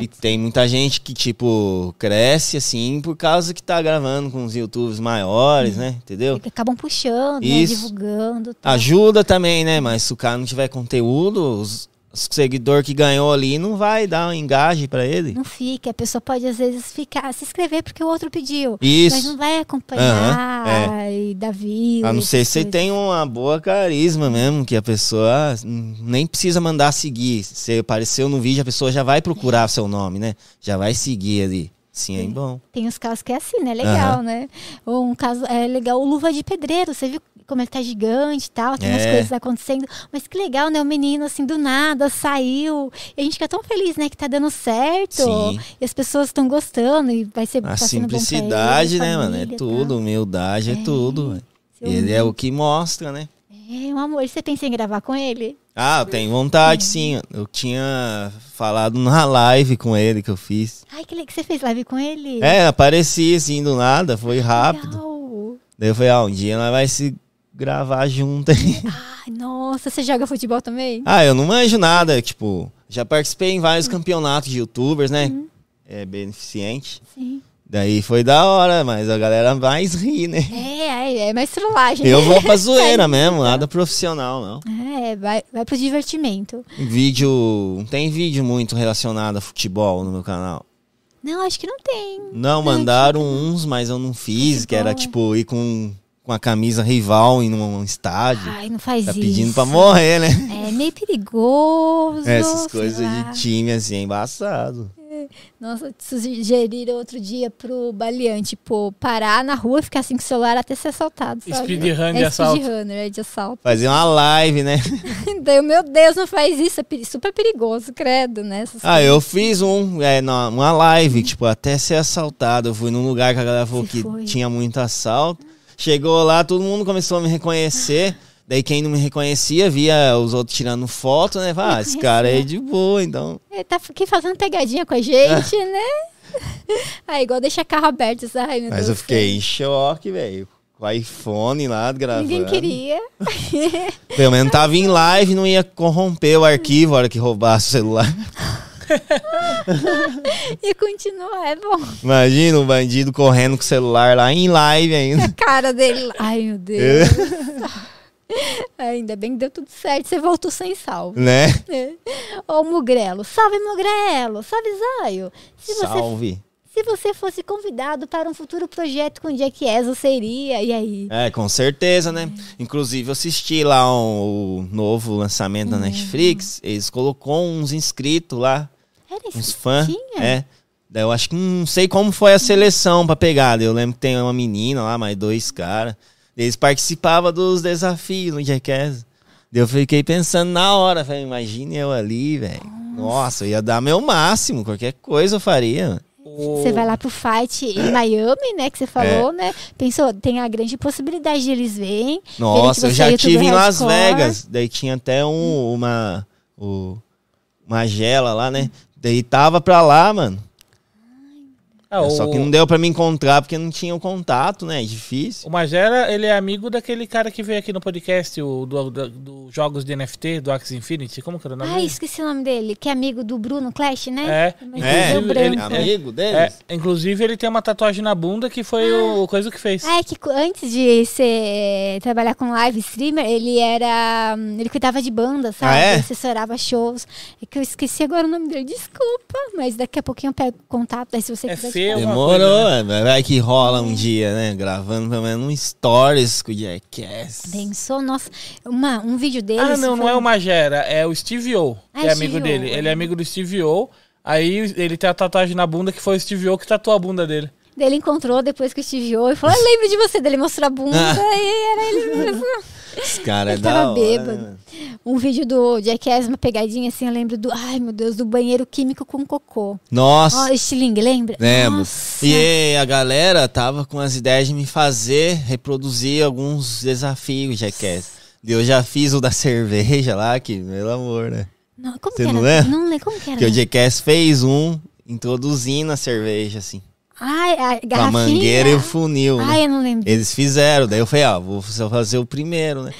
[SPEAKER 4] E tem muita gente que, tipo, cresce assim por causa que tá gravando com os youtubers maiores, né? Entendeu?
[SPEAKER 3] que acabam puxando, né,
[SPEAKER 4] Isso.
[SPEAKER 3] divulgando. Tá.
[SPEAKER 4] Ajuda também, né? Mas se o cara não tiver conteúdo, os, os seguidor que ganhou ali não vai dar um engaje pra ele.
[SPEAKER 3] Não fica, a pessoa pode às vezes ficar, se inscrever porque o outro pediu, mas
[SPEAKER 4] Isso. é.
[SPEAKER 3] não vai acompanhar, e Davi.
[SPEAKER 4] A não ser se
[SPEAKER 3] essas
[SPEAKER 4] você tem uma boa carisma mesmo, que a pessoa hum, nem precisa mandar seguir. Se apareceu no vídeo, a pessoa já vai procurar seu nome, né? Já vai seguir ali. Sim, é bom.
[SPEAKER 3] Tem uns casos que é assim, né? Legal,
[SPEAKER 4] Aham.
[SPEAKER 3] né? Ou um caso é legal, o Luva de Pedreiro, você viu como ele tá gigante e tal, tem umas
[SPEAKER 4] É.
[SPEAKER 3] coisas acontecendo. Mas que legal, né? O menino, assim, do nada, saiu. E a gente fica tão feliz, né? Que tá dando certo.
[SPEAKER 4] Sim.
[SPEAKER 3] E as pessoas estão gostando e vai ser tá
[SPEAKER 4] A
[SPEAKER 3] sendo bom pra ele,
[SPEAKER 4] simplicidade, né,
[SPEAKER 3] família
[SPEAKER 4] mano? É
[SPEAKER 3] e tal.
[SPEAKER 4] tudo, humildade é, tudo. velho.
[SPEAKER 3] Seu
[SPEAKER 4] Ele é o que mostra, né?
[SPEAKER 3] É, um amor. Você pensa em gravar com ele?
[SPEAKER 4] Ah, eu tenho vontade, sim. Eu tinha falado na live com ele que eu fiz.
[SPEAKER 3] Ai, que legal. Você fez live com ele?
[SPEAKER 4] É, apareci assim do nada, foi rápido.
[SPEAKER 3] Legal.
[SPEAKER 4] Daí eu falei, ah, um dia nós vai se gravar junto aí.
[SPEAKER 3] Ai, nossa, você joga futebol também?
[SPEAKER 4] Ah, eu não manjo nada, tipo, já participei em vários campeonatos de youtubers, né? É beneficente.
[SPEAKER 3] Sim.
[SPEAKER 4] Daí foi da hora, mas a galera mais ri, né?
[SPEAKER 3] É, é, é mais trollagem.
[SPEAKER 4] Eu vou pra zoeira mesmo, nada profissional, não.
[SPEAKER 3] É, vai, vai pro divertimento.
[SPEAKER 4] Vídeo. Não tem vídeo muito relacionado a futebol no meu canal.
[SPEAKER 3] Não, acho que não tem.
[SPEAKER 4] Não, mandaram uns, mas eu não fiz, que era tipo ir com, com a camisa rival em um estádio.
[SPEAKER 3] Ai, não faz
[SPEAKER 4] Tá
[SPEAKER 3] isso.
[SPEAKER 4] pedindo pra morrer, né?
[SPEAKER 3] É meio perigoso.
[SPEAKER 4] É, Essas
[SPEAKER 3] sei
[SPEAKER 4] coisas
[SPEAKER 3] lá.
[SPEAKER 4] de time, assim, é embaçado.
[SPEAKER 3] Nossa, sugeriram outro dia pro Baleante, pô, parar na rua, ficar assim com o celular até ser assaltado. Sabe?
[SPEAKER 5] Speedrun de
[SPEAKER 3] é
[SPEAKER 5] assalto.
[SPEAKER 3] Speedrunner, é de assalto.
[SPEAKER 4] Fazer uma live, né?
[SPEAKER 3] Daí, eu, meu Deus, não faz isso. É peri- super perigoso, credo, né? Essas
[SPEAKER 4] Ah, eu fiz um, é, na- uma live, tipo, até ser assaltado. Eu fui num lugar que a galera falou
[SPEAKER 3] Você
[SPEAKER 4] que
[SPEAKER 3] foi?
[SPEAKER 4] tinha muito assalto. Chegou lá, todo mundo começou a me reconhecer. Daí quem não me reconhecia via os outros tirando foto, né? Fala, ah, esse cara aí é de boa, então.
[SPEAKER 3] É, tá aqui fazendo pegadinha com a gente,
[SPEAKER 4] É.
[SPEAKER 3] né? Ah, igual deixar carro aberto, sabe? Ai, meu
[SPEAKER 4] Mas
[SPEAKER 3] Deus
[SPEAKER 4] eu
[SPEAKER 3] do
[SPEAKER 4] fiquei em choque, velho. Com o iPhone lá
[SPEAKER 3] céu.
[SPEAKER 4] gravando.
[SPEAKER 3] Ninguém queria.
[SPEAKER 4] Pelo menos tava em live, não ia corromper o arquivo a hora que roubasse o celular.
[SPEAKER 3] E continua, é bom.
[SPEAKER 4] Imagina o bandido correndo com o celular lá em live ainda.
[SPEAKER 3] A cara dele. lá. Ai, meu Deus. Ainda bem que deu tudo certo. Você voltou sem salvo.
[SPEAKER 4] né?
[SPEAKER 3] né? Ô, Mugrelo. Salve, Mugrelo. Salve, Zaio. Se você,
[SPEAKER 4] Salve.
[SPEAKER 3] se você fosse convidado para um futuro projeto com Jackass, é, você seria. E aí?
[SPEAKER 4] É, com certeza, né? Inclusive, eu assisti lá um- o novo lançamento
[SPEAKER 3] Hum.
[SPEAKER 4] da Netflix. Eles colocou uns inscritos lá,
[SPEAKER 3] Era isso?
[SPEAKER 4] uns fãs.
[SPEAKER 3] Tinha? Hum.
[SPEAKER 4] É. Daí eu acho que não sei como foi a seleção pra pegar. Daí Eu lembro que tem uma menina lá, mais dois caras. Eles participavam dos desafios no Jackass. Daí eu fiquei pensando na hora, falei, imagine eu ali, velho. Nossa, eu ia dar meu máximo, qualquer coisa eu faria. mano.
[SPEAKER 5] O-
[SPEAKER 3] Você vai lá pro fight em Miami, né? Que você falou,
[SPEAKER 4] É.
[SPEAKER 3] né? Pensou, tem a grande possibilidade de eles verem.
[SPEAKER 4] Nossa, eu
[SPEAKER 3] você é
[SPEAKER 4] já
[SPEAKER 3] youtuber
[SPEAKER 4] tive em Las
[SPEAKER 3] hardcore.
[SPEAKER 4] Vegas. Daí tinha até um, uma. O, uma gela lá, né? Daí tava pra lá, mano.
[SPEAKER 5] Ah, o-
[SPEAKER 4] É Só que não deu pra me encontrar porque não tinha o contato, né? É difícil.
[SPEAKER 5] O Magera, ele é amigo daquele cara que veio aqui no podcast, o do, do- do jogos de NFT, do Axie Infinity. Como que era o nome?
[SPEAKER 3] Ah,
[SPEAKER 5] dele?
[SPEAKER 3] esqueci o nome dele, que é amigo do Bruno Clash, né?
[SPEAKER 5] É,
[SPEAKER 3] Mas
[SPEAKER 4] É,
[SPEAKER 3] deu
[SPEAKER 5] inclusive,
[SPEAKER 4] ele,
[SPEAKER 5] ele,
[SPEAKER 3] branco.
[SPEAKER 4] amigo deles.
[SPEAKER 5] é, inclusive ele tem uma tatuagem na bunda que foi o, o coisa que fez.
[SPEAKER 3] Ah, é que co- antes de ser, eh, trabalhar com live streamer, ele era. hum, Ele cuidava de banda, sabe?
[SPEAKER 4] Ah, é?
[SPEAKER 3] Ele assessorava shows. É que eu esqueci agora o nome dele, desculpa. Mas daqui a pouquinho eu pego o contato, aí se você
[SPEAKER 5] É
[SPEAKER 3] quiser.
[SPEAKER 5] feio. alguma
[SPEAKER 4] Demorou,
[SPEAKER 5] coisa, né?
[SPEAKER 3] né?
[SPEAKER 4] é, mas vai que rola um dia, né? Gravando pelo menos um stories com o Jackass.
[SPEAKER 3] Pensou, nossa, uma, um vídeo dele.
[SPEAKER 5] Ah, não, não é o Magera, é o Steve O,
[SPEAKER 3] Ah,
[SPEAKER 5] que é amigo
[SPEAKER 3] Steve O.
[SPEAKER 5] dele. Ele é amigo do Steve O. Aí ele tem a tatuagem na bunda que foi o Steve O que tatuou a bunda dele.
[SPEAKER 3] Daí Ele encontrou depois que o Steve O e falou: Eu lembro de você. Daí Ele mostrou a bunda
[SPEAKER 5] Ah.
[SPEAKER 3] e era ele mesmo.
[SPEAKER 4] Esse cara é
[SPEAKER 3] Ele
[SPEAKER 4] da
[SPEAKER 3] tava
[SPEAKER 4] hora,
[SPEAKER 3] bêbado.
[SPEAKER 4] né?
[SPEAKER 3] Um vídeo do Jackass, uma pegadinha assim, eu lembro do. Ai, meu Deus, do banheiro químico com cocô. Ó,
[SPEAKER 4] Nossa,
[SPEAKER 3] estilingue, lembra?
[SPEAKER 4] lembro.
[SPEAKER 3] Nossa.
[SPEAKER 4] E a galera tava com as ideias de me fazer reproduzir alguns desafios Jackass. Eu já fiz o da cerveja lá, que, pelo amor, né?
[SPEAKER 3] Não, como
[SPEAKER 4] Você
[SPEAKER 3] que
[SPEAKER 4] não
[SPEAKER 3] era?
[SPEAKER 4] lembra?
[SPEAKER 3] Não lembro. Como que era?
[SPEAKER 4] Que o Jackass fez um introduzindo a cerveja, assim.
[SPEAKER 3] Ai, a
[SPEAKER 4] Com
[SPEAKER 3] garrafinha.
[SPEAKER 4] a mangueira e o funil, né?
[SPEAKER 3] Ai, eu não lembro.
[SPEAKER 4] Eles fizeram, daí eu falei, ó, vou só fazer o primeiro, né?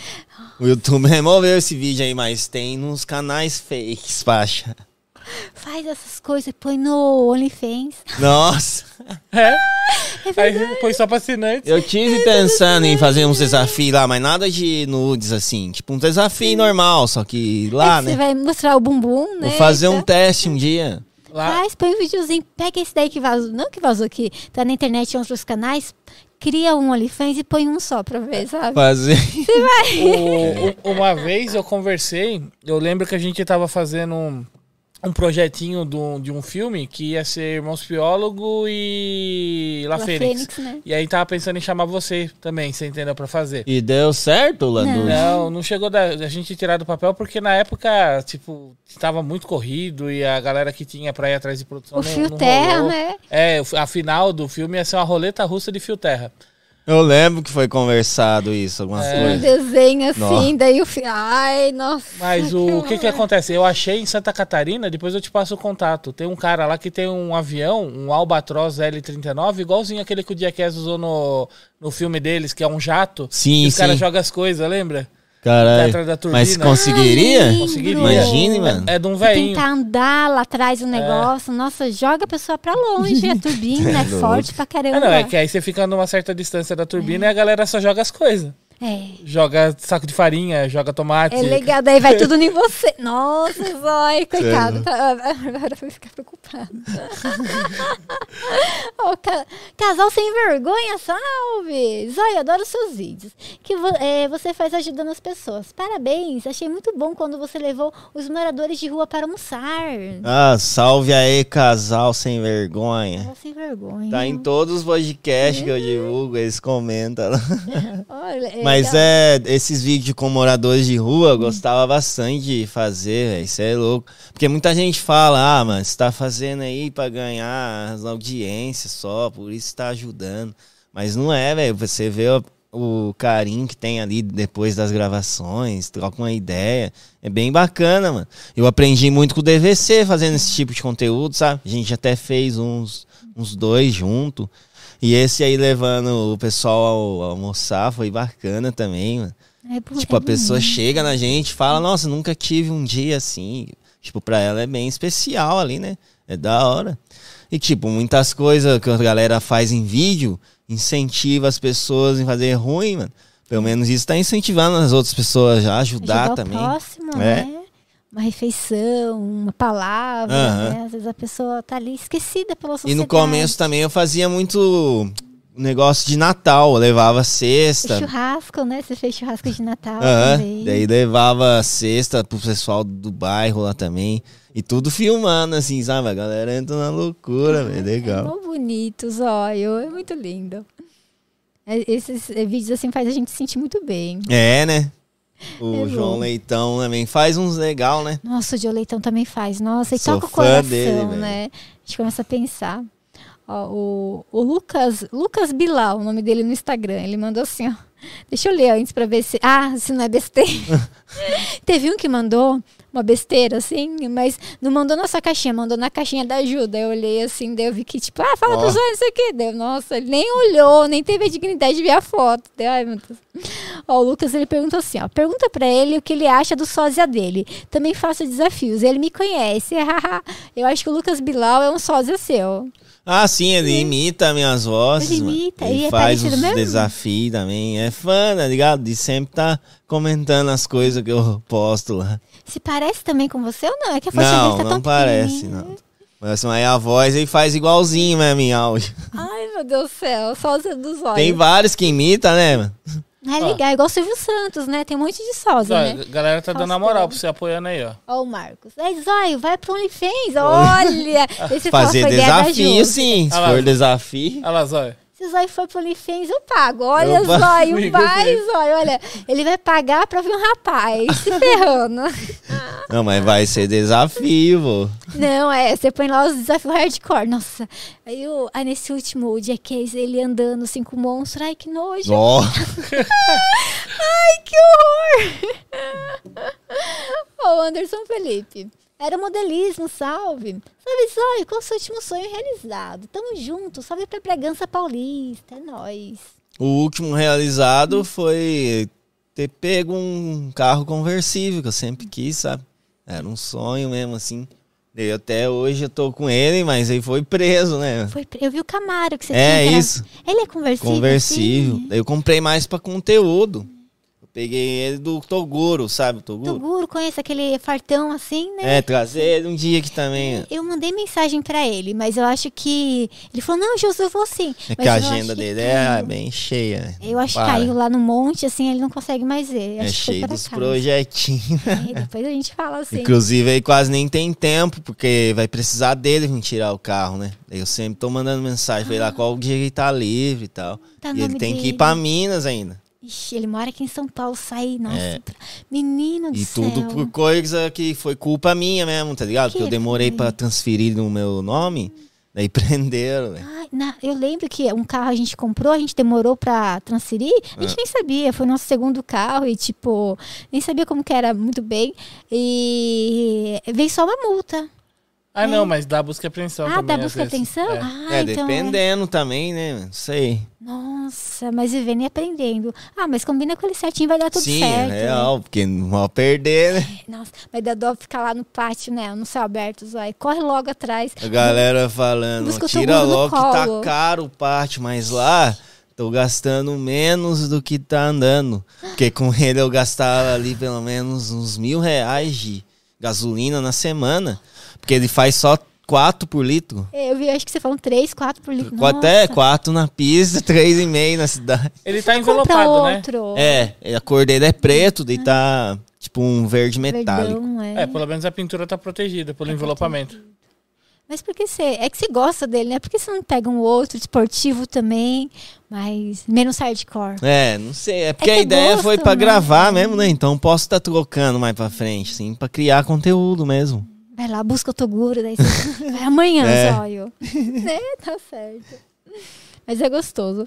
[SPEAKER 4] O YouTube removeu esse vídeo aí, mas tem nos canais fakes, Pacha.
[SPEAKER 3] Faz essas coisas, põe no OnlyFans.
[SPEAKER 4] Nossa!
[SPEAKER 3] Ah,
[SPEAKER 5] É? Aí foi só pra assinante.
[SPEAKER 4] Eu tive pensando em fazer uns desafios lá, mas nada de nudes assim. Tipo, um desafio normal, só que lá,
[SPEAKER 3] Aí Você
[SPEAKER 4] né?
[SPEAKER 3] vai mostrar o bumbum, né?
[SPEAKER 4] Vou fazer um
[SPEAKER 3] Então,
[SPEAKER 4] teste um dia.
[SPEAKER 5] Lá,
[SPEAKER 3] Faz, põe um videozinho, pega esse daí que vazou. Não que vazou aqui, tá na internet em outros canais. cria um OnlyFans e põe um só pra ver, sabe?
[SPEAKER 4] Fazer.
[SPEAKER 5] O- o- uma vez eu conversei, eu lembro que a gente tava fazendo um, um projetinho de um, de um filme que ia ser Irmãos Piólogo e La,
[SPEAKER 3] La
[SPEAKER 5] Fênix.
[SPEAKER 3] Fênix, né?
[SPEAKER 5] E aí tava pensando em chamar você também, você entendeu, pra fazer.
[SPEAKER 4] E deu certo, Lanús?
[SPEAKER 5] Não, não chegou da, da gente tirar do papel, porque na época, tipo, tava muito corrido e a galera que tinha pra ir atrás de produção
[SPEAKER 3] O
[SPEAKER 5] não,
[SPEAKER 3] fio
[SPEAKER 5] não
[SPEAKER 3] terra,
[SPEAKER 5] rolou.
[SPEAKER 3] né?
[SPEAKER 5] É, o fi- a final do filme ia ser uma roleta russa de fio terra.
[SPEAKER 4] Eu lembro que foi conversado isso, algumas
[SPEAKER 5] É.
[SPEAKER 3] Um
[SPEAKER 4] coisas.
[SPEAKER 3] desenho assim,
[SPEAKER 4] Nossa.
[SPEAKER 3] daí o fio. Ai, nossa.
[SPEAKER 5] Mas o, o que que acontece? Eu achei em Santa Catarina, depois eu te passo o contato. Tem um cara lá que tem um avião, um Albatroz L-39, igualzinho aquele que o Jackass usou no, no filme deles, que é um jato.
[SPEAKER 4] Sim,
[SPEAKER 5] e os caras
[SPEAKER 4] sim.
[SPEAKER 5] jogam as coisas, lembra?
[SPEAKER 4] Caralho.
[SPEAKER 5] atrás da turbina.
[SPEAKER 4] Mas conseguiria?
[SPEAKER 3] Ai,
[SPEAKER 5] Conseguiria.
[SPEAKER 4] Imagine, mano.
[SPEAKER 5] É de um
[SPEAKER 3] E
[SPEAKER 5] velhinho.
[SPEAKER 3] Tentar andar lá atrás do negócio, nossa, joga a pessoa pra longe, a turbina é,
[SPEAKER 4] louco.
[SPEAKER 3] forte pra
[SPEAKER 5] É,
[SPEAKER 3] caramba.
[SPEAKER 5] não, é que aí você fica numa certa distância da turbina e a galera só joga as coisas.
[SPEAKER 3] É.
[SPEAKER 5] Joga saco de farinha, joga tomate.
[SPEAKER 3] É legal, daí vai tudo em você. Nossa, zói, coitado. tá- agora eu vou ficar preocupada. Ó, ca- casal sem vergonha, salve! Zói, adoro seus vídeos. Que vo- é, você faz ajudando as pessoas. Parabéns, achei muito bom quando você levou os moradores de rua para almoçar.
[SPEAKER 4] Ah, salve aí, casal sem vergonha.
[SPEAKER 3] Casal sem vergonha.
[SPEAKER 4] Tá em todos os podcasts que eu divulgo, eles comentam lá.
[SPEAKER 3] Olha, é
[SPEAKER 4] Mas
[SPEAKER 3] legal.
[SPEAKER 4] é, esses vídeos com moradores de rua, eu gostava bastante de fazer, velho. Isso é louco. Porque muita gente fala, ah, mano, você tá fazendo aí pra ganhar as audiências só, por isso tá ajudando. Mas não é, velho. Você vê o, o carinho que tem ali depois das gravações, troca uma ideia. É bem bacana, mano. Eu aprendi muito com o DVC fazendo esse tipo de conteúdo, sabe? A gente até fez uns, uns dois junto. E esse aí levando o pessoal ao, ao almoçar foi bacana também, mano.
[SPEAKER 3] É bu-
[SPEAKER 4] Tipo,
[SPEAKER 3] é
[SPEAKER 4] a pessoa
[SPEAKER 3] bonito.
[SPEAKER 4] chega na gente e fala, nossa, nunca tive um dia assim. Tipo, pra ela é bem especial ali, né? É da hora. E, tipo, muitas coisas que a galera faz em vídeo incentiva as pessoas em fazer ruim, mano. Pelo menos isso tá incentivando as outras pessoas a ajudar,
[SPEAKER 3] ajudar
[SPEAKER 4] também.
[SPEAKER 3] o próximo,
[SPEAKER 4] É.
[SPEAKER 3] né? Uma refeição, uma palavra,
[SPEAKER 4] Aham.
[SPEAKER 3] né? Às vezes a pessoa tá ali esquecida pela sociedade.
[SPEAKER 4] E no começo também eu fazia muito negócio de Natal. Eu levava cesta,
[SPEAKER 3] Churrasco, né? Você fez churrasco de Natal
[SPEAKER 4] Aham,
[SPEAKER 3] também.
[SPEAKER 4] Daí levava a cesta pro pessoal do bairro lá também. E tudo filmando, assim, sabe? A galera entra na loucura, velho.
[SPEAKER 3] É
[SPEAKER 4] Legal.
[SPEAKER 3] mó bonito, zóio. É muito lindo. É, Esses é, vídeos assim faz a gente se sentir muito bem.
[SPEAKER 4] É, né? O
[SPEAKER 3] É
[SPEAKER 4] João
[SPEAKER 3] bom.
[SPEAKER 4] Leitão também faz uns legal, né?
[SPEAKER 3] Nossa, o Joe Leitão também faz. Nossa, e
[SPEAKER 4] Sou
[SPEAKER 3] toca o
[SPEAKER 4] fã
[SPEAKER 3] coração,
[SPEAKER 4] dele, velho.
[SPEAKER 3] né? A gente começa a pensar. Ó, o, o Lucas, Lucas Bilal, o nome dele no Instagram, ele mandou assim, ó. Deixa eu ler antes pra ver se. Ah, se não é besteira. Teve um que mandou uma besteira, assim, mas não mandou na sua caixinha, mandou na caixinha da ajuda. Eu olhei assim, daí eu vi que, tipo, ah, fala
[SPEAKER 4] Ó.
[SPEAKER 3] pros olhos, não sei o quê. Deu, nossa, ele nem olhou, nem teve a dignidade de ver a foto. Deu, ai, meu Deus. Ó, o Lucas, ele perguntou assim, ó. Pergunta pra ele o que ele acha do sósia dele. Também faço desafios, ele me conhece. eu acho que o Lucas Bilal é um sósia seu.
[SPEAKER 4] Ah, sim, ele imita minhas vozes.
[SPEAKER 3] Ele
[SPEAKER 4] mano.
[SPEAKER 3] imita,
[SPEAKER 4] Ele
[SPEAKER 3] e é
[SPEAKER 4] faz
[SPEAKER 3] parecido
[SPEAKER 4] os
[SPEAKER 3] mesmo?
[SPEAKER 4] desafios também. É fã, tá ligado? E sempre tá comentando as coisas que eu posto lá.
[SPEAKER 3] Se parece também com você ou não? É que a fotinha
[SPEAKER 4] Não,
[SPEAKER 3] dele tá
[SPEAKER 4] não
[SPEAKER 3] tão né?
[SPEAKER 4] parece,
[SPEAKER 3] pequenininha.
[SPEAKER 4] não. Mas aí a voz ele faz igualzinho, né, minha áudio.
[SPEAKER 3] Ai, meu Deus do céu, sósia dos olhos.
[SPEAKER 4] Tem vários que imitam, né, mano?
[SPEAKER 3] É legal, é igual o Silvio Santos, né? Tem um monte de sósia, né?
[SPEAKER 5] Ó, a galera tá dando a moral pra você apoiando aí, ó.
[SPEAKER 3] Ó o Marcos. É, Zóio, vai pro OnlyFans, olha! Esse
[SPEAKER 4] Fazer
[SPEAKER 3] foi a ideia da
[SPEAKER 4] desafio,
[SPEAKER 3] Ju.
[SPEAKER 4] sim. Se
[SPEAKER 5] Ah lá.
[SPEAKER 4] for desafio.
[SPEAKER 5] Olha lá, Zóia.
[SPEAKER 3] Se o Zóio for pro OnlyFans, eu pago. Olha,
[SPEAKER 4] Eu pago.
[SPEAKER 3] Zóio,
[SPEAKER 5] Amigo
[SPEAKER 3] vai,
[SPEAKER 5] dele.
[SPEAKER 3] Zóio. Olha, ele vai pagar pra ver um rapaz se ferrando.
[SPEAKER 4] Não, mas vai ser desafio, vô.
[SPEAKER 3] Não, é, você põe lá os desafios hardcore. Nossa, aí, o, aí nesse último, o Jackass, ele andando assim com o monstro. Ai, que nojo.
[SPEAKER 4] Ó,
[SPEAKER 3] Ai, que horror! Ô, Anderson Felipe. Era modelismo, salve. Salve, Zóio, qual o seu último sonho realizado? Tamo junto, salve pra Bragança Paulista, é nóis.
[SPEAKER 4] o último realizado foi ter pego um carro conversível, que eu sempre quis, sabe? Era um sonho mesmo, assim. E até hoje eu tô com ele, mas ele foi preso, né?
[SPEAKER 3] Foi, pre- eu vi o Camaro que você
[SPEAKER 4] É
[SPEAKER 3] tinha. que era-
[SPEAKER 4] isso.
[SPEAKER 3] Ele é conversível?
[SPEAKER 4] Conversível.
[SPEAKER 3] sim?
[SPEAKER 4] Daí Eu comprei mais pra conteúdo. Eu Peguei ele do Toguro, sabe? o Toguro.
[SPEAKER 3] Toguro conhece aquele fartão assim, né?
[SPEAKER 4] É, trazer ele um dia aqui também.
[SPEAKER 3] Eu mandei mensagem pra ele, mas eu acho que. Ele falou: não, Júlio, eu vou sim.
[SPEAKER 4] É
[SPEAKER 3] Mas
[SPEAKER 4] que a
[SPEAKER 3] eu
[SPEAKER 4] agenda
[SPEAKER 3] acho que
[SPEAKER 4] dele
[SPEAKER 3] caiu.
[SPEAKER 4] é bem cheia, né?
[SPEAKER 3] Eu acho que
[SPEAKER 4] Para.
[SPEAKER 3] caiu lá no monte, assim, ele não consegue mais ver.
[SPEAKER 4] É
[SPEAKER 3] acho que foi
[SPEAKER 4] cheio
[SPEAKER 3] pra
[SPEAKER 4] dos
[SPEAKER 3] casa.
[SPEAKER 4] projetinhos.
[SPEAKER 3] É, Depois a gente fala assim.
[SPEAKER 4] Inclusive, aí quase nem tem tempo, porque vai precisar dele vir tirar o carro, né? Eu sempre tô mandando mensagem pra ele lá qual dia ele tá livre e tal.
[SPEAKER 3] Ah. Tá
[SPEAKER 4] e ele
[SPEAKER 3] nome
[SPEAKER 4] tem que ir
[SPEAKER 3] dele.
[SPEAKER 4] pra Minas ainda.
[SPEAKER 3] Ixi, ele mora aqui em São Paulo, sair, nossa. pra- Menino do
[SPEAKER 4] É. E
[SPEAKER 3] céu.
[SPEAKER 4] tudo por coisa que foi culpa minha mesmo, tá ligado?
[SPEAKER 3] Que
[SPEAKER 4] Porque eu demorei
[SPEAKER 3] foi?
[SPEAKER 4] pra transferir no meu nome, daí prenderam, né? velho.
[SPEAKER 3] Ai, na- eu lembro que um carro a gente comprou, a gente demorou pra transferir, a
[SPEAKER 4] Ah.
[SPEAKER 3] gente nem sabia, foi nosso segundo carro e tipo, nem sabia como que era muito bem. E veio só uma multa.
[SPEAKER 5] Ah, não, mas dá busca e apreensão
[SPEAKER 3] É. ah,
[SPEAKER 5] também.
[SPEAKER 3] da
[SPEAKER 5] às
[SPEAKER 3] busca e
[SPEAKER 5] vezes.
[SPEAKER 3] atenção?
[SPEAKER 5] É.
[SPEAKER 3] Ah,
[SPEAKER 4] É,
[SPEAKER 3] então.
[SPEAKER 4] dependendo também, né? mano? Não sei.
[SPEAKER 3] Nossa, mas vivendo e aprendendo. Ah, mas combina com ele certinho, vai dar tudo
[SPEAKER 4] Sim,
[SPEAKER 3] certo.
[SPEAKER 4] é
[SPEAKER 3] né?
[SPEAKER 4] real, porque não vai perder, né?
[SPEAKER 3] Nossa, mas dá dó ficar lá no pátio, né? No céu aberto, vai. Corre logo atrás.
[SPEAKER 4] A galera falando,
[SPEAKER 3] Busca o
[SPEAKER 4] tira
[SPEAKER 3] Toguro no
[SPEAKER 4] logo que tá
[SPEAKER 3] colo."
[SPEAKER 4] caro o pátio, mas lá tô gastando menos do que tá andando. Porque com ele eu gastava ali pelo menos uns mil reais de gasolina na semana. Porque ele faz só quatro por litro.
[SPEAKER 3] Eu vi, acho que você falou três, quatro por litro.
[SPEAKER 4] Quatro- Até
[SPEAKER 3] Nossa,
[SPEAKER 4] quatro na pista, três e meio na cidade.
[SPEAKER 5] Ele tá
[SPEAKER 3] Compra
[SPEAKER 5] envelopado, né?
[SPEAKER 3] outro.
[SPEAKER 4] É, a cor dele é preto, daí tá tipo um verde metálico.
[SPEAKER 3] Verdão, é.
[SPEAKER 5] É, pelo menos a pintura tá protegida pelo envelopamento.
[SPEAKER 3] Mas por que você. É que você gosta dele, né? Por que você não pega um outro esportivo também, mas menos hardcore?
[SPEAKER 4] É, não sei. É porque
[SPEAKER 3] que
[SPEAKER 4] a
[SPEAKER 3] é
[SPEAKER 4] ideia
[SPEAKER 3] gosto,
[SPEAKER 4] foi pra
[SPEAKER 3] né?
[SPEAKER 4] gravar mesmo, né? Então posso estar trocando mais pra frente, assim, pra criar conteúdo mesmo.
[SPEAKER 3] Vai lá, busca o Toguro, daí você... vai amanhã,
[SPEAKER 4] É.
[SPEAKER 3] zóio. né? Tá certo. Mas é gostoso.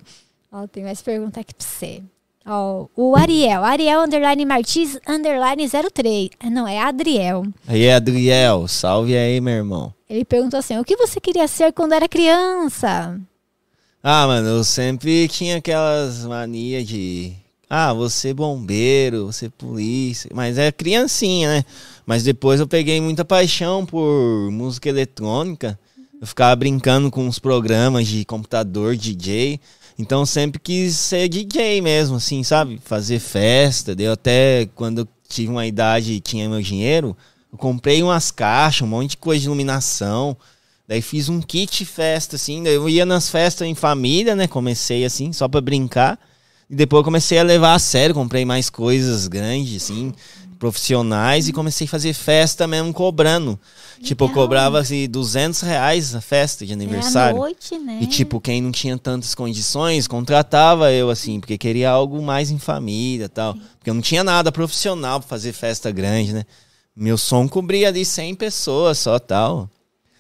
[SPEAKER 3] Ó, tem mais pergunta aqui pra você. Ó, o Ariel, Ariel underline Martins underline 03. Ah, Não, é Adriel.
[SPEAKER 4] Aí é Adriel, salve aí, meu irmão.
[SPEAKER 3] Ele perguntou assim: o que você queria ser quando era criança?
[SPEAKER 4] Ah, mano, eu sempre tinha aquelas manias de. Ah, você bombeiro, você é polícia. Mas é criancinha, né? Mas depois eu peguei muita paixão por música eletrônica. Eu ficava brincando com os programas de computador, DJ. Então eu sempre quis ser DJ mesmo, assim, sabe? Fazer festa. Deu até quando eu tive uma idade e tinha meu dinheiro, eu comprei umas caixas, um monte de coisa de iluminação. Daí fiz um kit festa, assim. Daí eu ia nas festas em família, né? Comecei assim, só pra brincar. E depois eu comecei a levar a sério, comprei mais coisas grandes, assim, profissionais, e comecei a fazer festa mesmo cobrando. Tipo, eu
[SPEAKER 3] Legal.
[SPEAKER 4] cobrava assim, 200 reais a festa de
[SPEAKER 3] É à
[SPEAKER 4] aniversário.
[SPEAKER 3] noite, né?
[SPEAKER 4] E tipo, quem não tinha tantas condições, contratava eu assim, porque queria algo mais em família e tal. Porque eu não tinha nada profissional pra fazer festa grande, né? Meu som cobria ali 100 pessoas só tal.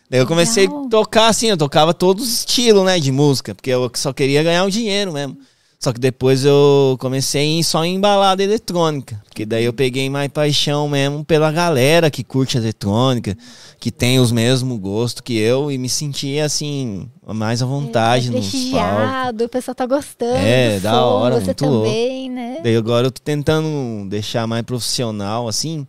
[SPEAKER 4] Daí eu comecei
[SPEAKER 3] Legal.
[SPEAKER 4] a tocar assim, eu tocava todos os estilos, né, de música, porque eu só queria ganhar o dinheiro mesmo. Só que depois eu comecei a ir só em balada eletrônica, porque daí eu peguei mais paixão mesmo pela galera que curte eletrônica, que tem os mesmos gostos que eu e me sentia assim, mais à vontade nos palcos.
[SPEAKER 3] Prestigiado, o pessoal tá gostando.
[SPEAKER 4] É,
[SPEAKER 3] do
[SPEAKER 4] da
[SPEAKER 3] som,
[SPEAKER 4] hora,
[SPEAKER 3] Você
[SPEAKER 4] muito
[SPEAKER 3] também, né?
[SPEAKER 4] Daí agora eu tô tentando deixar mais profissional, assim,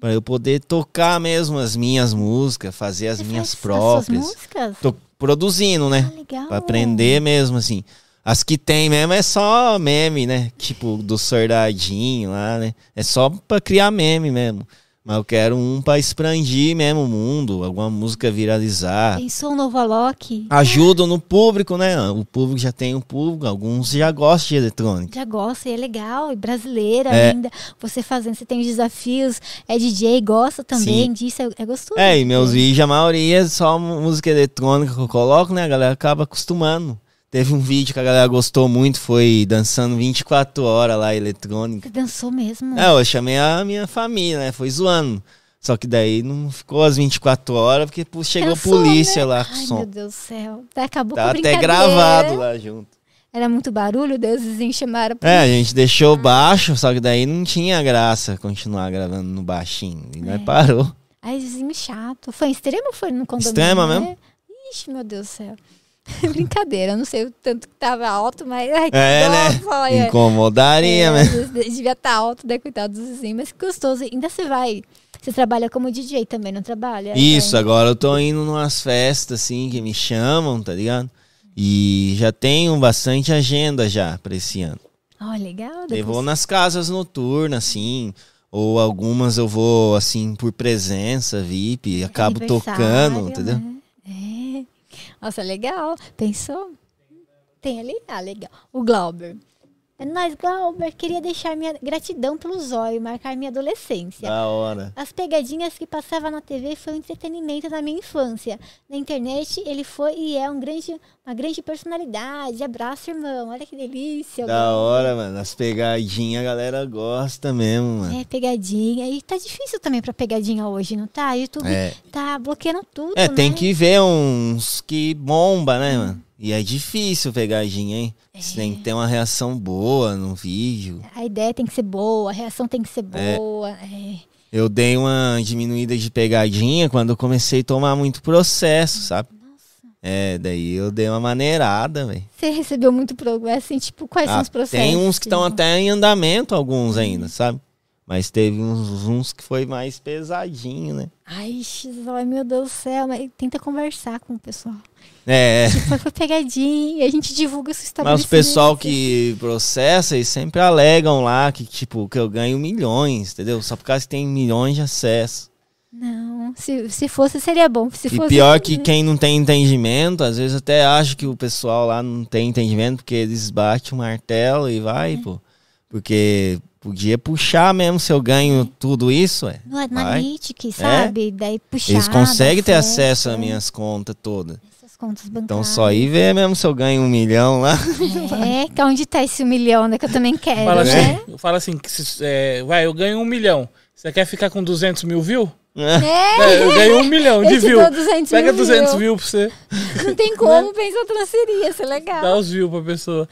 [SPEAKER 4] pra eu poder tocar mesmo as minhas músicas, fazer as
[SPEAKER 3] Você
[SPEAKER 4] minhas
[SPEAKER 3] faz
[SPEAKER 4] próprias.
[SPEAKER 3] As suas músicas?
[SPEAKER 4] Tô produzindo, né?
[SPEAKER 3] Ah, legal.
[SPEAKER 4] Pra aprender mesmo, assim. As que tem mesmo é só meme, né? Tipo, do Sordadinho lá, né? É só pra criar meme mesmo. Mas eu quero um pra expandir mesmo o mundo, alguma música viralizar.
[SPEAKER 3] Pensou um novo Alok?
[SPEAKER 4] Ajudo no público, né? O público já tem o público, alguns já gostam de eletrônica.
[SPEAKER 3] Já gosta e é legal, e brasileira
[SPEAKER 4] É.
[SPEAKER 3] ainda. Você fazendo, você tem os desafios, é DJ, gosta também
[SPEAKER 4] Sim.
[SPEAKER 3] disso, é, é gostoso.
[SPEAKER 4] É, e meus vídeos, a maioria é só mu- música eletrônica que eu coloco, né? A galera acaba acostumando. Teve um vídeo que a galera gostou muito, foi dançando 24 horas lá, eletrônica.
[SPEAKER 3] Você dançou mesmo.
[SPEAKER 4] É, eu chamei a minha família, né? Foi zoando. Só que daí não ficou as 24 horas, porque pô, chegou a
[SPEAKER 3] Cansou,
[SPEAKER 4] polícia
[SPEAKER 3] né?
[SPEAKER 4] lá com o
[SPEAKER 3] Ai,
[SPEAKER 4] som.
[SPEAKER 3] meu Deus do céu. Tá, acabou
[SPEAKER 4] Tá
[SPEAKER 3] com a
[SPEAKER 4] até
[SPEAKER 3] brincadeira.
[SPEAKER 4] gravado lá junto.
[SPEAKER 3] Era muito barulho, Deus, os vizinhos chamaram. pra-
[SPEAKER 4] É, a gente deixou baixo, só que daí não tinha graça continuar gravando no baixinho. E
[SPEAKER 3] É.
[SPEAKER 4] nós parou.
[SPEAKER 3] Ai, vizinho chato. Foi em extrema ou foi no condomínio?
[SPEAKER 4] Extrema
[SPEAKER 3] né?
[SPEAKER 4] mesmo?
[SPEAKER 3] Ixi, meu Deus do céu. Brincadeira, eu não sei o tanto que tava alto, mas. Ai, que
[SPEAKER 4] É,
[SPEAKER 3] dó,
[SPEAKER 4] né?
[SPEAKER 3] olha.
[SPEAKER 4] Incomodaria,
[SPEAKER 3] É,
[SPEAKER 4] né?
[SPEAKER 3] às vezes Devia estar alto, daí coitado dos vizinhos, mas que gostoso. Ainda você vai. Você trabalha como DJ também, não trabalha?
[SPEAKER 4] Isso, agora eu tô indo numas festas, assim, que me chamam, tá ligado? E já tenho bastante agenda já pra esse ano.
[SPEAKER 3] Então, Ó, legal.
[SPEAKER 4] Eu vou
[SPEAKER 3] depois-
[SPEAKER 4] nas casas noturnas, assim. Ou algumas eu vou, assim, por presença, VIP, acabo
[SPEAKER 3] Aniversário,
[SPEAKER 4] tocando, entendeu?
[SPEAKER 3] né? É. Nossa, legal. Pensou? Tem ali? Ah, legal. O Glauber. É nóis, Glauber. Queria deixar minha gratidão pelo zóio, marcar minha adolescência.
[SPEAKER 4] Da hora.
[SPEAKER 3] As pegadinhas que passava na TV foi um entretenimento na minha infância. Na internet, ele foi e é um grande, uma grande personalidade. Abraço, irmão. Olha que delícia.
[SPEAKER 4] Da hora, mano. As pegadinhas a galera gosta mesmo, mano.
[SPEAKER 3] É, pegadinha. E tá difícil também pra pegadinha hoje, não tá? YouTube
[SPEAKER 4] É.
[SPEAKER 3] tá bloqueando tudo,
[SPEAKER 4] É, tem
[SPEAKER 3] né?
[SPEAKER 4] que ver uns que bomba,
[SPEAKER 3] Hum.
[SPEAKER 4] né, mano? E é difícil pegadinha, hein?
[SPEAKER 3] É.
[SPEAKER 4] Você tem que ter uma reação boa no vídeo.
[SPEAKER 3] A ideia tem que ser boa, a reação tem que ser boa. é.
[SPEAKER 4] Eu dei uma diminuída de pegadinha quando eu comecei a tomar muito processo, sabe? É, daí eu dei uma maneirada, velho.
[SPEAKER 3] Você recebeu muito progresso, assim, tipo, quais são
[SPEAKER 4] Ah,
[SPEAKER 3] os processos?
[SPEAKER 4] Tem uns que estão até em andamento, alguns ainda, sabe? Mas teve uns, uns que foi mais pesadinho, né?
[SPEAKER 3] Ai, Xizói, meu Deus do céu. Mas tenta conversar com o pessoal.
[SPEAKER 4] É,
[SPEAKER 3] Foi por pegadinha, a gente divulga isso
[SPEAKER 4] mas o pessoal que processa, eles sempre alegam lá que, tipo, que eu ganho milhões, entendeu? Só por causa que tem milhões de acessos.
[SPEAKER 3] Não, se, se fosse, seria bom. Se
[SPEAKER 4] E
[SPEAKER 3] fosse, assim, né?
[SPEAKER 4] pior que quem não tem entendimento, às vezes até acho que o pessoal lá não tem entendimento, porque eles batem o martelo e vai, pô. Porque podia puxar mesmo se eu ganho tudo isso, é.
[SPEAKER 3] né? No Analytics,
[SPEAKER 4] É.
[SPEAKER 3] sabe? Daí puxar.
[SPEAKER 4] Eles conseguem ter
[SPEAKER 3] acesso,
[SPEAKER 4] acesso às
[SPEAKER 3] é,
[SPEAKER 4] minhas contas todas.
[SPEAKER 3] essas contas bancárias.
[SPEAKER 4] Então só ir ver mesmo se eu ganho um milhão lá.
[SPEAKER 3] É, que onde tá esse milhão, né? Que eu também quero,
[SPEAKER 5] Fala
[SPEAKER 3] né?
[SPEAKER 5] assim, fala assim que se- é, vai, eu ganho um milhão. Você quer ficar com 200 mil view? É, eu ganho um milhão
[SPEAKER 3] Eu
[SPEAKER 5] de
[SPEAKER 3] te
[SPEAKER 5] view.
[SPEAKER 3] dou 200
[SPEAKER 5] Pega Né?
[SPEAKER 3] mil
[SPEAKER 5] 200
[SPEAKER 3] view.
[SPEAKER 5] view pra você.
[SPEAKER 3] Não tem como, pensa transferir, isso é legal.
[SPEAKER 5] Dá os views pra pessoa.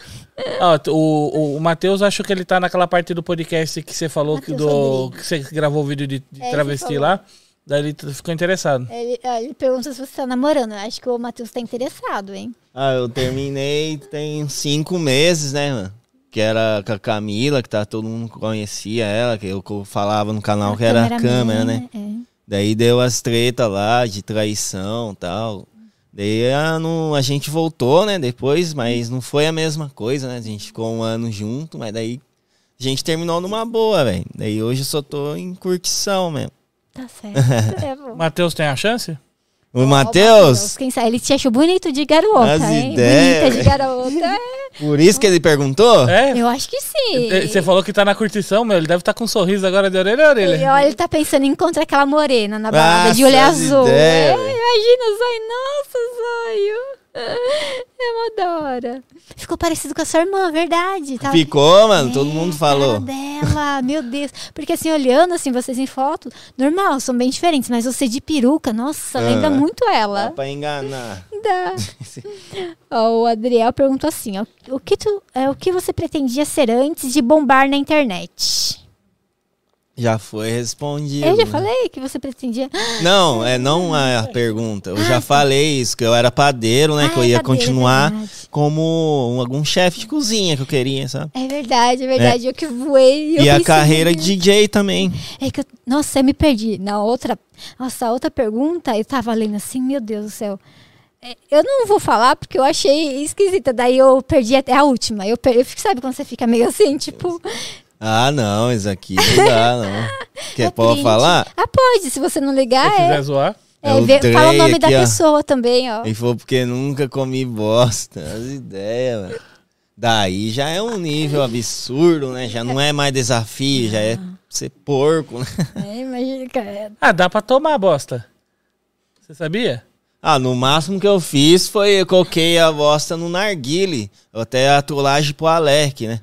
[SPEAKER 5] Ah, t- o o, o Matheus acho que ele tá naquela parte do podcast que você falou que,
[SPEAKER 3] Matheus
[SPEAKER 5] do,
[SPEAKER 3] Rodrigues.
[SPEAKER 5] que você gravou o vídeo de, de
[SPEAKER 3] É, ele
[SPEAKER 5] travesti
[SPEAKER 3] falou.
[SPEAKER 5] lá. Daí ele t- ficou interessado.
[SPEAKER 3] Ele, ah, ele pergunta se você tá namorando. Eu Acho que o Matheus tá interessado, hein?
[SPEAKER 4] Ah, eu terminei tem cinco meses, né, mano? Que era com a Camila, que tá, todo mundo conhecia ela, que eu co- falava no canal que era a
[SPEAKER 3] Cameraman,
[SPEAKER 4] câmera, né?
[SPEAKER 3] É.
[SPEAKER 4] Daí deu as treta lá de traição e tal. Daí a, não, a gente voltou, né, depois, mas não foi a mesma coisa, né? A gente ficou um ano junto, mas daí a gente terminou numa boa, velho. Daí hoje eu só tô em curtição mesmo.
[SPEAKER 3] Tá certo. é bom.
[SPEAKER 5] Matheus tem a chance?
[SPEAKER 4] O
[SPEAKER 3] Ó, o
[SPEAKER 4] Matheus,
[SPEAKER 3] Quem sabe, ele te achou bonito de garota,
[SPEAKER 4] As
[SPEAKER 3] hein?
[SPEAKER 4] ideias,
[SPEAKER 3] Bonita de garota.
[SPEAKER 4] por isso que ele perguntou?
[SPEAKER 5] É?
[SPEAKER 3] é. Eu acho que sim.
[SPEAKER 5] É, Você falou que tá na curtição, meu. Ele deve estar com um sorriso agora de orelha a orelha.
[SPEAKER 3] Ele, olha, ele tá pensando em encontrar aquela morena na balada de olho
[SPEAKER 4] Nossa, as
[SPEAKER 3] azul. É,
[SPEAKER 4] ideias.
[SPEAKER 3] imagina, Zóio. Nossa, Zóio. É uma da hora. Ficou parecido com a sua irmã, verdade. Tava-
[SPEAKER 4] Ficou, mano,
[SPEAKER 3] É,
[SPEAKER 4] todo mundo
[SPEAKER 3] a cara
[SPEAKER 4] falou.
[SPEAKER 3] dela, meu Deus. Porque assim, olhando assim, vocês em foto, normal, são bem diferentes, mas você de peruca, nossa,
[SPEAKER 4] Ah.
[SPEAKER 3] lembra muito
[SPEAKER 4] Dá
[SPEAKER 3] ela.
[SPEAKER 4] pra enganar.
[SPEAKER 3] Dá. Ó, o Adriel perguntou assim: ó, o, que tu, é, o que você pretendia ser antes de bombar na internet?
[SPEAKER 4] Já foi respondido.
[SPEAKER 3] Eu já
[SPEAKER 4] né?
[SPEAKER 3] falei que você pretendia.
[SPEAKER 4] Não, é não a pergunta. Eu já falei isso, que eu era padeiro, né?
[SPEAKER 3] tá. Ah,
[SPEAKER 4] que eu
[SPEAKER 3] é
[SPEAKER 4] ia
[SPEAKER 3] padeiro, é
[SPEAKER 4] continuar
[SPEAKER 3] verdade.
[SPEAKER 4] como um- algum chefe de cozinha que eu queria, sabe?
[SPEAKER 3] É verdade, é verdade. Eu que voei. eu
[SPEAKER 4] e a
[SPEAKER 3] pensei
[SPEAKER 4] carreira
[SPEAKER 3] nisso.
[SPEAKER 4] de DJ também.
[SPEAKER 3] É que eu, nossa, eu me perdi. Na outra, nossa, a outra pergunta, eu tava lendo assim, meu Deus do céu. É, Eu não vou falar porque eu achei esquisita. Daí eu perdi até a última. Eu, per- eu fico, sabe quando você fica meio assim, tipo.
[SPEAKER 4] Ah, não, isso aqui não dá, não. Quer
[SPEAKER 3] é
[SPEAKER 4] pode
[SPEAKER 3] print.
[SPEAKER 4] falar?
[SPEAKER 3] Ah, pode. Se você não
[SPEAKER 5] Se
[SPEAKER 3] ligar,
[SPEAKER 5] quiser
[SPEAKER 3] é.
[SPEAKER 5] zoar.
[SPEAKER 4] É
[SPEAKER 3] é,
[SPEAKER 4] o
[SPEAKER 3] vê-
[SPEAKER 4] Dre
[SPEAKER 3] fala o nome da
[SPEAKER 4] aqui, ó.
[SPEAKER 3] pessoa também, ó.
[SPEAKER 4] Ele falou porque nunca comi bosta. As ideias, mano. Daí já é um nível absurdo, né? Já não é mais desafio, já é ser porco, né?
[SPEAKER 3] É, imagina, cara.
[SPEAKER 5] Ah, dá pra tomar bosta. Você sabia?
[SPEAKER 4] Ah, no máximo que eu fiz foi eu coloquei a bosta no narguile. Eu até a trollagem pro Alec, né?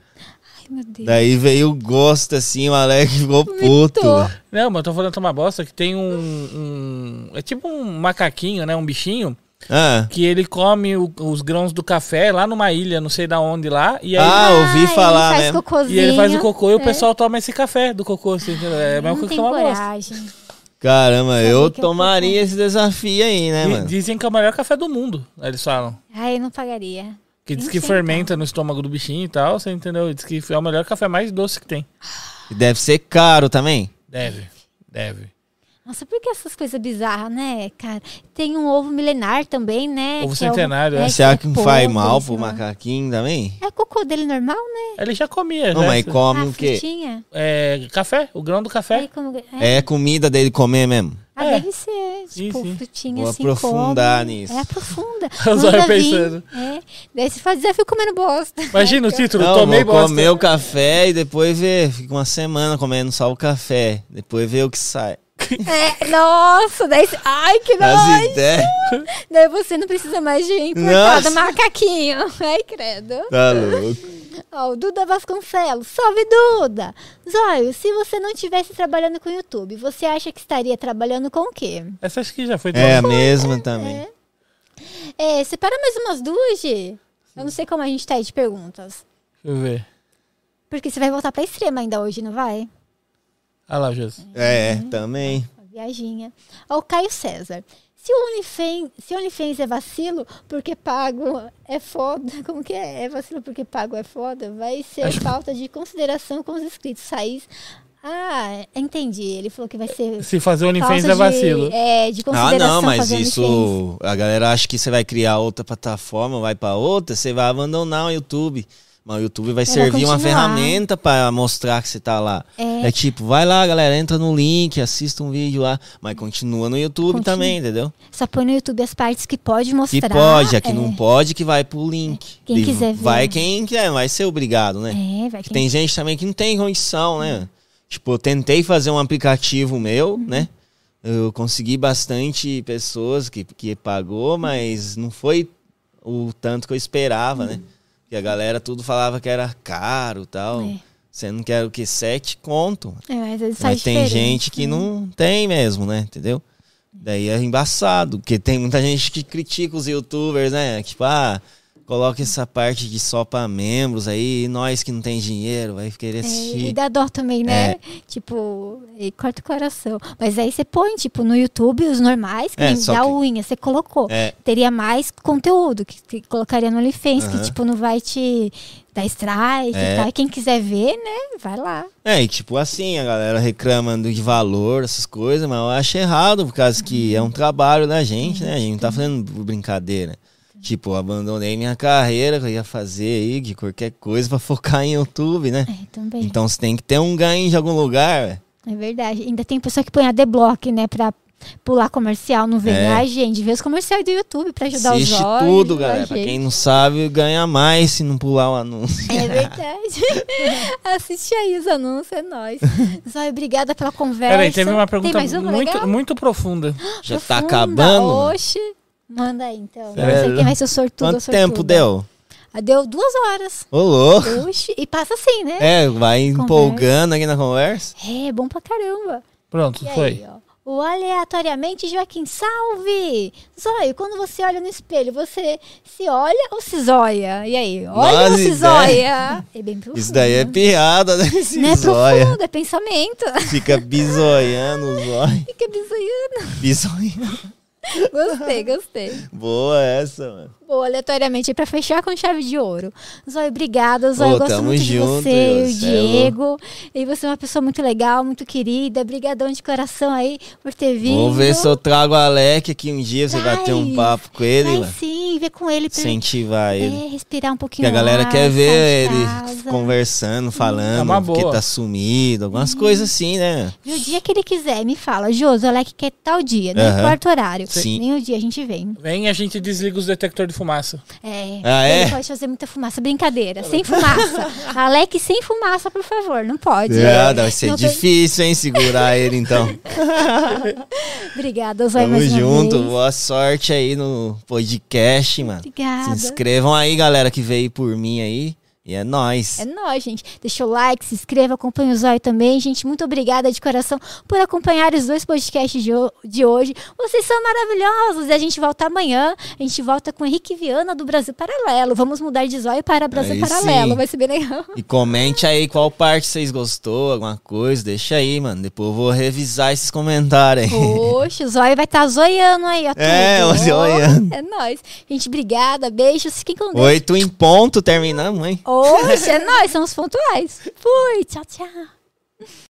[SPEAKER 3] Ai, meu Deus.
[SPEAKER 4] Daí veio o gosto assim, o Alec ficou puto. né?
[SPEAKER 5] Não, mas eu tô falando tomar bosta que tem um, um- É tipo um macaquinho, né? Um bichinho.
[SPEAKER 4] Ah,
[SPEAKER 5] Que ele come o- os grãos do café lá numa ilha, não sei da onde lá. E aí
[SPEAKER 4] ah ouvi
[SPEAKER 3] Ah,
[SPEAKER 4] falar né?
[SPEAKER 3] ele faz
[SPEAKER 4] mesmo.
[SPEAKER 3] cocôzinho.
[SPEAKER 5] E ele faz o cocô e o
[SPEAKER 3] É.
[SPEAKER 5] pessoal toma esse café do cocô. Assim, que é a mesma
[SPEAKER 3] Não
[SPEAKER 5] coisa que
[SPEAKER 3] tem
[SPEAKER 5] tomar bosta.
[SPEAKER 3] coragem.
[SPEAKER 4] Caramba, eu
[SPEAKER 3] que é um eu
[SPEAKER 4] tomaria esse desafio aí, né,
[SPEAKER 5] E
[SPEAKER 4] mano?
[SPEAKER 5] dizem que é o melhor café do mundo, eles falam.
[SPEAKER 3] Ai, eu não pagaria.
[SPEAKER 5] Que diz
[SPEAKER 3] Nem
[SPEAKER 5] que
[SPEAKER 3] sei, então.
[SPEAKER 5] fermenta no estômago do bichinho e tal, você entendeu? Diz que é o melhor café mais doce que tem.
[SPEAKER 4] E Deve ser caro também.
[SPEAKER 5] Deve, deve.
[SPEAKER 3] Nossa, por que essas coisas bizarras, né, cara? Tem um ovo milenar também, né?
[SPEAKER 5] Ovo
[SPEAKER 3] que é o-
[SPEAKER 5] centenário, é.
[SPEAKER 3] que
[SPEAKER 4] Será que não faz
[SPEAKER 3] podre,
[SPEAKER 4] mal
[SPEAKER 3] sei
[SPEAKER 4] pro
[SPEAKER 3] lá.
[SPEAKER 4] macaquinho também?
[SPEAKER 3] É cocô dele normal, né?
[SPEAKER 5] Ele já comia,
[SPEAKER 4] Não,
[SPEAKER 5] né?
[SPEAKER 4] mas come
[SPEAKER 3] Ah,
[SPEAKER 4] o quê?
[SPEAKER 3] frutinha.
[SPEAKER 5] É, café, o grão do
[SPEAKER 3] Aí
[SPEAKER 5] café.
[SPEAKER 3] como- é.
[SPEAKER 4] É comida dele comer mesmo.
[SPEAKER 3] Ah,
[SPEAKER 5] É.
[SPEAKER 3] deve ser.
[SPEAKER 5] Sim,
[SPEAKER 3] tipo,
[SPEAKER 5] sim.
[SPEAKER 3] frutinha
[SPEAKER 4] Vou
[SPEAKER 3] assim.
[SPEAKER 4] aprofundar
[SPEAKER 3] come.
[SPEAKER 4] nisso.
[SPEAKER 3] É, aprofunda.
[SPEAKER 5] Eu tava
[SPEAKER 3] Manda vir.
[SPEAKER 5] pensando.
[SPEAKER 3] É. Daí se faz desafio comendo bosta.
[SPEAKER 5] Imagina o título,
[SPEAKER 4] Não,
[SPEAKER 5] tomei
[SPEAKER 4] vou
[SPEAKER 5] bosta.
[SPEAKER 4] comer o café e depois ver. Fica uma semana comendo só o café. Depois ver o que sai.
[SPEAKER 3] É, nossa, daí. se- Ai, que
[SPEAKER 4] As
[SPEAKER 3] nojo!
[SPEAKER 4] ideias.
[SPEAKER 3] Daí você não precisa mais de importado
[SPEAKER 4] Nossa.
[SPEAKER 3] macaquinho. Ai, credo.
[SPEAKER 4] Tá louco.
[SPEAKER 3] Ó, o Duda Vasconcelos. Salve, Duda! Zóio, se você não estivesse trabalhando com o YouTube, você acha que estaria trabalhando com o quê?
[SPEAKER 5] Essa acho que já foi.
[SPEAKER 4] É a mesma também.
[SPEAKER 3] É, separa mais umas duas, Gi. Eu não sei como a gente tá aí de perguntas.
[SPEAKER 5] Deixa eu ver.
[SPEAKER 3] Porque você vai voltar pra extrema ainda hoje, não vai?
[SPEAKER 5] Olha lá, Jesus.
[SPEAKER 4] É, também.
[SPEAKER 3] Uma viaginha. Ó, o Caio César. Se o OnlyFans, se o OnlyFans é vacilo, porque pago é foda. Como que é? É vacilo porque pago é foda? Vai ser
[SPEAKER 5] Acho-
[SPEAKER 3] falta de consideração com os inscritos. Raiz. Ah, entendi. Ele falou que vai ser.
[SPEAKER 5] Se fazer OnlyFans
[SPEAKER 3] falta
[SPEAKER 5] é vacilo.
[SPEAKER 3] De, é, de
[SPEAKER 4] Ah,
[SPEAKER 3] consideração.
[SPEAKER 4] não, mas
[SPEAKER 3] fazer OnlyFans.
[SPEAKER 4] isso. A galera acha que você vai criar outra plataforma, vai pra outra, você vai abandonar o YouTube. Mas o YouTube vai
[SPEAKER 3] Vai
[SPEAKER 4] servir uma
[SPEAKER 3] continuar.
[SPEAKER 4] ferramenta pra mostrar que você tá lá.
[SPEAKER 3] É.
[SPEAKER 4] É. tipo, vai lá, galera, entra no link, assista um vídeo lá, mas continua no YouTube
[SPEAKER 3] Continua.
[SPEAKER 4] também, entendeu?
[SPEAKER 3] Só põe no YouTube as partes que pode
[SPEAKER 4] Que
[SPEAKER 3] mostrar.
[SPEAKER 4] pode, a que
[SPEAKER 3] é.
[SPEAKER 4] não pode, que vai pro link.
[SPEAKER 3] Quem
[SPEAKER 4] E
[SPEAKER 3] quiser ver.
[SPEAKER 4] Vai quem quer, vai ser obrigado, né?
[SPEAKER 3] É, vai
[SPEAKER 4] Que tem gente também que não tem condição, né? Tipo, eu tentei fazer um aplicativo meu, né? Eu consegui bastante pessoas que, que pagou, mas não foi o tanto que eu esperava, né? Porque a galera tudo falava que era caro e tal.
[SPEAKER 3] É.
[SPEAKER 4] Sendo que era o quê? Sete conto.
[SPEAKER 3] É, mas ele sai
[SPEAKER 4] Mas tem
[SPEAKER 3] diferente,
[SPEAKER 4] gente que
[SPEAKER 3] né?
[SPEAKER 4] não tem mesmo, né? Entendeu? Daí é embaçado, porque tem muita gente que critica os youtubers, né? Tipo, ah, coloca essa parte de só pra membros aí, e nós que não tem dinheiro, vai querer
[SPEAKER 3] É, e
[SPEAKER 4] assistir.
[SPEAKER 3] dá dó também, né?
[SPEAKER 4] É.
[SPEAKER 3] Tipo, e corta o coração. Mas aí você põe, tipo, no YouTube os normais, que
[SPEAKER 4] É,
[SPEAKER 3] nem
[SPEAKER 4] só
[SPEAKER 3] da
[SPEAKER 4] que-
[SPEAKER 3] unha, você colocou.
[SPEAKER 4] É.
[SPEAKER 3] Teria mais conteúdo que, que colocaria no OnlyFans, que,
[SPEAKER 4] Aham.
[SPEAKER 3] tipo, não vai te dar strike e
[SPEAKER 4] É.
[SPEAKER 3] tal. E quem quiser ver, né, vai lá.
[SPEAKER 4] É, e tipo assim, a galera reclama do- de valor, essas coisas, mas eu acho errado, por causa que é um trabalho da gente, né? A gente não tá fazendo por brincadeira. Tipo, eu abandonei minha carreira que eu ia fazer aí, de qualquer coisa, pra focar em YouTube, né?
[SPEAKER 3] É, também.
[SPEAKER 4] Então você tem que ter um ganho de algum lugar, velho.
[SPEAKER 3] É verdade. Ainda tem pessoa que põe a D-Block, né, pra pular comercial, não vê,
[SPEAKER 4] É.
[SPEAKER 3] né? Ai, gente, vê os comerciais do YouTube pra ajudar
[SPEAKER 4] Assiste
[SPEAKER 3] os olhos.
[SPEAKER 4] tudo,
[SPEAKER 3] ai,
[SPEAKER 4] galera. Pra
[SPEAKER 3] gente.
[SPEAKER 4] quem não sabe, ganha mais se não pular o anúncio.
[SPEAKER 3] É verdade. Assiste aí os anúncios, é nóis. Zóia, obrigada pela conversa.
[SPEAKER 5] Peraí, teve uma pergunta
[SPEAKER 3] Tem mais uma
[SPEAKER 5] muito,
[SPEAKER 3] legal?
[SPEAKER 5] muito profunda.
[SPEAKER 4] Já tá
[SPEAKER 3] Profunda,
[SPEAKER 4] acabando?
[SPEAKER 3] Oxe. Manda aí, então. Não
[SPEAKER 4] Sério?
[SPEAKER 3] sei quem vai ser o sortudo ou
[SPEAKER 4] Quanto
[SPEAKER 3] sortuda.
[SPEAKER 4] tempo deu?
[SPEAKER 3] Ah, Deu duas horas.
[SPEAKER 4] Ô, louco.
[SPEAKER 3] Oxe. E passa assim, né?
[SPEAKER 4] É, vai empolgando aqui na conversa.
[SPEAKER 3] É, bom pra caramba.
[SPEAKER 5] Pronto,
[SPEAKER 3] E aí,
[SPEAKER 5] foi.
[SPEAKER 3] ó. O aleatoriamente Joaquim, salve! Zóio, quando você olha no espelho, você se olha ou se zóia? E aí, olha ou
[SPEAKER 4] Nossa,
[SPEAKER 3] se
[SPEAKER 4] ideia.
[SPEAKER 3] zóia? É bem profundo.
[SPEAKER 4] né? Isso daí é piada, né? Esse
[SPEAKER 3] Não é
[SPEAKER 4] zóia.
[SPEAKER 3] profundo, é pensamento.
[SPEAKER 4] Fica bizoiando o zóio.
[SPEAKER 3] Fica bizarro.
[SPEAKER 4] Bizoiando.
[SPEAKER 3] Gostei, gostei.
[SPEAKER 4] Boa essa, mano.
[SPEAKER 3] Boa, aleatoriamente, aí pra fechar com chave de ouro. Zóio, obrigada, Zóio.
[SPEAKER 4] Ô,
[SPEAKER 3] eu gosto
[SPEAKER 4] tamo
[SPEAKER 3] muito
[SPEAKER 4] junto,
[SPEAKER 3] de você,
[SPEAKER 4] Iose,
[SPEAKER 3] e o
[SPEAKER 4] cê é
[SPEAKER 3] Diego. E você é uma pessoa muito legal, muito querida. Obrigadão de coração aí por ter vindo.
[SPEAKER 4] Vou ver se eu trago o Alec aqui um dia, você vai ter um
[SPEAKER 3] Traz,
[SPEAKER 4] papo com ele,
[SPEAKER 3] Vai
[SPEAKER 4] mano.
[SPEAKER 3] sim, vê com ele pra
[SPEAKER 4] Incentivar
[SPEAKER 3] é,
[SPEAKER 4] ele.
[SPEAKER 3] respirar um pouquinho
[SPEAKER 4] Porque a galera
[SPEAKER 3] ar,
[SPEAKER 4] quer ver
[SPEAKER 3] sair de
[SPEAKER 4] ele
[SPEAKER 3] casa.
[SPEAKER 4] conversando,
[SPEAKER 5] É
[SPEAKER 4] falando,
[SPEAKER 5] uma
[SPEAKER 4] porque
[SPEAKER 5] boa.
[SPEAKER 4] tá sumido,
[SPEAKER 3] Hum.
[SPEAKER 4] algumas coisas assim, né?
[SPEAKER 3] E o dia que ele quiser, me fala. Josi, o Alec quer tal dia, não
[SPEAKER 4] Aham.
[SPEAKER 3] importa o horário.
[SPEAKER 4] Sim.
[SPEAKER 3] Nem o dia a gente vem.
[SPEAKER 5] Vem e a gente desliga os detectores de fumaça.
[SPEAKER 3] É,
[SPEAKER 4] Ah, é?
[SPEAKER 3] Ele pode fazer muita fumaça. Brincadeira, sem fumaça. Alec, sem fumaça, por favor. Não pode.
[SPEAKER 4] É, vai ser
[SPEAKER 3] Não tem-
[SPEAKER 4] difícil, hein, segurar ele então.
[SPEAKER 3] Obrigada, Zóia,
[SPEAKER 4] Tamo
[SPEAKER 3] mais uma
[SPEAKER 4] junto,
[SPEAKER 3] vez.
[SPEAKER 4] boa sorte aí no podcast, mano. Se
[SPEAKER 3] Obrigada.
[SPEAKER 4] inscrevam aí, galera, que veio por mim aí. E é nóis.
[SPEAKER 3] É nóis, gente. Deixa o like, se inscreva, acompanha o Zóio também. Gente, muito obrigada de coração por acompanhar os dois podcasts de, ho- de hoje. Vocês são maravilhosos. E a gente volta amanhã. A gente volta com Henrique Viana do Brasil Paralelo. Vamos mudar de Zóio para Brasil
[SPEAKER 4] Aí
[SPEAKER 3] Paralelo.
[SPEAKER 4] sim.
[SPEAKER 3] Vai ser bem legal.
[SPEAKER 4] E comente aí qual parte vocês gostou, alguma coisa, deixa aí, mano. Depois eu vou revisar esses comentários aí.
[SPEAKER 3] Poxa, o Zóio vai estar zoiando aí, ó.
[SPEAKER 4] É,
[SPEAKER 3] tudo.
[SPEAKER 4] o zoiando.
[SPEAKER 3] É nóis. Gente, obrigada. Beijos. Fiquem com Deus.
[SPEAKER 4] Oito em ponto, terminamos, hein?
[SPEAKER 3] Oxe, é nóis. Somos pontuais. Fui. Tchau, tchau.